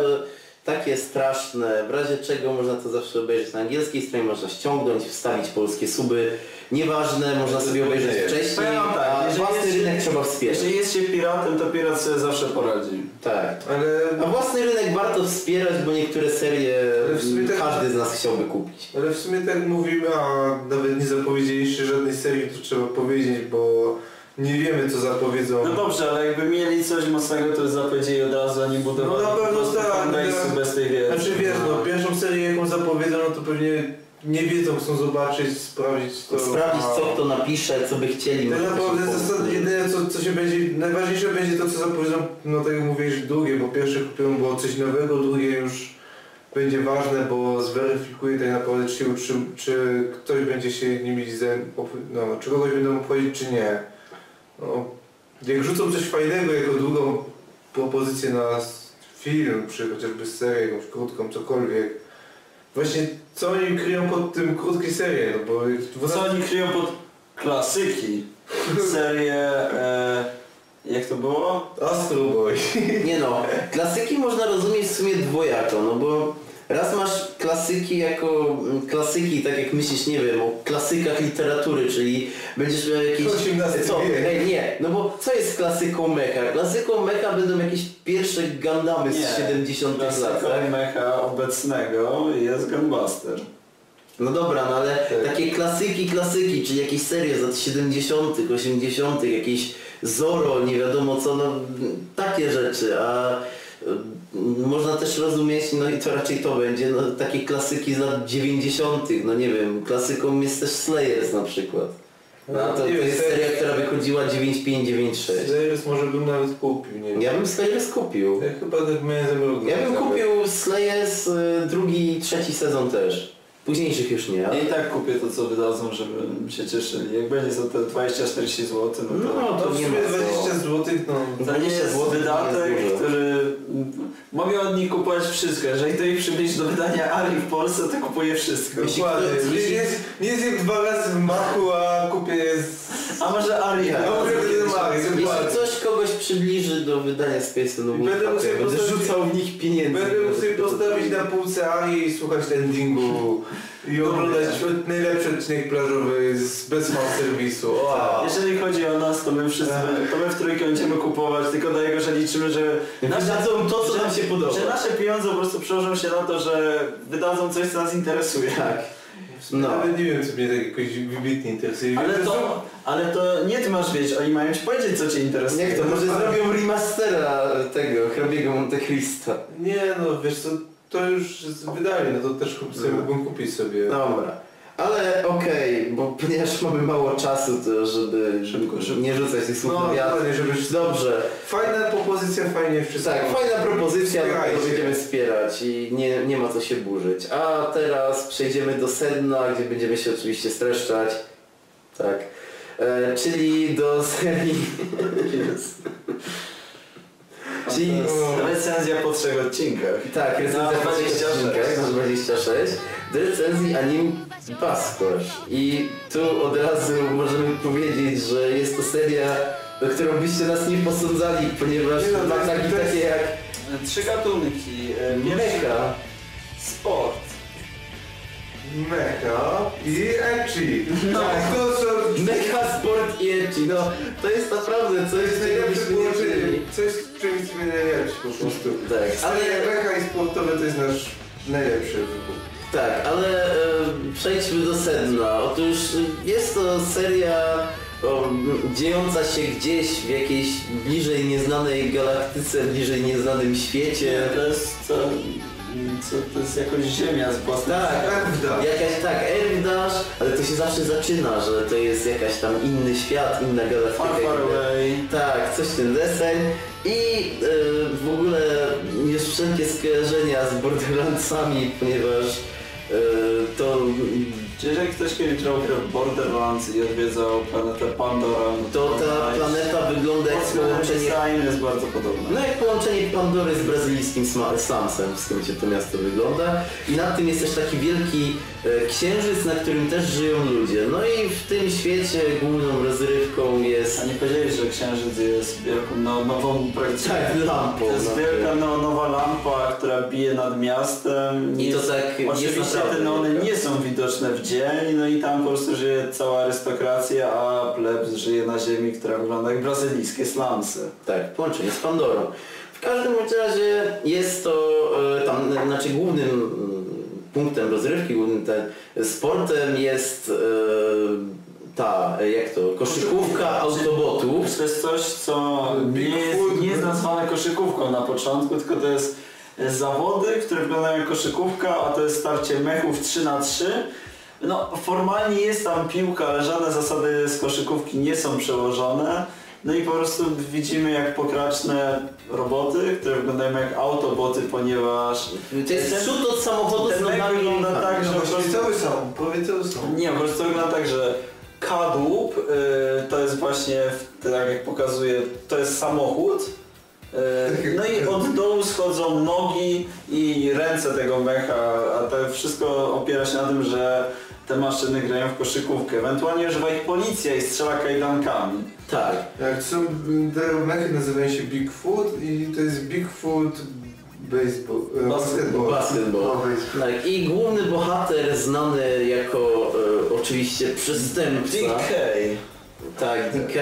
Speaker 1: takie straszne, w razie czego można to zawsze obejrzeć na angielskiej stronie, można ściągnąć, wstawić polskie suby, nieważne, można sobie obejrzeć
Speaker 3: Nie.
Speaker 1: wcześniej,
Speaker 2: Powiem wam tak,
Speaker 1: a
Speaker 2: jeżeli
Speaker 1: własny
Speaker 2: jest-
Speaker 1: rynek trzeba wspierać.
Speaker 2: Jeżeli jest się piratem, to pirat sobie zawsze poradzi.
Speaker 1: Tak.
Speaker 3: Ale,
Speaker 1: A własny rynek warto wspierać, bo niektóre serie
Speaker 3: Ale w sumie tak-
Speaker 1: każdy z nas chciałby kupić.
Speaker 3: ale w sumie tak mówimy, a nawet nie zapowiedzieliście żadnej serii, to trzeba powiedzieć, bo nie wiemy co zapowiedzą.
Speaker 2: No dobrze, ale jakby mieli coś mocnego, to już zapowiedzieli od razu, a nie budowali
Speaker 3: No na pewno
Speaker 2: po prostu
Speaker 3: tak,
Speaker 2: fanbase'u
Speaker 3: tak.
Speaker 2: bez tej wiedzy.
Speaker 3: Znaczy wiesz, no pierwszą serię jaką zapowiedzą, no to pewnie nie wiedzą, chcą zobaczyć, sprawdzić to.
Speaker 1: Sprawdzić,
Speaker 3: a-
Speaker 1: co kto napisze, co by chcieli.
Speaker 3: Tak naprawdę zasad, jedyne co, co się będzie, najważniejsze będzie to co zapowiedzą, no tak jak mówisz, drugie, bo pierwsze kupią było coś nowego, drugie już będzie ważne, bo zweryfikuje tak naprawdę czy, się utrzym- czy ktoś będzie się nimi, zaj- op- no, czy kogoś będą obchodzić, czy nie. No, jak rzucą coś fajnego jako długą propozycję na s- film, czy chociażby serię jakąś krótką, cokolwiek, właśnie co oni kryją pod tym krótkie serie, no bo
Speaker 2: Co
Speaker 3: 12
Speaker 2: oni kryją pod klasyki? Serię... E, jak to było?
Speaker 3: Astro Boy.
Speaker 1: Nie no, klasyki można rozumieć w sumie dwojako, no bo raz masz klasyki jako mm, klasyki, tak jak myślisz, nie wiem, o klasykach literatury, czyli będziesz miał jakieś...
Speaker 3: XVIII
Speaker 1: Co?
Speaker 3: wiek.
Speaker 1: Ej, nie, no bo co jest klasyką mecha? Klasyką mecha będą jakieś pierwsze Gundamy z 70 lat,
Speaker 2: Klasyką
Speaker 1: tak?
Speaker 2: mecha obecnego jest Gunbuster.
Speaker 1: No dobra, no ale
Speaker 3: Tak.
Speaker 1: takie klasyki, klasyki, czyli jakieś serie z lat 70., 80., jakieś Zoro, nie wiadomo co, no takie rzeczy, a y, można też rozumieć, no i to raczej to będzie, no takie klasyki z lat 90., no nie wiem, klasyką jest też Slayers na przykład. No to, to
Speaker 3: Nie wiem,
Speaker 1: jest
Speaker 3: Slayers-
Speaker 1: seria, która wychodziła 9596.
Speaker 3: Slayers może bym nawet kupił, nie wiem.
Speaker 1: Ja bym Slayers kupił.
Speaker 3: Ja chyba tak miałem zamrożone.
Speaker 1: Ja bym kupił Slayers y, drugi i trzeci sezon też. Późniejszych już nie, ale...
Speaker 2: Ja i tak kupię to, co wydadzą, żeby się cieszyli. Jak będzie za te 20-40 zł, no to...
Speaker 1: No,
Speaker 3: No
Speaker 1: to
Speaker 3: to w
Speaker 1: nie
Speaker 3: sumie
Speaker 1: ma co.
Speaker 3: 20 zł, no.
Speaker 2: To nie
Speaker 1: 20
Speaker 2: jest
Speaker 1: złotych to nie
Speaker 2: wydatek,
Speaker 1: jest dużo.
Speaker 2: który... Mogę od nich kupować wszystko. Jeżeli to ich przybliż do wydania Ari w Polsce, to kupuję wszystko.
Speaker 1: Jeśli
Speaker 3: Dokładnie.
Speaker 1: ktoś-
Speaker 3: Nie, nie, nie zjem dwa razy w maku, a kupię z...
Speaker 2: A może Ari?
Speaker 1: Ja
Speaker 2: a
Speaker 3: No
Speaker 2: może
Speaker 3: mówię,
Speaker 2: kiedyś-
Speaker 3: jeden mak,
Speaker 1: Jeśli
Speaker 3: dokładnie.
Speaker 1: coś kogoś przybliży do wydania no Space Nobel,
Speaker 3: Będę
Speaker 1: będę,
Speaker 3: mógł sobie
Speaker 1: tak, będę
Speaker 3: postawić-
Speaker 1: rzucał w nich pieniędzy. no
Speaker 3: Będę mógł sobie postawić na półce Ari i słuchać endingu i oglądać najlepszy odcinek plażowy z bez serwisu.
Speaker 2: Jeżeli chodzi o nas, to my wszyscy, to my w trójkę będziemy kupować, tylko dlatego, że liczymy, że
Speaker 1: Wydadzą to, co
Speaker 2: że-
Speaker 1: nam się podoba.
Speaker 2: Że nasze pieniądze po prostu przełożą się na to, że wydadzą coś, co nas interesuje.
Speaker 1: Tak.
Speaker 3: No.
Speaker 1: No.
Speaker 3: Nawet nie wiem, co mnie tak jakoś wybitnie interesuje.
Speaker 2: Ale
Speaker 3: Wiem, że
Speaker 2: to, ale to nie ty masz wiedzieć, oni mają ci powiedzieć, co cię interesuje.
Speaker 1: Niech to, może zrobią remastera tego, hrabiego Monte Cristo.
Speaker 3: Nie no, wiesz co, to już wydali, no to też kup- sobie, mógłbym kupić sobie.
Speaker 1: Dobra. Ale okej, bo ponieważ mamy mało czasu, to żeby
Speaker 2: Szybko, szybko.
Speaker 1: nie rzucać tych słów
Speaker 3: No,
Speaker 1: na wiatr.
Speaker 3: dokładnie, żeby...
Speaker 1: Dobrze,
Speaker 3: Fajna propozycja, fajnie wszystko.
Speaker 1: tak, fajna propozycja, na
Speaker 3: Wspierajcie.
Speaker 1: którą będziemy wspierać i nie, nie ma co się burzyć. A teraz przejdziemy do sedna, gdzie będziemy się oczywiście streszczać. Tak. E, czyli do serii,
Speaker 2: Jest.
Speaker 1: czyli
Speaker 2: Recenzja po trzech odcinkach.
Speaker 1: Tak, recenzja
Speaker 2: Na 26.
Speaker 1: 26. Na 26. Do recenzji anim Baskosz. I tu od razu możemy powiedzieć, że jest to seria, do którą byście nas nie posądzali, ponieważ
Speaker 3: Nie no, to
Speaker 1: ma
Speaker 3: jest-
Speaker 1: taki,
Speaker 3: to jest-
Speaker 1: takie jak
Speaker 2: Trzy gatunki. e, Pierwszy
Speaker 1: meka.
Speaker 2: sport.
Speaker 3: Meka i Echi. Tak, to są...
Speaker 1: Meka, sport i edgy. No, to jest naprawdę
Speaker 3: To
Speaker 1: coś,
Speaker 3: jest
Speaker 1: czego
Speaker 3: najlepsze
Speaker 1: byśmy nie
Speaker 3: połączenie.
Speaker 1: wiedzieli.
Speaker 3: Coś, z czym jesteśmy najlepsi po prostu.
Speaker 1: Tak,
Speaker 3: Ale
Speaker 1: ale...
Speaker 3: meka i sportowe to jest nasz najlepszy wybór.
Speaker 1: Tak, ale e, przejdźmy do sedna. Otóż e, jest to seria o, m, dziejąca się gdzieś w jakiejś bliżej nieznanej galaktyce, bliżej nieznanym świecie.
Speaker 2: To jest, to, co, to jest jakoś ziemia z własnej
Speaker 1: Tak,
Speaker 3: Prawda.
Speaker 1: jakaś tak, Erdasz, ale to się zawsze zaczyna, że to jest jakaś tam inny świat, inna galaktyka.
Speaker 2: Far, far
Speaker 1: inne-
Speaker 2: away.
Speaker 1: Tak, coś w ten deseń. I e, w ogóle jest wszelkie skojarzenia z Borderlandsami, ponieważ e, to
Speaker 2: Czy jeżeli ktoś kiedyś grał grę w Borderlands i odwiedzał planetę Pandora, no
Speaker 1: To ta planeta wygląda jak połączenie...
Speaker 2: Design jest bardzo podobny.
Speaker 1: No jak połączenie Pandory z brazylijskim sma- Samsem, w skrócie to miasto wygląda. I nad tym jest też taki wielki e, księżyc, na którym też żyją ludzie. No i w tym świecie główną rozrywką
Speaker 2: A
Speaker 1: jest...
Speaker 2: nie powiedzieli, że księżyc jest wielką no, nową praktycznie.
Speaker 1: Tak, lampą.
Speaker 2: To jest
Speaker 1: na
Speaker 2: wielka
Speaker 1: tym.
Speaker 2: neonowa lampa, która bije nad miastem.
Speaker 1: I to tak jest
Speaker 2: Oczywiście
Speaker 1: naprawdę
Speaker 2: te neony
Speaker 1: wielka.
Speaker 2: nie są widoczne w dzień, no i tam po prostu żyje cała arystokracja, a plebs żyje na ziemi, która wygląda jak brazylijskie slumsy.
Speaker 1: Tak, połączenie z Pandorą. W każdym bądź razie jest to e, tam, n- znaczy głównym mm, punktem rozrywki, głównym ten sportem jest e, ta, e, jak to, koszykówka autobotów.
Speaker 2: To jest coś, co nie jest,
Speaker 3: Bigfoot.
Speaker 2: nie jest nazwane koszykówką na początku, tylko to jest zawody, które wyglądają jak koszykówka, a to jest starcie mechów 3 na 3 No, formalnie jest tam piłka, ale żadne zasady z koszykówki nie są przełożone. No i po prostu widzimy jak pokraczne roboty, które wyglądają jak autoboty, ponieważ...
Speaker 1: To jest rzut od samochodu
Speaker 2: Ten
Speaker 1: z
Speaker 2: mech
Speaker 1: nogami.
Speaker 2: wygląda
Speaker 1: Tak.
Speaker 2: tak, że po prostu
Speaker 3: Powiedz są, powiedz są.
Speaker 2: nie, po prostu wygląda tak, że kadłub y, to jest właśnie, w- tak jak pokazuje, to jest samochód. y, No i od dołu schodzą nogi i ręce tego mecha, a to wszystko opiera się na tym, że te maszyny grają w koszykówkę. Ewentualnie używa ich policja i strzela kajdankami.
Speaker 1: tak.
Speaker 3: Tak, są, te mechy nazywają się Bigfoot i to jest Bigfoot baseball, e, basketball.
Speaker 1: Basketball.
Speaker 3: No, baseball.
Speaker 1: Tak, i główny bohater znany jako e, oczywiście przestępca.
Speaker 2: DK.
Speaker 1: Tak, DK.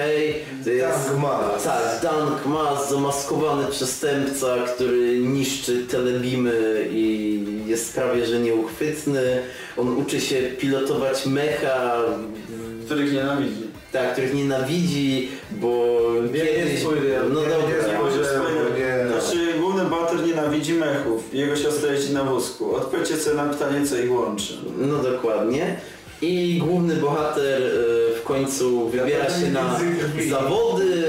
Speaker 1: To jest
Speaker 3: Doug Malas.
Speaker 1: Tak, Dunk ma zamaskowany przestępca, który niszczy telebimy i jest prawie że nieuchwytny. On uczy się pilotować mecha,
Speaker 2: Których nienawidzi.
Speaker 1: tak, których nienawidzi, bo
Speaker 2: Wiem, nie spoiler,
Speaker 1: No
Speaker 2: nie,
Speaker 1: dobra.
Speaker 3: nie,
Speaker 2: Nie,
Speaker 3: Może
Speaker 2: może
Speaker 3: nie,
Speaker 2: nie.
Speaker 3: no.
Speaker 2: Znaczy, główny bohater nienawidzi mechów. Jego siostra jeździ na wózku. Odpowiedzcie sobie na pytanie, co ich łączy.
Speaker 1: No dokładnie. I główny bohater e, w końcu
Speaker 2: Tak,
Speaker 1: wybiera się na zawody,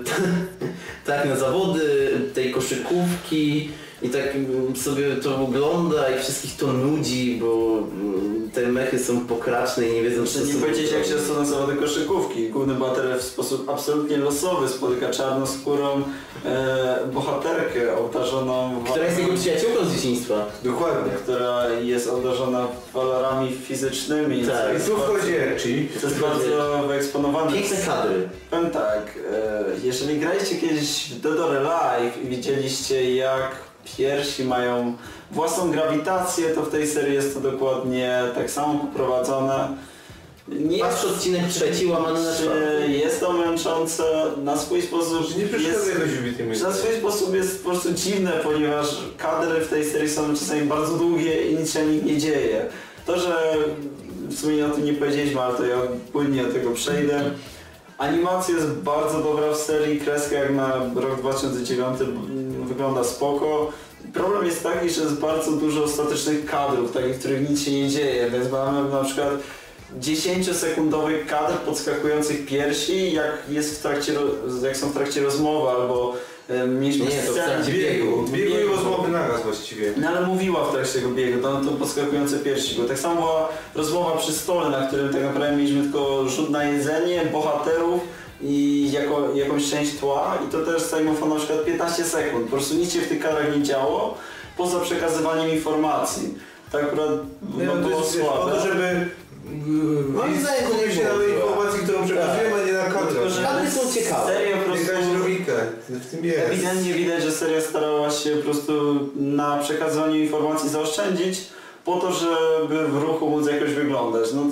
Speaker 1: e, t- tak, na zawody tej koszykówki i tak mm, sobie to wygląda i wszystkich to nudzi, bo mm, te mechy są pokraczne i nie wiedzą,
Speaker 2: Muszę nie
Speaker 1: są-
Speaker 2: powiedzieć jak się to na zawody koszykówki. Główny bohater w sposób absolutnie losowy spotyka czarnoskórą e, bohaterkę obdarzoną wa-
Speaker 1: Która jest jego przyjaciółką z dzieciństwa.
Speaker 3: Dokładnie.
Speaker 2: która jest obdarzona walorami fizycznymi.
Speaker 1: Tak,
Speaker 2: co
Speaker 3: I
Speaker 2: jest
Speaker 3: tu
Speaker 2: bardzo-
Speaker 3: wchodzi Echi.
Speaker 2: co jest bardzo wyeksponowane.
Speaker 1: Piękne kadry.
Speaker 2: Powiem tak, e, jeżeli graliście kiedyś w Dead or Alive i widzieliście jak piersi mają własną grawitację, to w tej serii jest to dokładnie tak samo poprowadzone. Nie
Speaker 1: Patrz odcinek trzeci, łamany na
Speaker 2: Czy
Speaker 1: czwarty.
Speaker 2: jest to męczące na swój sposób?
Speaker 3: Czy nie przeszkadza
Speaker 2: jest-
Speaker 3: jakoś w tym
Speaker 2: Na swój sposób jest po prostu dziwne, ponieważ kadry w tej serii są czasami bardzo długie i nic się na nich nie dzieje. To, że w sumie o tym nie powiedzieliśmy, ale to ja płynnie do tego przejdę. Animacja jest bardzo dobra w serii, kreska jak na rok 2009 wygląda spoko. Problem jest taki, że jest bardzo dużo ostatecznych kadrów, takich, w których nic się nie dzieje, więc mamy na przykład 10-sekundowy kadr podskakujących piersi, jak, jest w trakcie, ro- jak są w trakcie rozmowy, albo e, mieliśmy
Speaker 1: Nie, to w
Speaker 2: scenę-
Speaker 1: trakcie
Speaker 3: Biegu, biegu i
Speaker 2: Biegu.
Speaker 3: rozmowy naraz właściwie.
Speaker 2: No ale mówiła w trakcie tego biegu, to, to podskakujące piersi, bo tak samo była rozmowa przy stole, na którym tak naprawdę mieliśmy tylko rzut na jedzenie, bohaterów i jako, jakąś część tła i to też zajmowało na przykład 15 sekund, po prostu nic się w tych karach nie działo, poza przekazywaniem informacji. Tak akurat
Speaker 3: Nie,
Speaker 2: no,
Speaker 3: no to
Speaker 2: było
Speaker 3: jest No, wiesz, po
Speaker 2: słabe.
Speaker 3: to, żeby...
Speaker 1: Moim
Speaker 3: Moim
Speaker 1: zdaniem to nie
Speaker 3: się
Speaker 1: było
Speaker 3: na tej
Speaker 1: złe.
Speaker 3: informacji, którą przekazujemy, a nie na kadrze.
Speaker 2: Tylko, że
Speaker 1: Ale są ciekawe.
Speaker 2: Seria po prostu...
Speaker 3: Jakaś logikę w tym jest.
Speaker 2: Ewidentnie widać, że seria starała się po prostu na przekazywaniu informacji zaoszczędzić po to, żeby w ruchu móc jakoś wyglądać. No,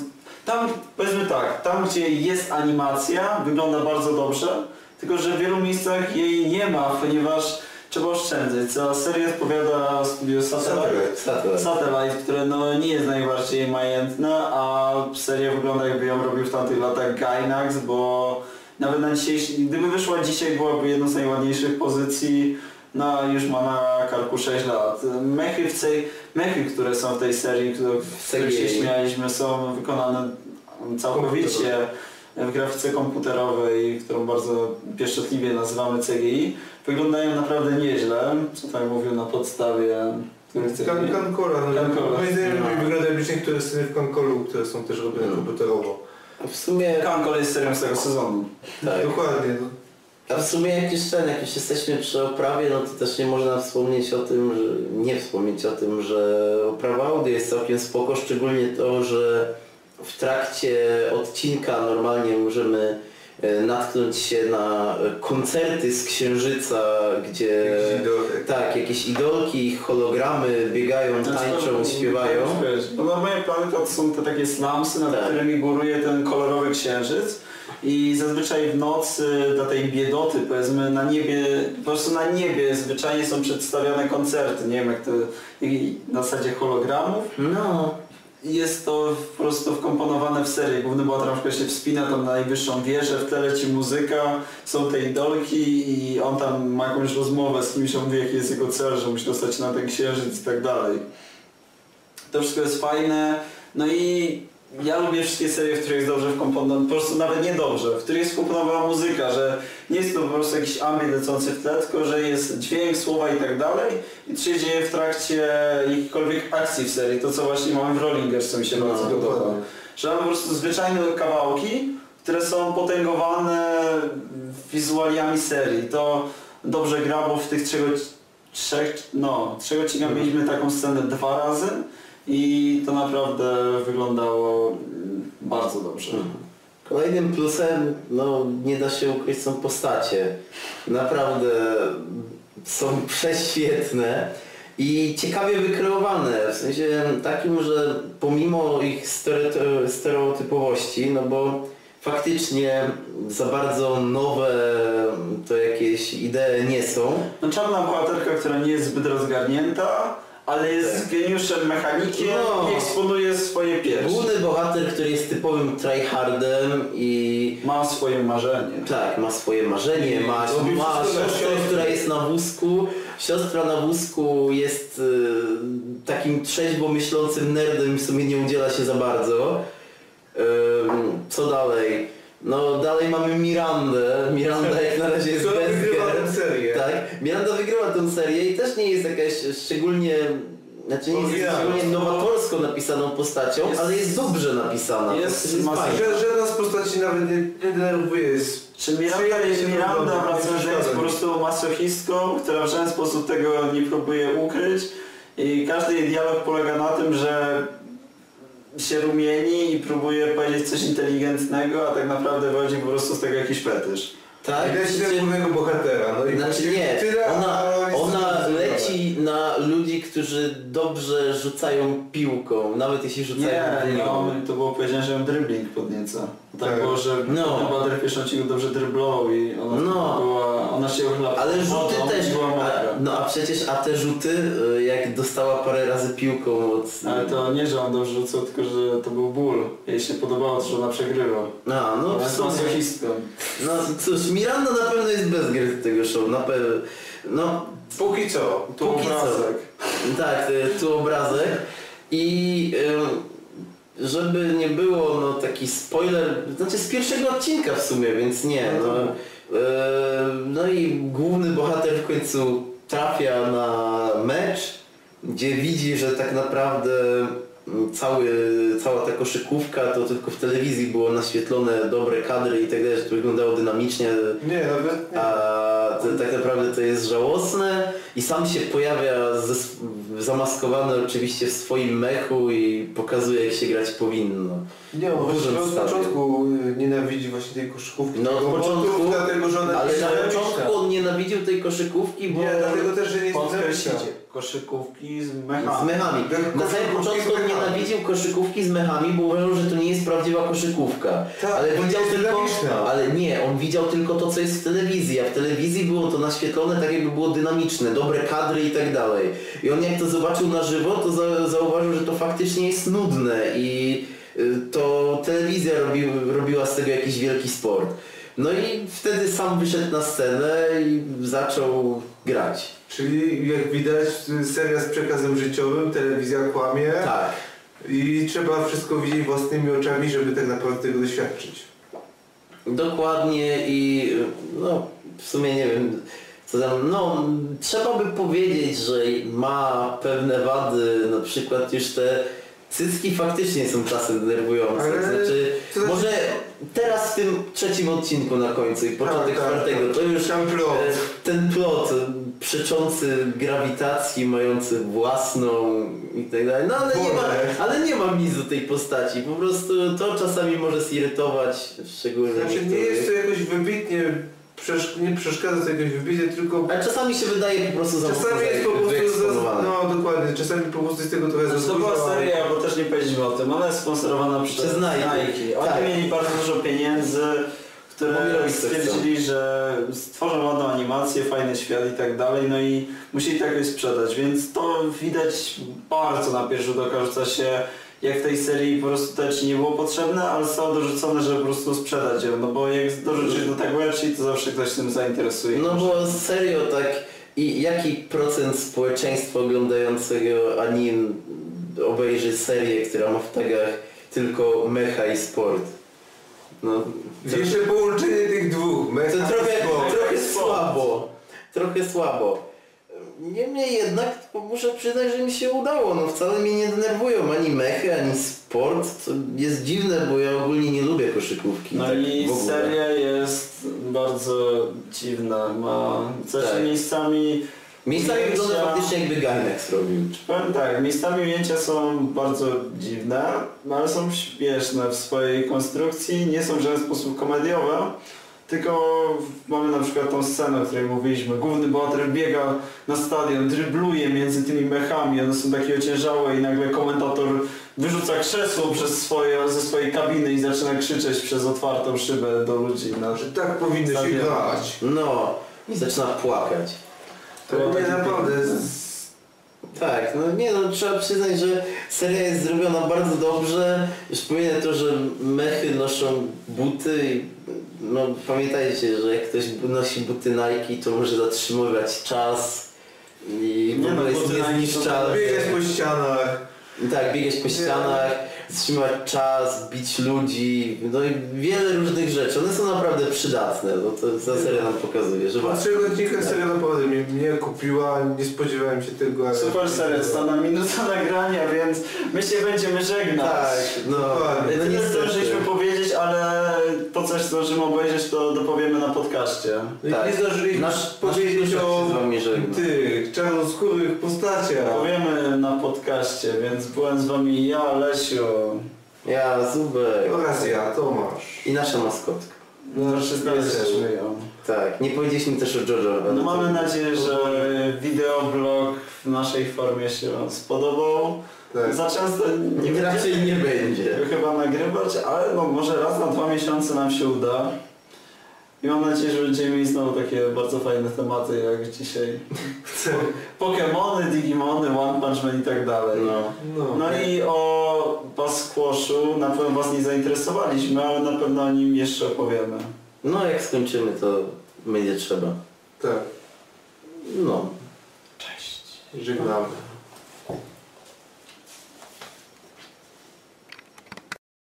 Speaker 2: tam, powiedzmy tak, tam gdzie jest animacja, wygląda bardzo dobrze, tylko że w wielu miejscach jej nie ma, ponieważ trzeba oszczędzać. Za serię odpowiada studio
Speaker 3: Tak.
Speaker 2: Satellite. Tak.
Speaker 1: Satellite.
Speaker 2: Satellite, które no nie jest najbardziej majętne, a seria wygląda jakby ją robił w tamtych latach Gainax, bo nawet na dzisiejszy, gdyby wyszła dzisiaj byłaby jedną z najładniejszych pozycji, no już ma na karku 6 lat. Mechy, w tej, mechy które są w tej serii, które, w których się
Speaker 1: CGI.
Speaker 2: śmialiśmy, są wykonane całkowicie w grafice komputerowej, którą bardzo pieszczotliwie nazywamy CGI, wyglądają naprawdę nieźle, co tutaj mówił na podstawie których
Speaker 3: Kan
Speaker 2: CGI.
Speaker 3: Kankora, no
Speaker 2: Kankora.
Speaker 3: moim zdaniem
Speaker 2: No.
Speaker 3: lepiej wygląda jakby niektóre sceny w Kankolu, które są też robione
Speaker 1: No.
Speaker 3: komputerowo.
Speaker 1: A w sumie...
Speaker 2: Kankol jest serią z tego sezonu.
Speaker 1: Tak.
Speaker 3: Dokładnie. No.
Speaker 1: A w sumie jak już ten, jak już jesteśmy przy oprawie, no to też nie można wspomnieć o tym, że, nie wspomnieć o tym, że oprawa audio jest całkiem spoko, szczególnie to, że w trakcie odcinka normalnie możemy e, natknąć się na e, koncerty z Księżyca, gdzie
Speaker 3: Jakiś idiotek.
Speaker 1: tak, jakieś idolki, ich hologramy biegają, tańczą, śpiewają.
Speaker 2: No na mojej planety to są te takie slumsy, nad
Speaker 1: Tak.
Speaker 2: którymi góruje ten kolorowy księżyc. I zazwyczaj w nocy dla tej biedoty, powiedzmy, na niebie, po prostu na niebie zwyczajnie są przedstawiane koncerty, nie wiem jak to, i- na zasadzie hologramów.
Speaker 1: No,
Speaker 2: Jest to po prostu wkomponowane w serię. Główny bohater na przykład się wspina tam na najwyższą wieżę, w tle leci muzyka, są te idolki i on tam ma jakąś rozmowę z kimś, on mówi jaki jest jego cel, że musi dostać się na ten księżyc i tak dalej. To wszystko jest fajne. No i ja lubię wszystkie serie, w których jest dobrze wkomponowana, po prostu nawet niedobrze, w których jest wkomponowana muzyka, że nie jest to po prostu jakiś ambient lecący w tle, tylko że jest dźwięk, słowa i tak dalej i to się dzieje w trakcie jakichkolwiek akcji w serii, to co właśnie mamy w Rollingers, co mi się
Speaker 1: No,
Speaker 2: bardzo podoba.
Speaker 3: Dokładnie.
Speaker 2: Że mamy po prostu zwyczajne kawałki, które są potęgowane wizualiami serii. To dobrze gra, bo w tych trzech, trzech no, trzech odcinkach mieliśmy taką scenę dwa razy i to naprawdę wyglądało mm, bardzo dobrze.
Speaker 1: Mhm. Kolejnym plusem, no nie da się ukryć, są postacie. Naprawdę są prześwietne i ciekawie wykreowane, w sensie takim, że pomimo ich stereo- stereotypowości, no bo faktycznie za bardzo nowe to jakieś idee nie są.
Speaker 2: No, czarna bohaterka, która nie jest zbyt rozgarnięta, ale jest
Speaker 1: Tak.
Speaker 2: geniuszem mechaniki
Speaker 1: No.
Speaker 2: i eksponuje swoje piersi.
Speaker 1: Główny bohater, który jest typowym tryhardem i
Speaker 2: Ma swoje marzenie.
Speaker 1: Tak, ma swoje marzenie, ma,
Speaker 3: Robi
Speaker 1: ma
Speaker 3: wszystko dla
Speaker 1: siostrę,
Speaker 3: siostry.
Speaker 1: która jest na wózku. Siostra na wózku jest y, takim trzeźwo myślącym nerdem i w sumie nie udziela się za bardzo. Ym, co dalej? No dalej mamy Mirandę. Miranda jak na razie jest
Speaker 3: Która
Speaker 1: best
Speaker 3: wygrywa
Speaker 1: girl.
Speaker 3: tę serię.
Speaker 1: Tak, Miranda wygrywa tę serię i też nie jest jakaś szczególnie... Znaczy nie jest
Speaker 3: Oryginalna.
Speaker 1: szczególnie nowatorsko napisaną postacią,
Speaker 2: Jest-
Speaker 1: ale jest dobrze napisana.
Speaker 2: jest
Speaker 1: To
Speaker 2: masy-
Speaker 1: fajne.
Speaker 3: Ża- Żadna z postaci nawet nie, nie denerwuje. Jest
Speaker 2: Czy Miranda
Speaker 3: Przyjaźń
Speaker 2: jest
Speaker 3: nie
Speaker 2: Miranda,
Speaker 3: wygląda, nie
Speaker 2: wracając, że jest po
Speaker 3: przeszkadza mi.
Speaker 2: prostu masochistką, która w żaden sposób tego nie próbuje ukryć i każdy jej dialog polega na tym, że się rumieni i próbuje powiedzieć coś inteligentnego, a tak naprawdę wychodzi po prostu z tego jakiś fetysz.
Speaker 1: Tak,
Speaker 3: widać
Speaker 1: przecież-
Speaker 3: ten głównego bohatera. No i
Speaker 1: Znaczy
Speaker 3: właściwie
Speaker 1: nie,
Speaker 3: tyle,
Speaker 1: ona,
Speaker 3: a on jest
Speaker 1: ona
Speaker 3: zainteresowany.
Speaker 1: leci na ludzi, którzy dobrze rzucają piłką, nawet jeśli rzucają
Speaker 2: Nie, no,
Speaker 1: piłką.
Speaker 2: to było powiedziane, że ją dribbling podnieca. Tak,
Speaker 3: Tak.
Speaker 2: było, że
Speaker 1: No.
Speaker 2: no. Bader Pieszącik dobrze dryblował i ona,
Speaker 1: No.
Speaker 2: była, ona się ochlała.
Speaker 1: Ale rzuty
Speaker 2: wodą i
Speaker 1: też,
Speaker 2: Była
Speaker 1: a,
Speaker 2: mokra.
Speaker 1: no a przecież, a te rzuty, y, jak dostała parę razy piłką od...
Speaker 2: Ale to nie, że on dobrze rzucał, tylko że to był ból. Jej się podobało, że ona przegrywa.
Speaker 1: A, no w
Speaker 2: Ona jest
Speaker 1: sumie,
Speaker 2: masochistką.
Speaker 1: no cóż, Miranda na pewno jest bez gier z tego show, na pewno. No,
Speaker 3: Póki co, to
Speaker 1: Póki co.
Speaker 3: obrazek.
Speaker 1: tak, y, tu obrazek. I y, żeby nie było no, taki spoiler, znaczy z pierwszego odcinka w sumie, więc nie. No, y, no i główny bohater w końcu trafia na mecz, gdzie widzi, że tak naprawdę mm, cały, cała ta koszykówka to tylko w telewizji było naświetlone dobre kadry i tak dalej, że to wyglądało dynamicznie,
Speaker 3: Nie, nawet nie.
Speaker 1: a to, tak naprawdę to jest żałosne i sam się pojawia ze, sw- zamaskowany oczywiście w swoim mechu i pokazuje jak się grać powinno.
Speaker 3: Nie, on
Speaker 1: Dużym
Speaker 3: właśnie od
Speaker 1: stanie.
Speaker 3: początku y, nienawidzi właśnie tej koszykówki.
Speaker 1: No, od
Speaker 3: tego
Speaker 1: początku,
Speaker 3: motywu, dlatego, że ona
Speaker 1: Ale
Speaker 3: jest
Speaker 1: na
Speaker 3: zajebista.
Speaker 1: początku on nienawidził tej koszykówki, bo...
Speaker 3: Nie, dlatego też, że nie jest
Speaker 2: Podkreślam,
Speaker 3: zajebista.
Speaker 2: koszykówki z
Speaker 1: Z
Speaker 2: mechami.
Speaker 1: mechami.
Speaker 3: Tak,
Speaker 1: Na samym
Speaker 3: koszykówki
Speaker 1: początku
Speaker 3: z
Speaker 1: on
Speaker 3: mechami.
Speaker 1: nienawidził koszykówki z mechami, bo uważał, że to nie jest prawdziwa koszykówka.
Speaker 3: Tak,
Speaker 1: ale
Speaker 3: bo
Speaker 1: widział
Speaker 3: jest
Speaker 1: tylko.
Speaker 3: dynamiczna.
Speaker 1: Ale nie, on widział tylko to, co jest w telewizji, a w telewizji było to naświetlone tak, jakby było dynamiczne, dobre kadry i tak dalej. I on jak to zobaczył na żywo, to za, zauważył, że to faktycznie jest nudne i y, to telewizja robi, robiła z tego jakiś wielki sport. No i wtedy sam wyszedł na scenę i zaczął grać.
Speaker 3: Czyli jak widać, y, seria z przekazem życiowym, telewizja kłamie
Speaker 1: Tak.
Speaker 3: i trzeba wszystko widzieć własnymi oczami, żeby tak naprawdę tego doświadczyć.
Speaker 1: Dokładnie i no w sumie nie wiem co tam, no trzeba by powiedzieć, że ma pewne wady, na przykład już te cycki faktycznie są czasem denerwujące,
Speaker 3: Ale-
Speaker 1: znaczy
Speaker 3: to znaczy-
Speaker 1: może teraz w tym trzecim odcinku na końcu i początek
Speaker 3: tak,
Speaker 1: czwartego, to już
Speaker 3: Tam plot.
Speaker 1: e, ten plot e, przeczący grawitacji, mający własną i tak dalej, no ale nie,
Speaker 3: Wolę.
Speaker 1: ma, ale nie mam nic do tej postaci, po prostu to czasami może zirytować, szczególnie
Speaker 3: Znaczy nie
Speaker 1: niektórych.
Speaker 3: jest to jakoś wybitnie, przesz- nie przeszkadza to jakoś wybitnie, tylko
Speaker 1: Ale czasami się wydaje po prostu za
Speaker 3: czasami jest po prostu, za, no dokładnie, czasami po prostu jest tego trochę
Speaker 2: Zresztą Znaczy, To była
Speaker 3: zaburzona.
Speaker 2: seria, bo też nie powiedzieliśmy o tym, ona jest sponsorowana przez,
Speaker 1: Przez Nike.
Speaker 2: Oni
Speaker 1: Tak.
Speaker 2: mieli bardzo dużo pieniędzy,
Speaker 1: Bo
Speaker 2: które
Speaker 1: robić co
Speaker 2: stwierdzili, że stworzą ładną animację, fajny świat i tak dalej, no i musieli tak je sprzedać, więc to widać bardzo na pierwszy rzut oka rzuca się jak w tej serii po prostu te czy nie było potrzebne, ale są dorzucone, żeby po prostu sprzedać ją, no bo jak dorzucisz do tego lepszej, to zawsze ktoś tym zainteresuje.
Speaker 1: No bo serio tak i jaki procent społeczeństwa oglądającego anim obejrzy serię, która ma w tagach tylko mecha i sport? No, to,
Speaker 3: Jeszcze połączenie tych dwóch,
Speaker 1: to
Speaker 3: mecha
Speaker 1: trochę,
Speaker 3: i sport.
Speaker 1: trochę
Speaker 2: Sport.
Speaker 1: słabo. Trochę słabo. Niemniej jednak muszę przyznać, że mi się udało. No wcale mnie nie denerwują ani mechy, ani sport. To jest dziwne, bo ja ogólnie nie lubię koszykówki.
Speaker 2: No
Speaker 1: tak
Speaker 2: i
Speaker 1: w ogóle.
Speaker 2: seria jest bardzo dziwna, ma coś
Speaker 1: Tak.
Speaker 2: miejscami,
Speaker 1: Miejscami tak wygląda
Speaker 2: Ujęcia.
Speaker 1: faktycznie jakby Gainax robił.
Speaker 2: powiem tak, miejscami ujęcia są bardzo dziwne, no ale są śmieszne w swojej konstrukcji, nie są w żaden sposób komediowe, tylko mamy na przykład tą scenę, o której mówiliśmy, główny bohater biega na stadion, drybluje między tymi mechami, one są takie ociężałe i nagle komentator wyrzuca krzesło przez swoje, ze swojej kabiny i zaczyna krzyczeć przez otwartą szybę do ludzi. no. Na
Speaker 3: Że tak powinno się
Speaker 2: Zabieram.
Speaker 3: grać.
Speaker 1: No i zaczyna płakać.
Speaker 3: To
Speaker 2: To
Speaker 3: nie
Speaker 2: będzie
Speaker 3: naprawdę.
Speaker 2: piękne.
Speaker 3: z-
Speaker 1: Tak, no nie no, trzeba przyznać, że seria jest zrobiona bardzo dobrze. Już pominę to, że mechy noszą buty i no pamiętajcie, że jak ktoś nosi buty Nike, to może zatrzymywać czas i w
Speaker 2: Nie no,
Speaker 1: ogóle jest
Speaker 2: buty Nike są
Speaker 1: niezniszczalny.
Speaker 3: Biegać po ścianach.
Speaker 1: Tak, biegać po ścianach, zatrzymywać czas, bić ludzi, no i wiele różnych rzeczy. One są naprawdę przydatne, no to ta seria nam pokazuje, że
Speaker 3: Po
Speaker 1: warto.
Speaker 3: trzech odcinkach seria naprawdę mnie, mnie kupiła, nie spodziewałem się tego. ale- No
Speaker 2: Super serio, stana minuta nagrania, więc my się będziemy żegnać.
Speaker 3: Tak.
Speaker 1: No,
Speaker 3: Dokładnie.
Speaker 1: no
Speaker 2: Tyle zdążyliśmy
Speaker 1: niestety.
Speaker 2: powiedzieć, ale to coś zdążymy obejrzeć, to dopowiemy na podcaście.
Speaker 1: Tak.
Speaker 3: Nie zdążyliśmy
Speaker 1: Nasz-
Speaker 3: powiedzieć
Speaker 1: nasz
Speaker 3: o
Speaker 1: się z wami żegna.
Speaker 3: tych czarnoskórych postaciach.
Speaker 2: Dopowiemy na podcaście, więc byłem z wami ja, Lesiu.
Speaker 1: Ja, Zubek.
Speaker 3: Oraz ja, Tomasz.
Speaker 1: I nasza maskotka.
Speaker 2: No, wszyscy
Speaker 3: Lesiu.
Speaker 2: jesteśmy ją.
Speaker 1: Tak, nie powiedzieliśmy też o Jojo. tak.
Speaker 2: No mamy nadzieję, że wideoblog w naszej formie się wam spodobał.
Speaker 3: Tak.
Speaker 2: Za często nie
Speaker 1: Nie,
Speaker 2: będziemy
Speaker 1: raczej nie będzie.
Speaker 2: chyba nagrywać, ale no może raz na dwa miesiące nam się uda. I mam nadzieję, że będziemy mieli znowu takie bardzo fajne tematy jak dzisiaj. Pokemony, Digimony, One Punch Man i tak dalej.
Speaker 1: No.
Speaker 3: No,
Speaker 2: No i o Basquashu na pewno Was nie zainteresowaliśmy, ale na pewno o nim jeszcze opowiemy.
Speaker 1: No jak skończymy, to będzie trzeba.
Speaker 3: Tak,
Speaker 1: No.
Speaker 2: Cześć.
Speaker 3: żegnamy.